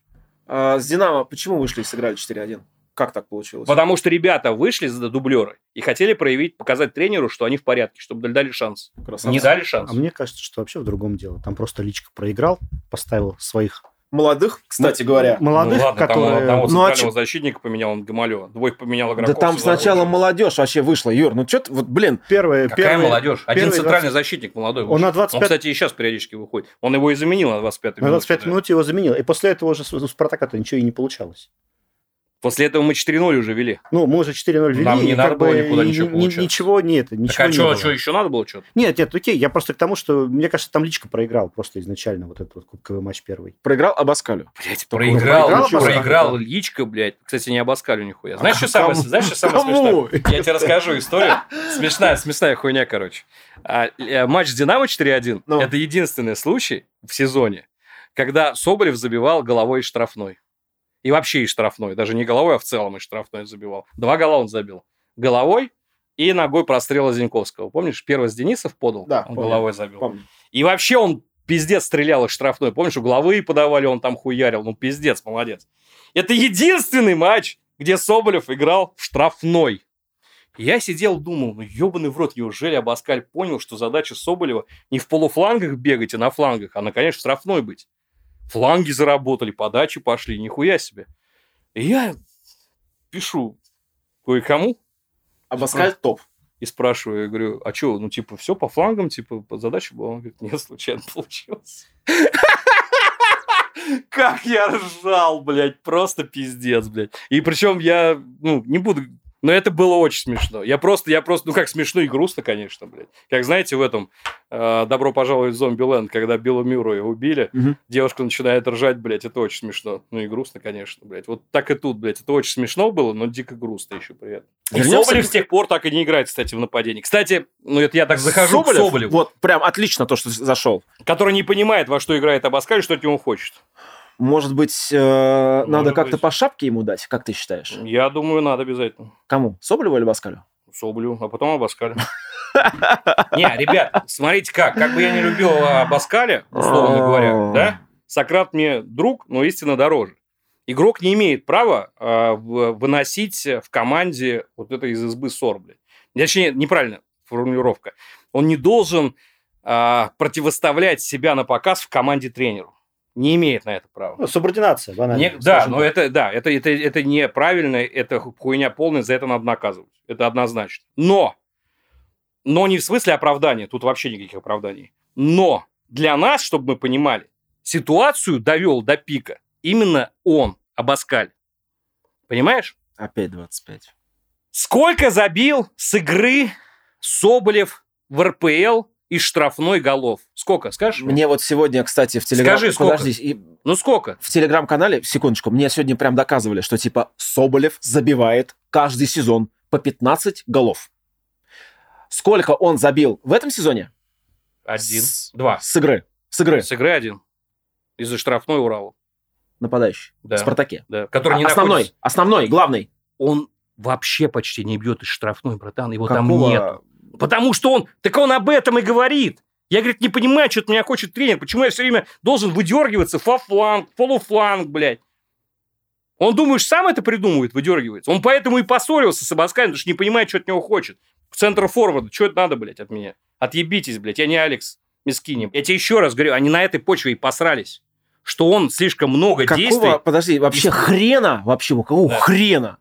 Speaker 2: А, с Динамо почему вышли и сыграли 4-1? Как так получилось?
Speaker 3: Потому что ребята вышли за дублеры и хотели проявить, показать тренеру, что они в порядке, чтобы дали шанс.
Speaker 2: Красавцы.
Speaker 3: Не дали
Speaker 1: а
Speaker 3: шанс.
Speaker 1: мне кажется, что вообще в другом дело. Там просто личка проиграл, поставил своих
Speaker 2: Молодых, кстати говоря.
Speaker 1: молодых,
Speaker 3: ну, ладно, там
Speaker 1: которые...
Speaker 3: одного
Speaker 2: Ну, а
Speaker 3: центрального
Speaker 2: чё-
Speaker 3: защитника поменял он Гамалева. Двоих поменял
Speaker 2: Да
Speaker 3: игроков.
Speaker 2: там
Speaker 3: всего
Speaker 2: сначала
Speaker 3: лучше.
Speaker 2: молодежь вообще вышла, Юр. Ну что ты, вот, блин,
Speaker 1: Первые,
Speaker 3: Какая
Speaker 1: первые-
Speaker 3: молодежь? Один
Speaker 1: первые
Speaker 3: центральный защитник молодой.
Speaker 1: Он
Speaker 3: вышел.
Speaker 1: на 25
Speaker 3: Он, кстати, и сейчас периодически выходит. Он его и заменил на 25
Speaker 1: На 25
Speaker 3: да.
Speaker 1: минут его заменил. И после этого уже с- у Спартака-то ничего и не получалось.
Speaker 3: После этого мы 4-0 уже вели.
Speaker 1: Ну, мы уже 4-0 вели.
Speaker 3: Нам не
Speaker 1: и
Speaker 3: надо
Speaker 1: как
Speaker 3: было
Speaker 1: бы
Speaker 3: никуда
Speaker 1: и
Speaker 3: ничего
Speaker 1: ни-
Speaker 3: получать.
Speaker 1: Ничего нет, ничего
Speaker 3: Так а
Speaker 1: не
Speaker 3: что,
Speaker 1: было.
Speaker 3: еще надо было что-то?
Speaker 1: Нет, нет, окей, я просто к тому, что, мне кажется, там личка проиграл просто изначально вот этот вот кубковый матч первый.
Speaker 2: проиграл Абаскалю.
Speaker 3: Блять,
Speaker 1: Такого
Speaker 3: проиграл,
Speaker 1: проиграл,
Speaker 3: проиграл,
Speaker 1: Абаскаль?
Speaker 3: Личка, блядь. Кстати, не обоскалю нихуя.
Speaker 2: А
Speaker 3: Знаешь, что самое,
Speaker 2: кому?
Speaker 3: знаешь, что самое смешное?
Speaker 2: Кому?
Speaker 3: Я тебе расскажу историю. Смешная, смешная хуйня, короче. А, э, матч с Динамо 4-1
Speaker 2: Ну.
Speaker 3: это единственный случай в сезоне, когда Соболев забивал головой из штрафной. И вообще из штрафной. Даже не головой, а в целом из штрафной забивал. Два гола он забил. Головой и ногой прострела Зиньковского. Помнишь, первый с Денисов подал?
Speaker 2: Да,
Speaker 3: он
Speaker 2: помню.
Speaker 3: головой забил.
Speaker 2: Помню.
Speaker 3: И вообще он пиздец стрелял из штрафной. Помнишь, угловые подавали, он там хуярил. Ну, пиздец, молодец. Это единственный матч, где Соболев играл в штрафной. И Я сидел, думал, ну, ебаный в рот, неужели Абаскаль понял, что задача Соболева не в полуфлангах бегать, а на флангах, а, наконец, в штрафной быть. Фланги заработали, подачи пошли, нихуя себе. И я пишу кое-кому,
Speaker 2: Абаскаль топ.
Speaker 3: и спрашиваю, я говорю, а что, ну, типа, все по флангам, типа, по- задача была? Он говорит, нет, случайно [laughs] получилось. Как я ржал, блядь, просто пиздец, блядь. И причем я, ну, не буду Но это было очень смешно. Я просто, я просто, ну как смешно и грустно, конечно, блядь. Как знаете, в этом э, «Добро пожаловать в зомби-ленд», когда Билла Мюррея убили,
Speaker 2: Мгм.
Speaker 3: девушка начинает ржать, блядь, это очень смешно. Ну и грустно, конечно, блядь. Вот так и тут, блядь, это очень смешно было, но дико грустно еще при этом. И
Speaker 2: Вернемся
Speaker 3: Соболев
Speaker 2: к-
Speaker 3: с тех пор так и не играет, кстати, в нападении. Кстати, ну это я так захожу
Speaker 2: Соболев,
Speaker 3: к Соболеву,
Speaker 2: Вот, прям отлично то, что зашел.
Speaker 3: который не понимает, во что играет Абаскаль, что от него хочет.
Speaker 2: Может быть, э, надо
Speaker 3: Может
Speaker 2: как-то
Speaker 3: быть.
Speaker 2: по шапке ему дать, как ты считаешь?
Speaker 3: Я думаю, надо обязательно.
Speaker 2: Кому? Соболеву или Баскалю?
Speaker 3: Соблю, а потом Абаскалю. [laughs] Не, ребят, смотрите как. Как бы я не любил Абаскаля, условно говоря, да? Сократ мне друг, но истина дороже. Игрок не имеет права а, в- выносить в команде вот это из избы ссор, блядь. Точнее, неправильно формулировка. Он не должен а, противоставлять себя на показ в команде тренеру. Не имеет на это права.
Speaker 6: Ну, субординация, банально.
Speaker 3: Не- да,
Speaker 6: скажем
Speaker 3: но
Speaker 6: так.
Speaker 3: это, да, это, это, это неправильно, это ху- хуйня полная, за это надо наказывать. Это однозначно. Но! Но не в смысле оправдания, тут вообще никаких оправданий. Но для нас, чтобы мы понимали, ситуацию довел до пика именно он, Абаскаль. Понимаешь?
Speaker 2: Опять 25.
Speaker 3: Сколько забил с игры Соболев в РПЛ и штрафной голов? Сколько, скажешь?
Speaker 2: Мне вот сегодня, кстати, в телеграм...
Speaker 3: Скажи, сколько?
Speaker 2: Подожди, и
Speaker 3: Ну сколько?
Speaker 2: в телеграм-канале, секундочку, мне сегодня прям доказывали, что типа Соболев забивает каждый сезон по 15 голов. Сколько он забил в этом сезоне?
Speaker 3: Один.
Speaker 2: С-
Speaker 3: Два.
Speaker 2: С игры. С игры.
Speaker 3: С игры один. Из-за штрафной Урала.
Speaker 2: Нападающий.
Speaker 3: Да.
Speaker 2: В Спартаке.
Speaker 3: Да. Который не
Speaker 2: А- основной,
Speaker 3: находится-
Speaker 2: основной, главный.
Speaker 3: он вообще почти не бьет из штрафной, братан, его
Speaker 2: Какого-
Speaker 3: там нет. Потому что он, так он об этом и говорит. Я, говорит, не понимаю, что от меня хочет тренер, почему я все время должен выдергиваться во фланг, полуфланг, блядь. Он, думаешь, сам это придумывает, выдергивается? Он поэтому и поссорился с Абаскалем, потому что не понимает, что от него хочет. В центр форварда, что это надо, блядь, от меня? Отъебитесь, блядь, я не Алекс Мискини. Я тебе еще раз говорю, они на этой почве и посрались, что он слишком много
Speaker 2: Какого,
Speaker 3: действий.
Speaker 2: подожди, вообще хрена, вообще, у кого
Speaker 3: Да.
Speaker 2: хрена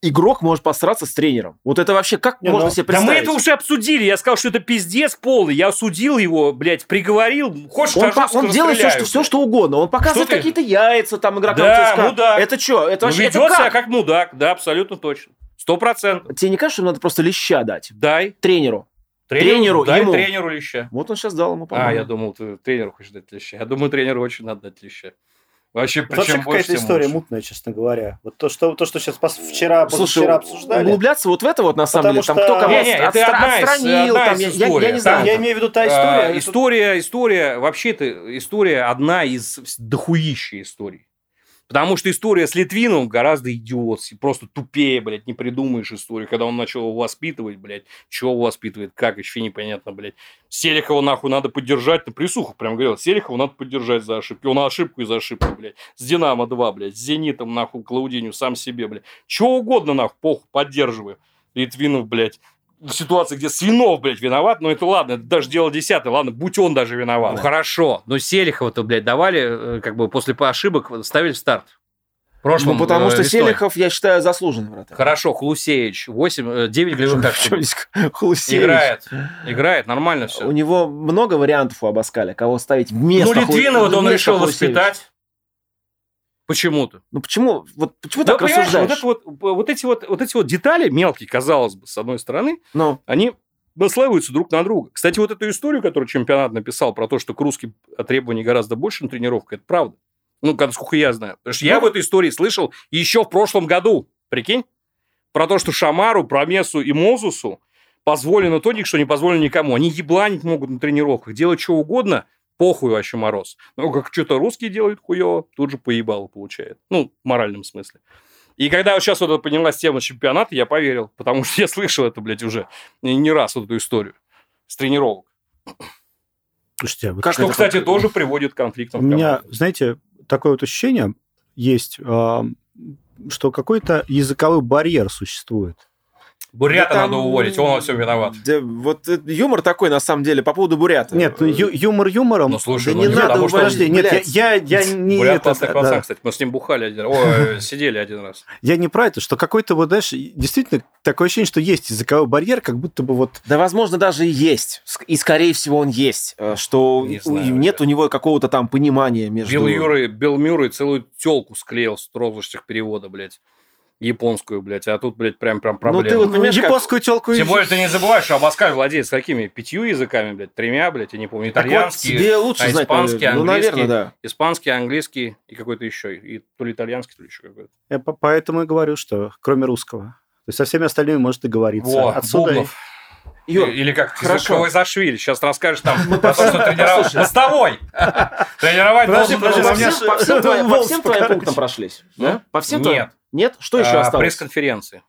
Speaker 2: игрок может посраться с тренером? Вот это вообще как
Speaker 6: Не,
Speaker 2: можно
Speaker 6: ну,
Speaker 2: себе
Speaker 3: Да мы
Speaker 2: представить?
Speaker 3: это уже обсудили. Я сказал, что это пиздец полный. Я осудил его, блядь, приговорил. Хочешь,
Speaker 2: он,
Speaker 3: скажу,
Speaker 2: по- он
Speaker 3: скажу,
Speaker 2: делает все что,
Speaker 3: стреляю,
Speaker 2: все,
Speaker 3: блядь.
Speaker 2: что угодно. Он показывает
Speaker 3: Что ты-
Speaker 2: какие-то яйца там игрокам
Speaker 3: Да,
Speaker 2: ЦСКА.
Speaker 3: мудак.
Speaker 2: Это что? Это
Speaker 3: Ну,
Speaker 2: вообще это
Speaker 3: ведет себя
Speaker 2: как?
Speaker 3: как мудак. Да, абсолютно точно. Сто процентов.
Speaker 2: Тебе не кажется, что ему надо просто леща дать?
Speaker 3: Дай
Speaker 2: Тренеру. Тренеру
Speaker 3: тренеру, дай
Speaker 2: ему.
Speaker 3: тренеру леща.
Speaker 2: Вот он сейчас дал ему,
Speaker 3: А,
Speaker 2: по-моему.
Speaker 3: я думал, ты тренеру хочешь дать леща. Я думаю, тренеру очень надо дать леща. Вообще,
Speaker 6: Вообще
Speaker 3: причем больше,
Speaker 6: какая-то
Speaker 3: тем
Speaker 6: история
Speaker 3: лучше.
Speaker 6: мутная, честно говоря. Вот то, что, то, что сейчас пос-
Speaker 1: А
Speaker 6: вчера,
Speaker 2: Слушай,
Speaker 1: ну,
Speaker 6: позавчера обсуждали.
Speaker 2: углубляться вот в это вот, на
Speaker 6: Потому
Speaker 2: самом деле, там
Speaker 6: что-
Speaker 2: кто кого
Speaker 6: Не,
Speaker 2: отст-
Speaker 3: не, это одна из-
Speaker 2: отстранил,
Speaker 3: одна
Speaker 2: там,
Speaker 3: из
Speaker 2: я- я- я
Speaker 3: историй.
Speaker 2: не
Speaker 6: Там
Speaker 2: знаю.
Speaker 6: я
Speaker 2: там.
Speaker 6: имею в виду та
Speaker 3: А,
Speaker 6: история. это-
Speaker 3: история, история, вообще-то история одна из вс- дохуища историй. Потому что история с Литвиновым гораздо идиотская. Просто тупее, блядь, не придумаешь историю. Когда он начал его воспитывать, блядь, чего его воспитывает, как, еще непонятно, блядь. Селихова нахуй надо поддержать. На присуху прям говорил, Селихова надо поддержать за ошибки. Он ошибку и за ошибку, блядь. С Динамо 2, блядь, с Зенитом, нахуй, Клаудинию, сам себе, блядь. Чего угодно, нахуй, похуй, поддерживаю. Литвинов, блядь, в ситуации, где Свинов, блядь, виноват, ну это ладно, это даже дело десятое, ладно, будь он даже виноват.
Speaker 2: Да.
Speaker 3: Ну, хорошо, но Селихова-то, блядь, давали, э, как бы после по ошибок ставили в старт. В прошлом,
Speaker 2: Ну, потому
Speaker 3: э,
Speaker 2: что
Speaker 3: весной.
Speaker 2: Селихов, я считаю, заслуженный вратарь.
Speaker 3: Хорошо, Хлусевич, 8, 9 голевых
Speaker 2: Чё
Speaker 3: ошибок.
Speaker 2: здесь [laughs] Хлусевич?
Speaker 3: Играет, играет, нормально все.
Speaker 2: У него много вариантов у Абаскаля, кого ставить
Speaker 3: Ну,
Speaker 2: вместо Хлу-
Speaker 3: Литвинова-то он
Speaker 2: вместо
Speaker 3: решил
Speaker 2: Хлусевича.
Speaker 3: воспитать. Почему-то.
Speaker 2: Ну почему, вот почему
Speaker 3: Да,
Speaker 2: так
Speaker 3: понимаешь,
Speaker 2: рассуждаешь?
Speaker 3: вот, это вот, вот, эти вот, вот эти вот детали, мелкие, казалось бы, с одной стороны,
Speaker 2: Ну,
Speaker 3: они наслаиваются друг на друга. Кстати, вот эту историю, которую чемпионат написал про то, что к русским требований гораздо больше на тренировках, это правда. Ну, как- насколько я знаю. Потому что я об этой истории слышал еще в прошлом году, прикинь, про то, что Шамару, Промесу и Мозусу позволено то, что не позволено никому. Они ебланить могут на тренировках, делать что угодно, похуй вообще мороз. Ну, как что-то русские делают хуево, тут же поебало получает. Ну, в моральном смысле. И когда вот сейчас вот это поднялась тема чемпионата, я поверил, потому что я слышал это, блядь, уже не не раз вот эту историю с тренировок.
Speaker 1: Слушайте, а вот
Speaker 3: что, кстати, тоже приводит к конфликтам.
Speaker 1: у
Speaker 3: в
Speaker 1: меня,
Speaker 3: команде.
Speaker 1: знаете, такое вот ощущение есть, а, что какой-то языковой барьер существует.
Speaker 3: Бурята
Speaker 2: да
Speaker 3: надо
Speaker 2: там-
Speaker 3: уволить, он во всем виноват.
Speaker 2: Да, вот это юмор такой, на самом деле, по поводу Бурята.
Speaker 1: Нет, ну, ю- юмор юмором.
Speaker 3: Ну, слушай,
Speaker 1: Да
Speaker 3: ну,
Speaker 1: не
Speaker 3: не
Speaker 1: надо,
Speaker 3: потому что-
Speaker 1: подожди, нет,
Speaker 2: Блядь.
Speaker 1: я, я, я не...
Speaker 3: Бурят
Speaker 1: это-
Speaker 3: классный
Speaker 1: да.
Speaker 3: пацан, кстати. Мы с ним бухали один раз.
Speaker 1: [laughs]
Speaker 3: Ой, сидели один раз.
Speaker 1: Я не про это, что какой-то, вот, знаешь, действительно такое ощущение, что есть языковой барьер, как будто бы вот...
Speaker 2: Да, возможно, даже и есть. Ск- И, скорее всего, он есть. э, Что
Speaker 3: Не
Speaker 2: у-
Speaker 3: знаю,
Speaker 2: нет
Speaker 3: ребят.
Speaker 2: у него какого-то там понимания между...
Speaker 3: Билл Мюррей, Билл Мюррей целую телку склеил с розовых перевода, блядь. японскую, блядь, а тут, блядь, прям, прям
Speaker 1: Ну,
Speaker 3: проблема.
Speaker 1: ты вот
Speaker 2: Понимаешь, как-
Speaker 1: японскую телку...
Speaker 3: Тем более ты не забываешь, что Абаскаль владеет с какими? Пятью языками, блядь, тремя, блядь, я не помню,
Speaker 2: Так вот,
Speaker 3: итальянский,
Speaker 2: тебе лучше
Speaker 3: а
Speaker 2: знать,
Speaker 3: испанский,
Speaker 2: наверное.
Speaker 3: английский.
Speaker 2: Ну, наверное,
Speaker 3: испанский, английский и какой-то еще, и то ли итальянский, то ли еще какой-то.
Speaker 1: Я Э, по- поэтому и говорю, что кроме русского. То есть со всеми остальными может договориться.
Speaker 3: Во,
Speaker 1: Отсюда
Speaker 3: Бубнов.
Speaker 2: да. Юр,
Speaker 3: Или как
Speaker 2: хорошо.
Speaker 3: Хорошо. Зашвили. Сейчас расскажешь там про то, что тренировать. Мостовой! Тренировать
Speaker 1: Подожди,
Speaker 3: должен
Speaker 1: подожди,
Speaker 3: был
Speaker 2: по
Speaker 1: во
Speaker 3: меня-
Speaker 1: мне-
Speaker 2: всем, по всем твоим, по
Speaker 1: волос
Speaker 2: всем твоим
Speaker 1: покороче.
Speaker 2: пунктам прошлись? Да? По всем твоим?
Speaker 3: Нет.
Speaker 2: Нет? Что еще
Speaker 3: А,
Speaker 2: осталось?
Speaker 3: Пресс-конференции.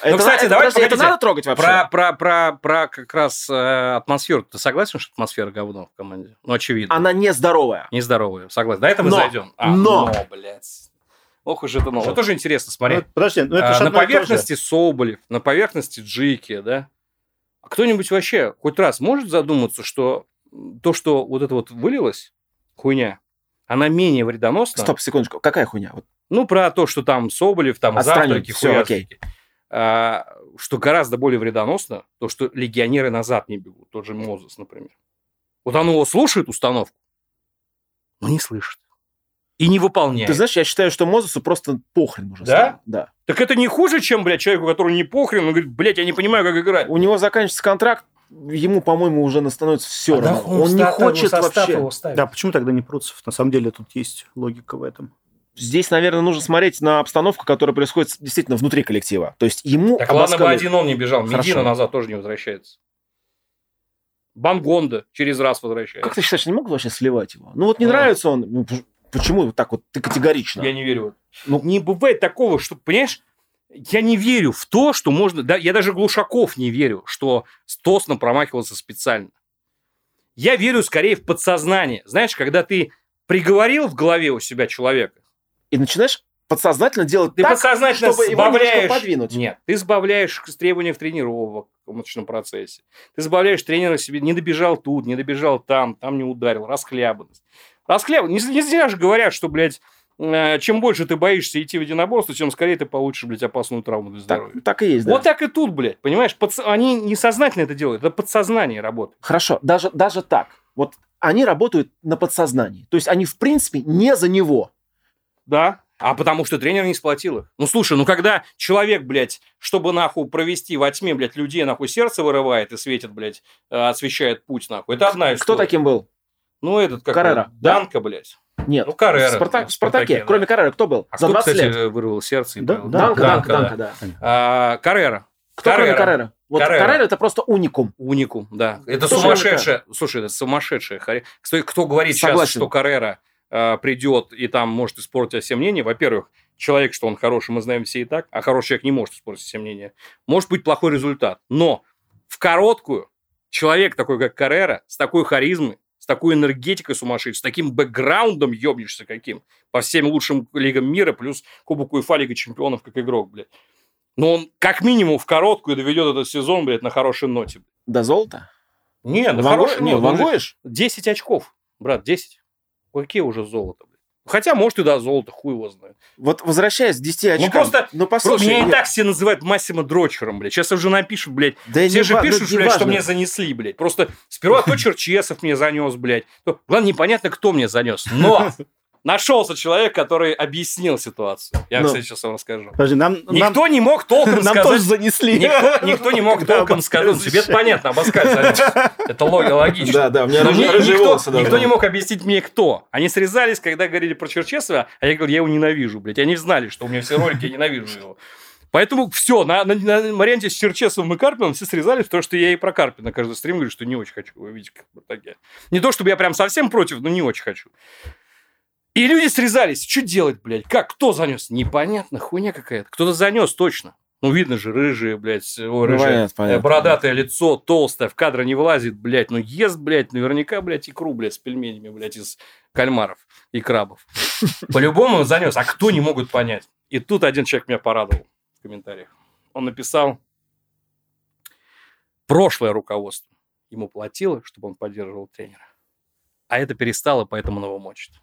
Speaker 2: Это,
Speaker 3: Ну, кстати,
Speaker 2: это,
Speaker 3: давайте,
Speaker 2: подожди, это
Speaker 3: погодите.
Speaker 2: надо трогать вообще?
Speaker 3: Про, про, про, про как раз э, атмосферу. Ты согласен, что атмосфера говно в команде? Ну, очевидно.
Speaker 2: Она нездоровая.
Speaker 3: Нездоровая. Согласен. До этого мы
Speaker 2: А Но.
Speaker 3: зайдем. А,
Speaker 2: Но.
Speaker 3: блядь. Ох уж это но. Вот тоже интересно, смотри.
Speaker 1: Ну, подожди, ну это
Speaker 3: А,
Speaker 1: же
Speaker 3: на
Speaker 1: одно и то же.
Speaker 3: поверхности Соболев, на поверхности Джики, да? А кто-нибудь вообще хоть раз может задуматься, что то, что вот это вот вылилось, хуйня, она менее вредоносна?
Speaker 2: Стоп, секундочку. Какая хуйня? Вот
Speaker 3: Ну, про то, что там Соболев, там
Speaker 2: Отстраним,
Speaker 3: завтраки,
Speaker 2: всё,
Speaker 3: хуяцки. А, что гораздо более вредоносно, то, что легионеры назад не бегут. Тот же Мозес, например. Вот он его слушает, установку, но не слышит. И не выполняет.
Speaker 2: Ты знаешь, я считаю, что Мозесу просто похрен уже
Speaker 3: Да?
Speaker 2: стало. Да.
Speaker 3: Так это не хуже, чем, блядь, человеку, который не похрен, он говорит, блядь, я не понимаю, как играть.
Speaker 2: У него заканчивается контракт, ему, по-моему, уже на- становится все
Speaker 3: А
Speaker 2: равно.
Speaker 3: нахуй
Speaker 2: Он не
Speaker 3: ста-
Speaker 2: хочет
Speaker 3: состав
Speaker 2: вообще.
Speaker 3: его ставит?
Speaker 1: Да, почему тогда не Пруцев? На самом деле тут есть логика в этом.
Speaker 2: Здесь, наверное, нужно смотреть на обстановку, которая происходит действительно внутри коллектива. То есть ему...
Speaker 3: Так ладно бы
Speaker 2: обоскали-
Speaker 3: один он не бежал, Медина
Speaker 2: Хорошо.
Speaker 3: назад тоже не возвращается. Бангонда через раз возвращается.
Speaker 2: Как ты считаешь, не мог бы вообще сливать его? Ну вот не
Speaker 3: Ну.
Speaker 2: нравится он. ну, пш- Почему вот так вот ты категорично?
Speaker 3: Я не верю. в это. Ну, не бывает такого, что, понимаешь, я не верю в то, что можно... Да, я даже Глушаков не верю, что Стосно промахивался специально. Я верю скорее в подсознание. Знаешь, когда ты приговорил в голове у себя человека,
Speaker 2: И начинаешь подсознательно делать
Speaker 3: ты
Speaker 2: так,
Speaker 3: подсознательно
Speaker 2: чтобы его немножко
Speaker 3: сбавляешь...
Speaker 2: подвинуть.
Speaker 3: Нет, ты сбавляешь с требований в тренировок в мышечном процессе. Ты сбавляешь тренера себе, не добежал тут, не добежал там, там не ударил, расхлябанность. Расхлябанность. Не, не зря же говорят, что, блядь, э, чем больше ты боишься идти в единоборство, тем скорее ты получишь, блядь, опасную травму для
Speaker 2: так,
Speaker 3: здоровья.
Speaker 2: так и есть, да.
Speaker 3: Вот так и тут, блядь, понимаешь? Подс- Они несознательно это делают, это подсознание работает.
Speaker 2: Хорошо, даже, даже так. Вот они работают на подсознании. То есть они, в принципе, не за него.
Speaker 3: Да. А потому что тренер не сплотил их. Ну, слушай, ну когда человек, блядь, чтобы нахуй провести во тьме, блядь, людей нахуй сердце вырывает и светит, блядь, э, освещает путь нахуй. Это одна история.
Speaker 2: Кто таким был?
Speaker 3: Ну, этот как
Speaker 2: Каррера,
Speaker 3: его, Данка, блядь.
Speaker 2: Нет.
Speaker 3: Ну, Каррера.
Speaker 2: в, Спарта-
Speaker 3: да,
Speaker 2: в Спартаке.
Speaker 3: да.
Speaker 2: Кроме Каррера, кто был?
Speaker 3: А
Speaker 2: за
Speaker 3: кто,
Speaker 2: 20
Speaker 3: кстати,
Speaker 2: лет.
Speaker 3: вырвал сердце? и
Speaker 1: Да,
Speaker 3: был?
Speaker 1: да,
Speaker 2: Данка, Данка, Данка, да.
Speaker 3: А, Каррера.
Speaker 2: Кто кроме
Speaker 3: Каррера.
Speaker 2: Каррера? Вот
Speaker 3: Каррера.
Speaker 2: Каррера. это просто уникум.
Speaker 3: Уникум, да. Это
Speaker 2: Слушай,
Speaker 3: сумасшедшая... Слушай, это сумасшедшая харе- Кто, кто говорит сейчас,
Speaker 2: Согласен.
Speaker 3: что Каррера а, придет и там может испортить все мнение, во-первых, человек, что он хороший, мы знаем все и так, а хороший человек не может испортить все мнения. Может быть плохой результат, но в короткую человек такой, как Каррера, с такой харизмой, с такой энергетикой сумасшедшей, с таким бэкграундом ебнешься каким, по всем лучшим лигам мира, плюс Кубок УЕФА Лига Чемпионов как игрок, блядь. Но он как минимум в короткую доведет этот сезон, блядь, на хорошей ноте.
Speaker 2: До золота?
Speaker 3: Не,
Speaker 2: Ван
Speaker 3: ну
Speaker 2: Го-
Speaker 3: хороший
Speaker 2: не,
Speaker 3: нет,
Speaker 2: Ван
Speaker 3: он же
Speaker 2: Гоиш?
Speaker 3: 10 очков, брат, 10. Какие уже золото, блядь. Хотя, может, и до золота, хуй его знает.
Speaker 2: Вот возвращаясь к 10 очкам.
Speaker 3: просто-
Speaker 2: Ну,
Speaker 3: Просто
Speaker 2: послушай.
Speaker 3: меня и
Speaker 2: нет.
Speaker 3: так все называют Массимо Дрочером, блядь. Сейчас уже напишут, блядь.
Speaker 2: Да
Speaker 3: Все
Speaker 2: не
Speaker 3: же
Speaker 2: ва-
Speaker 3: пишут,
Speaker 2: ну,
Speaker 3: блядь,
Speaker 2: неважно.
Speaker 3: что мне занесли, блядь. Просто сперва то Черчесов мне занес, блядь. то- Главное, непонятно, кто мне занес. Но нашелся человек, который объяснил ситуацию. Я,
Speaker 2: Ну.
Speaker 3: кстати, сейчас вам расскажу.
Speaker 1: Подожди, нам... нам-
Speaker 3: Никто не мог толком
Speaker 1: нам тоже
Speaker 3: сказать...
Speaker 1: занесли.
Speaker 3: Никто, никто не мог
Speaker 1: Когда
Speaker 3: толком
Speaker 1: Абаскаль
Speaker 3: сказать. Ну, Тебе это
Speaker 1: защищает.
Speaker 3: понятно, Абаскаль занес. Это лог- логично.
Speaker 2: Да, да, у меня
Speaker 3: Ну,
Speaker 2: рыжие-
Speaker 3: ни-
Speaker 2: рыжие
Speaker 3: никто,
Speaker 2: волосы даже.
Speaker 3: никто не мог объяснить мне, кто. Они срезались, когда говорили про Черчесова, а я говорил, я его ненавижу, блядь. Они знали, что у меня все ролики, я ненавижу его. Поэтому все, на, на, на варианте с Черчесовым и Карпином все срезались, потому что я и про Карпина каждый стрим говорю, что не очень хочу его видеть как Спартаке. Не то, чтобы я прям совсем против, но не очень хочу. И люди срезались. Что делать, блядь? Как? Кто занес? Непонятно, хуйня какая-то. Кто-то занес точно. Ну, видно же, рыжие, блядь, о,
Speaker 2: Ну,
Speaker 3: рыжие,
Speaker 2: понятно, понятно.
Speaker 3: Э, Бородатое лицо, толстое, в кадр не вылазит, блядь. Ну, ест, блядь, наверняка, блядь, икру, блядь, с пельменями, блядь, из кальмаров и крабов. По-любому занес. А кто не могут понять? И тут один человек меня порадовал в комментариях. Он написал, прошлое руководство ему платило, чтобы он поддерживал тренера. А это перестало, поэтому он его мочит.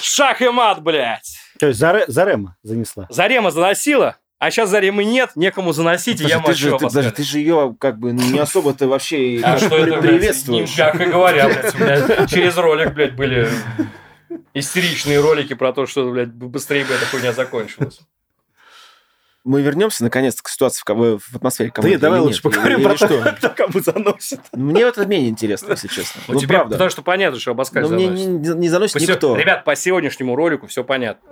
Speaker 3: Шах и мат, блядь!
Speaker 1: То есть Заре- Зарема занесла.
Speaker 3: Зарема заносила, а сейчас Заремы нет, некому заносить, и я
Speaker 2: Подожди, ты, же,
Speaker 3: мочу
Speaker 2: ты- подожди,
Speaker 3: Абаскаля.
Speaker 2: ты же ее как бы ну,
Speaker 3: [laughs]
Speaker 2: не особо ты вообще и
Speaker 3: А
Speaker 2: как
Speaker 3: что
Speaker 2: бы
Speaker 3: это, блядь,
Speaker 2: приветствуешь.
Speaker 3: с ним, Мягко говоря, блядь, у меня через ролик, блядь, были истеричные ролики про то, что, блядь, быстрее бы эта хуйня закончилась.
Speaker 2: мы вернемся наконец-то к ситуации в, ко- в атмосфере
Speaker 1: Да
Speaker 2: команды.
Speaker 1: нет, давай
Speaker 2: или
Speaker 1: лучше
Speaker 2: нет?
Speaker 1: поговорим
Speaker 2: Или
Speaker 1: про то,
Speaker 2: что? Ну,
Speaker 1: кто кому заносит.
Speaker 2: Мне вот это менее интересно, если честно.
Speaker 3: Ну,
Speaker 2: Ну,
Speaker 3: тебе-
Speaker 2: правда.
Speaker 3: Потому что понятно, что Абаскаль
Speaker 2: Но мне не,
Speaker 3: заносит.
Speaker 2: не заносит
Speaker 3: По се-
Speaker 2: никто.
Speaker 3: Ребят, по сегодняшнему ролику все понятно.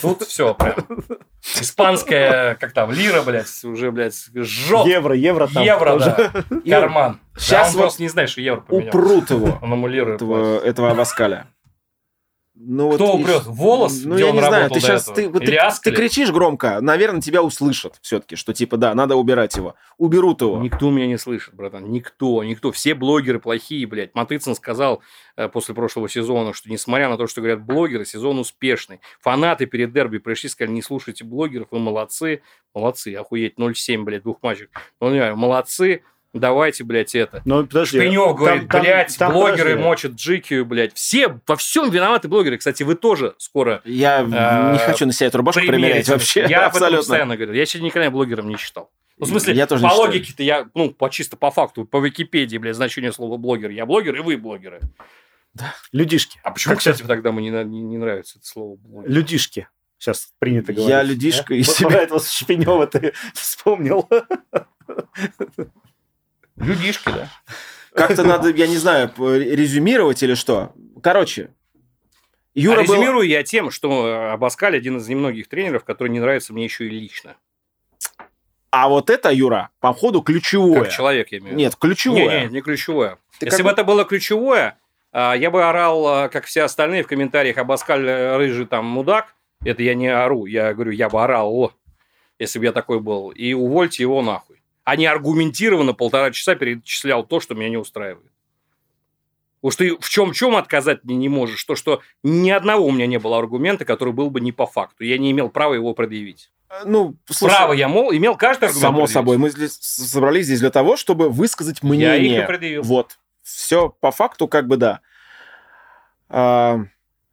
Speaker 3: Тут все прям. Испанская, как там, лира, блядь, уже, блядь, жжет.
Speaker 1: Евро, евро там.
Speaker 3: Евро,
Speaker 1: тоже.
Speaker 3: да.
Speaker 2: И он
Speaker 3: Карман.
Speaker 2: щас
Speaker 3: Сейчас он
Speaker 2: вот
Speaker 3: просто не знает, что евро поменял.
Speaker 2: упрут
Speaker 3: [laughs]
Speaker 2: его,
Speaker 3: Он эмулирует.
Speaker 2: этого, этого Абаскаля. Ну,
Speaker 3: Кто
Speaker 2: и-
Speaker 3: упрет? Волос,
Speaker 2: Ну,
Speaker 3: где
Speaker 2: я
Speaker 3: он
Speaker 2: не знаю,
Speaker 3: работал
Speaker 2: ты
Speaker 3: до
Speaker 2: сейчас...
Speaker 3: этого?
Speaker 2: Ты, вот
Speaker 3: Или
Speaker 2: ты, ты
Speaker 3: Аскли?
Speaker 2: кричишь громко, наверное, тебя услышат все-таки, что типа, да, надо убирать его. Уберут его.
Speaker 3: Никто меня не слышит, братан. Никто, никто. Все блогеры плохие, блядь. Матыцын сказал э, после прошлого сезона, что несмотря на то, что говорят блогеры, сезон успешный. Фанаты перед дерби пришли, сказали, не слушайте блогеров, вы молодцы. Молодцы, охуеть, 0-7, блядь, двух матчей. Ну, не, молодцы, давайте, блядь, это.
Speaker 1: Ну, подожди.
Speaker 3: Шпинев говорит,
Speaker 1: там-
Speaker 3: блядь,
Speaker 1: там
Speaker 3: блогеры
Speaker 1: подожди.
Speaker 3: мочат Джикию, блядь. Все, во всем виноваты блогеры. Кстати, вы тоже скоро
Speaker 2: Я
Speaker 3: Э,
Speaker 2: не хочу на себя эту рубашку примерять [laughs]
Speaker 3: примерите.
Speaker 2: вообще.
Speaker 3: Я об этом
Speaker 2: абсолютно.
Speaker 3: постоянно [laughs] говорю. Я еще никогда блогером не считал. Ну, в смысле,
Speaker 2: Я тоже
Speaker 3: по
Speaker 2: не считаю.
Speaker 3: логике-то я, ну, по чисто по факту, по Википедии, блядь, значение слова блогер. Я блогер, и вы блогеры.
Speaker 1: Людишки.
Speaker 3: А почему, кстати, тогда мне не, на- не- не нравится это слово блогер?
Speaker 1: Людишки. Сейчас принято говорить.
Speaker 2: Я людишка и
Speaker 1: Вот
Speaker 2: себя-
Speaker 1: про этого Шпинева ты [laughs] вспомнил.
Speaker 2: [laughs]
Speaker 3: Людишки, да.
Speaker 2: Как-то надо, я не знаю, п- резюмировать или что. Короче,
Speaker 3: А
Speaker 2: Юра был...
Speaker 3: резюмирую я тем, что э, Абаскаль один из немногих тренеров, который не нравится мне еще и лично.
Speaker 2: А вот это, Юра, походу, ключевое.
Speaker 3: Как человек, я имею в виду.
Speaker 2: Нет, ключевое.
Speaker 3: Не, не, не ключевое.
Speaker 2: Ты
Speaker 3: Если
Speaker 2: как
Speaker 3: бы
Speaker 2: бы-
Speaker 3: это было ключевое, а, я бы орал, а, как все остальные в комментариях, Абаскаль э, рыжий там мудак. Это я не ору, я говорю, я бы орал, «О», если бы я такой был. И увольте его нахуй. А не аргументированно полтора часа перечислял то, что меня не устраивает. Уж ты в чем-чем отказать мне не можешь. То, что ни одного у меня не было аргумента, который был бы не по факту. Я не имел права его предъявить.
Speaker 2: Ну, слушай,
Speaker 3: Право я мол, имел каждый аргумент.
Speaker 2: само
Speaker 3: предъявить.
Speaker 2: собой. Мы здесь с- собрались здесь для того, чтобы высказать
Speaker 3: Я их и
Speaker 2: мнение.
Speaker 3: предъявил.
Speaker 2: Вот. Все по факту, как бы да. А,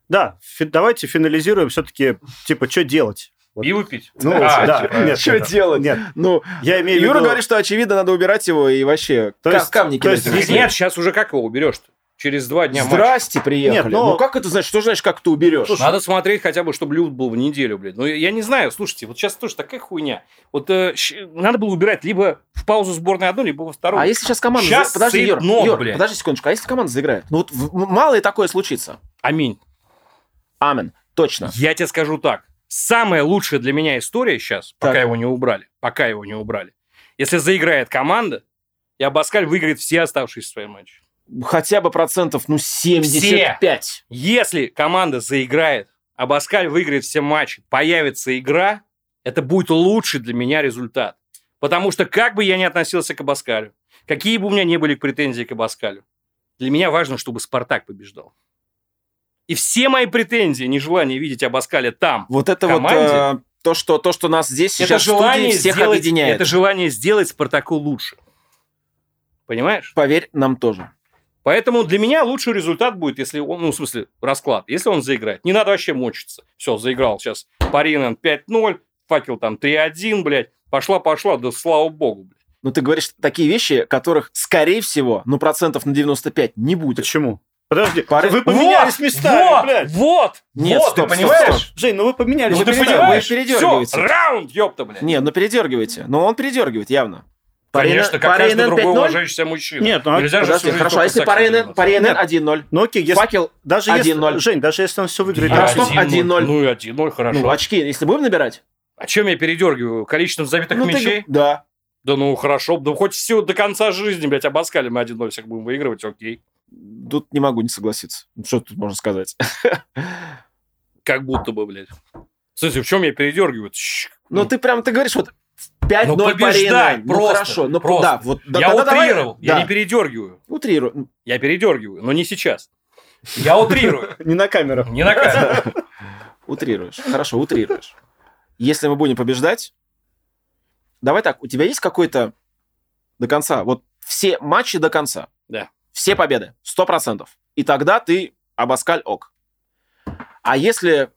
Speaker 1: Да, фи- давайте финализируем все-таки, типа, что делать? вот.
Speaker 3: Пиво пить.
Speaker 1: Ну,
Speaker 3: А,
Speaker 1: да,
Speaker 3: типа,
Speaker 1: нет,
Speaker 2: Чё
Speaker 1: нет,
Speaker 2: делать?
Speaker 1: Нет,
Speaker 2: ну,
Speaker 1: я имею в виду...
Speaker 2: Юра говорит, что очевидно, надо убирать его и вообще
Speaker 1: То
Speaker 2: ка-
Speaker 1: есть-
Speaker 2: камни
Speaker 1: то есть
Speaker 2: кидать.
Speaker 1: везде
Speaker 3: Нет, сейчас уже как его уберешь-то? Через два дня матч.
Speaker 2: Здрасте, приехали.
Speaker 1: Нет, ну-
Speaker 2: ну... как это значит? Что значит, как ты уберешь?
Speaker 1: Слушай,
Speaker 3: Надо смотреть хотя бы, чтобы люд был в неделю, блядь. Ну, я- я не знаю, слушайте, вот сейчас тоже такая хуйня. Вот э, щ- надо было убирать либо в паузу сборной одну, либо во вторую.
Speaker 2: А если сейчас команда...
Speaker 3: Щас
Speaker 2: за- подожди, Юр,
Speaker 3: сыпнут,
Speaker 2: Юр,
Speaker 3: блядь.
Speaker 2: подожди секундочку. А если команда заиграет? Ну вот в- м- мало ли такое случится.
Speaker 3: Аминь.
Speaker 2: Амин. Точно.
Speaker 3: Я тебе скажу так. Самая лучшая для меня история сейчас,
Speaker 2: Так.
Speaker 3: пока его не убрали, пока его не убрали. Если заиграет команда, и Абаскаль выиграет все оставшиеся свои матчи.
Speaker 2: Хотя бы процентов, ну, 75.
Speaker 3: Если команда заиграет, Абаскаль выиграет все матчи, появится игра, это будет лучший для меня результат. Потому что как бы я ни относился к Абаскалю, какие бы у меня ни были претензии к Абаскалю, для меня важно, чтобы Спартак побеждал. И все мои претензии, нежелание видеть Абаскаля там,
Speaker 2: Вот это
Speaker 3: Команде?
Speaker 2: вот э, то, что, то, что нас здесь
Speaker 3: это
Speaker 2: сейчас в студии
Speaker 3: желание,
Speaker 2: всех
Speaker 3: сделать,
Speaker 2: объединяет.
Speaker 3: это желание сделать Спартаку лучше. Понимаешь?
Speaker 2: Поверь, нам тоже.
Speaker 3: Поэтому для меня лучший результат будет, если он, ну, в смысле, расклад, если он заиграет. Не надо вообще мучиться. Все, заиграл сейчас Паринан 5-0, факел там 3-1, блядь. Пошла-пошла, да слава богу, блядь.
Speaker 2: Но Ну, ты говоришь такие вещи, которых, скорее всего, ну, процентов на 95 не будет.
Speaker 1: Почему? Подожди,
Speaker 2: Пары-
Speaker 1: вы поменялись
Speaker 3: Вот,
Speaker 1: местами,
Speaker 3: вот,
Speaker 1: блядь.
Speaker 3: Вот,
Speaker 2: Нет,
Speaker 3: вот,
Speaker 2: стоп,
Speaker 3: ты
Speaker 2: стоп,
Speaker 3: понимаешь?
Speaker 2: стоп.
Speaker 1: Жень, ну вы поменялись
Speaker 3: Ну, ты
Speaker 2: Вы
Speaker 1: местами.
Speaker 3: понимаешь?
Speaker 2: вы передергиваете.
Speaker 3: Все, раунд, ёпта, блядь.
Speaker 2: Не, ну передергиваете. Но он передергивает явно.
Speaker 3: Конечно,
Speaker 2: Парейнен-
Speaker 3: как каждый
Speaker 2: Парейнен
Speaker 3: другой
Speaker 2: 5-0?
Speaker 3: уважающийся мужчина.
Speaker 1: Нет, ну, а-
Speaker 3: Нельзя же всю
Speaker 2: Подожди,
Speaker 3: жизнь
Speaker 2: хорошо,
Speaker 3: только
Speaker 2: а если
Speaker 3: сексом
Speaker 2: Парейнен
Speaker 3: заниматься.
Speaker 2: 1
Speaker 1: Нет.
Speaker 2: 1-0?
Speaker 1: Ну окей, если-
Speaker 2: Факел,
Speaker 1: даже если...
Speaker 2: 1-0.
Speaker 1: Жень, даже если он все выиграет...
Speaker 3: Я
Speaker 2: Ростов
Speaker 3: 1-0.
Speaker 2: 1-0.
Speaker 3: Ну и 1-0, хорошо.
Speaker 2: ну, очки, если будем набирать?
Speaker 3: А чем я передергиваю? Количеством забитых
Speaker 2: ну, ты
Speaker 3: мячей?
Speaker 2: г- Да.
Speaker 3: Да ну хорошо, ну хоть все до конца жизни, блядь, обоскали мы 1-0 всех будем выигрывать, окей.
Speaker 2: Тут не могу не согласиться. Ну, Что тут можно сказать? [laughs] Ну,
Speaker 3: Как будто бы, блядь. В смысле, в чем я передергиваю? Тш,
Speaker 2: Ну, ты прям, ты говоришь, вот 5-0
Speaker 3: Ну, побеждай,
Speaker 2: Парейнен. Ну,
Speaker 3: просто,
Speaker 2: хорошо. Ну,
Speaker 3: просто.
Speaker 2: да, вот... да-
Speaker 3: я
Speaker 2: да- да, давай-
Speaker 3: утрировал, я
Speaker 2: да.
Speaker 3: не передергиваю.
Speaker 2: Утрирую.
Speaker 3: Я передергиваю, но не сейчас. Я
Speaker 2: [laughs]
Speaker 3: утрирую,
Speaker 1: Не на камеру.
Speaker 3: не на камеру.
Speaker 2: Утрируешь. Хорошо, утрируешь. Если мы будем побеждать, давай так, у тебя есть какой-то до конца, вот все матчи до конца.
Speaker 3: Да.
Speaker 2: Все победы, 100%. И тогда ты обоскаль ок. А если,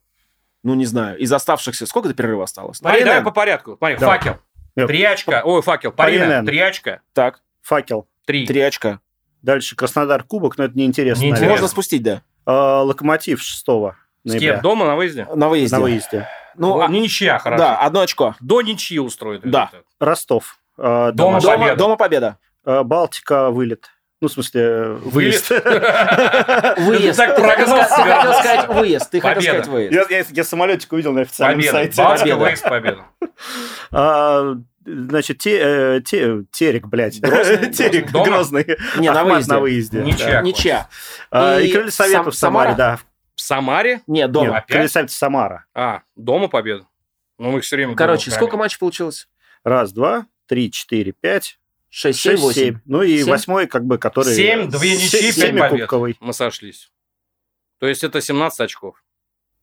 Speaker 2: ну не знаю, из оставшихся, сколько до перерыва осталось?
Speaker 3: Смотри, давай
Speaker 2: Паринен.
Speaker 3: по порядку. Смотри,
Speaker 1: Давай.
Speaker 3: факел,
Speaker 1: Нет.
Speaker 3: три очка, ой, факел, парина,
Speaker 1: Паринен.
Speaker 3: три очка,
Speaker 2: Так,
Speaker 1: Факел.
Speaker 3: три.
Speaker 2: три очка.
Speaker 1: Дальше Краснодар Кубок, но это неинтересно.
Speaker 3: Неинтересно.
Speaker 1: наверное.
Speaker 2: Можно спустить, да,
Speaker 1: А, Локомотив 6
Speaker 3: С кем?
Speaker 1: ноября
Speaker 3: Дома на выезде?
Speaker 2: на выезде.
Speaker 1: на выезде.
Speaker 7: Ну,
Speaker 3: Ну,
Speaker 7: а-
Speaker 3: не ничья, хорошо.
Speaker 2: Да, одно очко.
Speaker 3: До ничьи устроит.
Speaker 2: Да.
Speaker 3: результат.
Speaker 1: Ростов. э,
Speaker 3: Дома
Speaker 1: домашний.
Speaker 3: победа.
Speaker 2: Дома победа.
Speaker 1: Э, Балтика вылет. Ну, в смысле, э, выезд.
Speaker 2: [laughs]
Speaker 3: Вылет. [laughs]
Speaker 2: Выезд.
Speaker 3: так
Speaker 2: Ты хотел
Speaker 3: прогнал
Speaker 2: сказать-
Speaker 3: себя.
Speaker 2: хотел сказать выезд. Ты хотел
Speaker 3: Победа.
Speaker 2: сказать выезд.
Speaker 1: Я, я- я самолетик увидел на официальном
Speaker 3: Победа.
Speaker 1: сайте.
Speaker 3: Балтика
Speaker 2: Победа.
Speaker 3: выезд победа.
Speaker 1: А, значит, те- э, те- Терек, блядь.
Speaker 3: Грозный?
Speaker 1: Терек,
Speaker 3: Дома?
Speaker 1: Грозный.
Speaker 2: Не, на
Speaker 1: Ахмат
Speaker 2: выезде.
Speaker 1: на выезде.
Speaker 3: Ничья.
Speaker 1: да.
Speaker 2: Ничья.
Speaker 1: А, И,
Speaker 2: И
Speaker 1: Крылья
Speaker 2: Сам-
Speaker 1: Советов в Самаре, да.
Speaker 3: В Самаре?
Speaker 2: Нет, дома.
Speaker 1: Нет,
Speaker 3: Опять?
Speaker 1: Крылья Советов Самара.
Speaker 3: А, дома победа. Ну, мы их все время...
Speaker 2: Короче,
Speaker 3: дома
Speaker 2: сколько
Speaker 3: громим.
Speaker 2: матчей получилось?
Speaker 1: Раз, два, три, четыре, пять,
Speaker 2: 6, 7,
Speaker 1: шесть,
Speaker 2: 8.
Speaker 1: семь. Ну и
Speaker 2: Семь?
Speaker 1: восьмой, как бы, который...
Speaker 3: Семь, две ничьи, пять побед.
Speaker 1: Семикубковый.
Speaker 3: Мы сошлись. То есть это 17 очков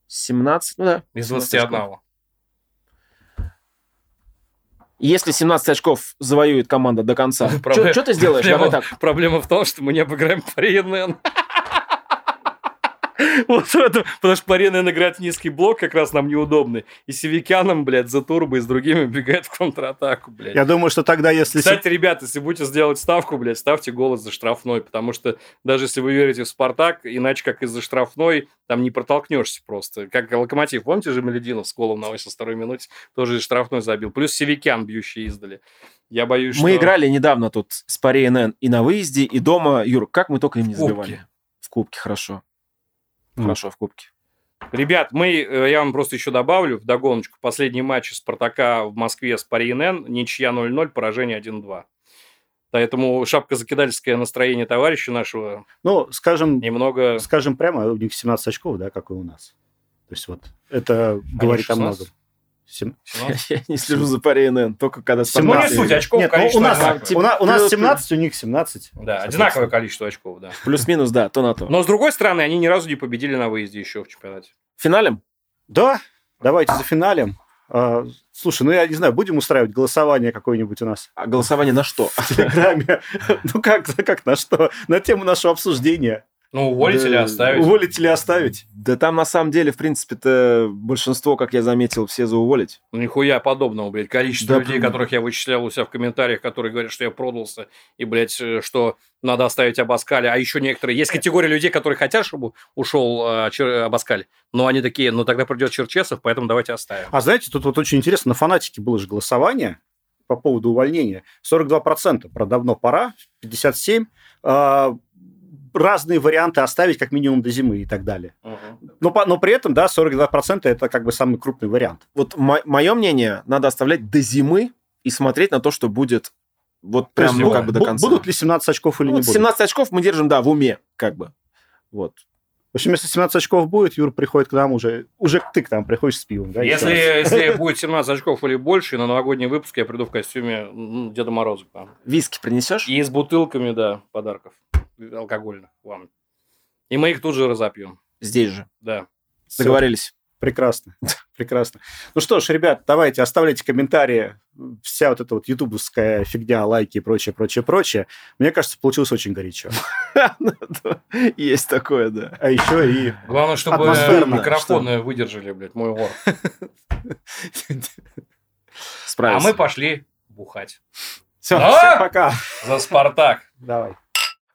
Speaker 2: 17, ну да.
Speaker 3: из
Speaker 2: 17 очков.
Speaker 3: 21.
Speaker 2: Если 17 очков завоюет команда до
Speaker 3: [laughs]
Speaker 2: конца,
Speaker 3: Проблема-
Speaker 2: что ты сделаешь? Давай так.
Speaker 3: Проблема в том, что мы не обыграем Пари НН. [laughs] Вот в этом, потому что Пари НН играет в низкий блок, как раз нам неудобный. И Севикянам, блядь, за турбо и с другими [laughs] бегает в контратаку, блядь.
Speaker 1: Я думаю, что тогда, если...
Speaker 3: Кстати, ребят, если будете сделать ставку, блядь, ставьте голос за штрафной, потому что даже если вы верите в «Спартак», иначе как из-за штрафной там не протолкнешься просто. Как «Локомотив», помните же Малединов с голом на 82-й минуте тоже из штрафной забил. Плюс Севикян, бьющий издали. Я боюсь, что...
Speaker 2: Мы играли недавно тут с Пари НН и на выезде, и дома. Юр, как мы только им не
Speaker 3: В кубке. Ну.
Speaker 2: забивали. В кубке, хорошо.
Speaker 7: Мгм.
Speaker 2: Хорошо, в кубке. [laughs]
Speaker 3: Ребят, мы, э, я вам просто еще добавлю в догоночку. Последний матч «Спартака» в Москве с Пари НН, ничья 0-0, поражение 1-2. Поэтому шапкозакидальское настроение товарища нашего
Speaker 1: Ну, скажем,
Speaker 3: немного...
Speaker 1: скажем прямо, у них 17 очков, да, как и у нас. То есть вот
Speaker 3: А
Speaker 1: это говорит о
Speaker 3: 16?
Speaker 1: многом. Сем-
Speaker 2: Ну, Я не слежу за Пари НН, только когда
Speaker 3: Ну, не
Speaker 1: Семнадцать.
Speaker 3: суть, очков,
Speaker 1: Нет, ну,
Speaker 3: конечно,
Speaker 1: у нас,
Speaker 3: одинаковое.
Speaker 1: у, на- у нас
Speaker 2: Плюс-
Speaker 1: 17, у них 17.
Speaker 3: Да,
Speaker 1: Соответственно.
Speaker 3: одинаковое количество очков, да.
Speaker 2: Плюс-минус, да, то на то.
Speaker 3: Но с другой стороны, они ни разу не победили на выезде еще в чемпионате.
Speaker 2: Финалем?
Speaker 1: Да, давайте за финалем. А, Слушай, ну я не знаю, будем устраивать голосование какое-нибудь у нас
Speaker 2: А голосование на что?
Speaker 1: в Телеграме? [laughs] Ну как, как на что? На тему нашего обсуждения.
Speaker 3: Ну, уволить
Speaker 2: Да,
Speaker 3: или оставить?
Speaker 1: Уволить или оставить?
Speaker 2: Да там на самом деле, в принципе-то, большинство, как я заметил, все за уволить.
Speaker 3: Ну, нихуя подобного, блядь. Количество
Speaker 2: Да,
Speaker 3: людей,
Speaker 2: блин.
Speaker 3: которых я вычислял у себя в комментариях, которые говорят, что я продался, и, блядь, э, что надо оставить Абаскаля. А еще некоторые... Есть категория людей, которые хотят, чтобы ушел э, Чер- Абаскаль, но они такие, ну, тогда придет Черчесов, поэтому давайте оставим.
Speaker 1: А знаете, тут вот очень интересно, на фанатике было же голосование по поводу увольнения. 42% про давно пора, 57%. а, разные варианты оставить как минимум до зимы и так далее. Но, по- но при этом, да, 42% это как бы самый крупный вариант.
Speaker 2: Вот мое мнение, надо оставлять до зимы и смотреть на то, что будет вот
Speaker 1: То
Speaker 2: прям,
Speaker 1: есть
Speaker 2: ну,
Speaker 1: бу-
Speaker 2: как бы до
Speaker 1: бу-
Speaker 2: конца.
Speaker 1: Будут ли 17 очков или
Speaker 2: Ну,
Speaker 1: не
Speaker 2: вот
Speaker 1: будут?
Speaker 2: 17 очков мы держим, да, в уме, как бы. Вот.
Speaker 1: В общем, если 17 очков будет, Юр приходит к нам уже, уже ты к нам приходишь с пивом, да?
Speaker 3: Если,
Speaker 1: еще раз.
Speaker 3: если будет 17 очков или больше, и на новогодний выпуск я приду в костюме м, Деда Мороза. по-моему.
Speaker 2: Виски принесешь?
Speaker 3: И с бутылками, да, подарков алкогольных вам. И мы их тут же разопьем.
Speaker 2: Здесь же.
Speaker 3: Да.
Speaker 1: Всё,
Speaker 2: Договорились.
Speaker 1: Прекрасно, [laughs] прекрасно. Ну что ж, ребят, давайте оставляйте комментарии. Вся вот эта вот ютубовская фигня, лайки и прочее, прочее, прочее. Мне кажется, получилось очень горячо.
Speaker 2: [laughs] Есть такое, да.
Speaker 1: А еще
Speaker 2: [laughs]
Speaker 1: и...
Speaker 3: Главное, чтобы
Speaker 1: Атмосферно,
Speaker 3: микрофоны выдержали, блядь, мой вор. А
Speaker 2: Справился.
Speaker 3: мы пошли бухать.
Speaker 1: Все,
Speaker 3: Да?
Speaker 1: пока.
Speaker 3: За «Спартак».
Speaker 1: Давай.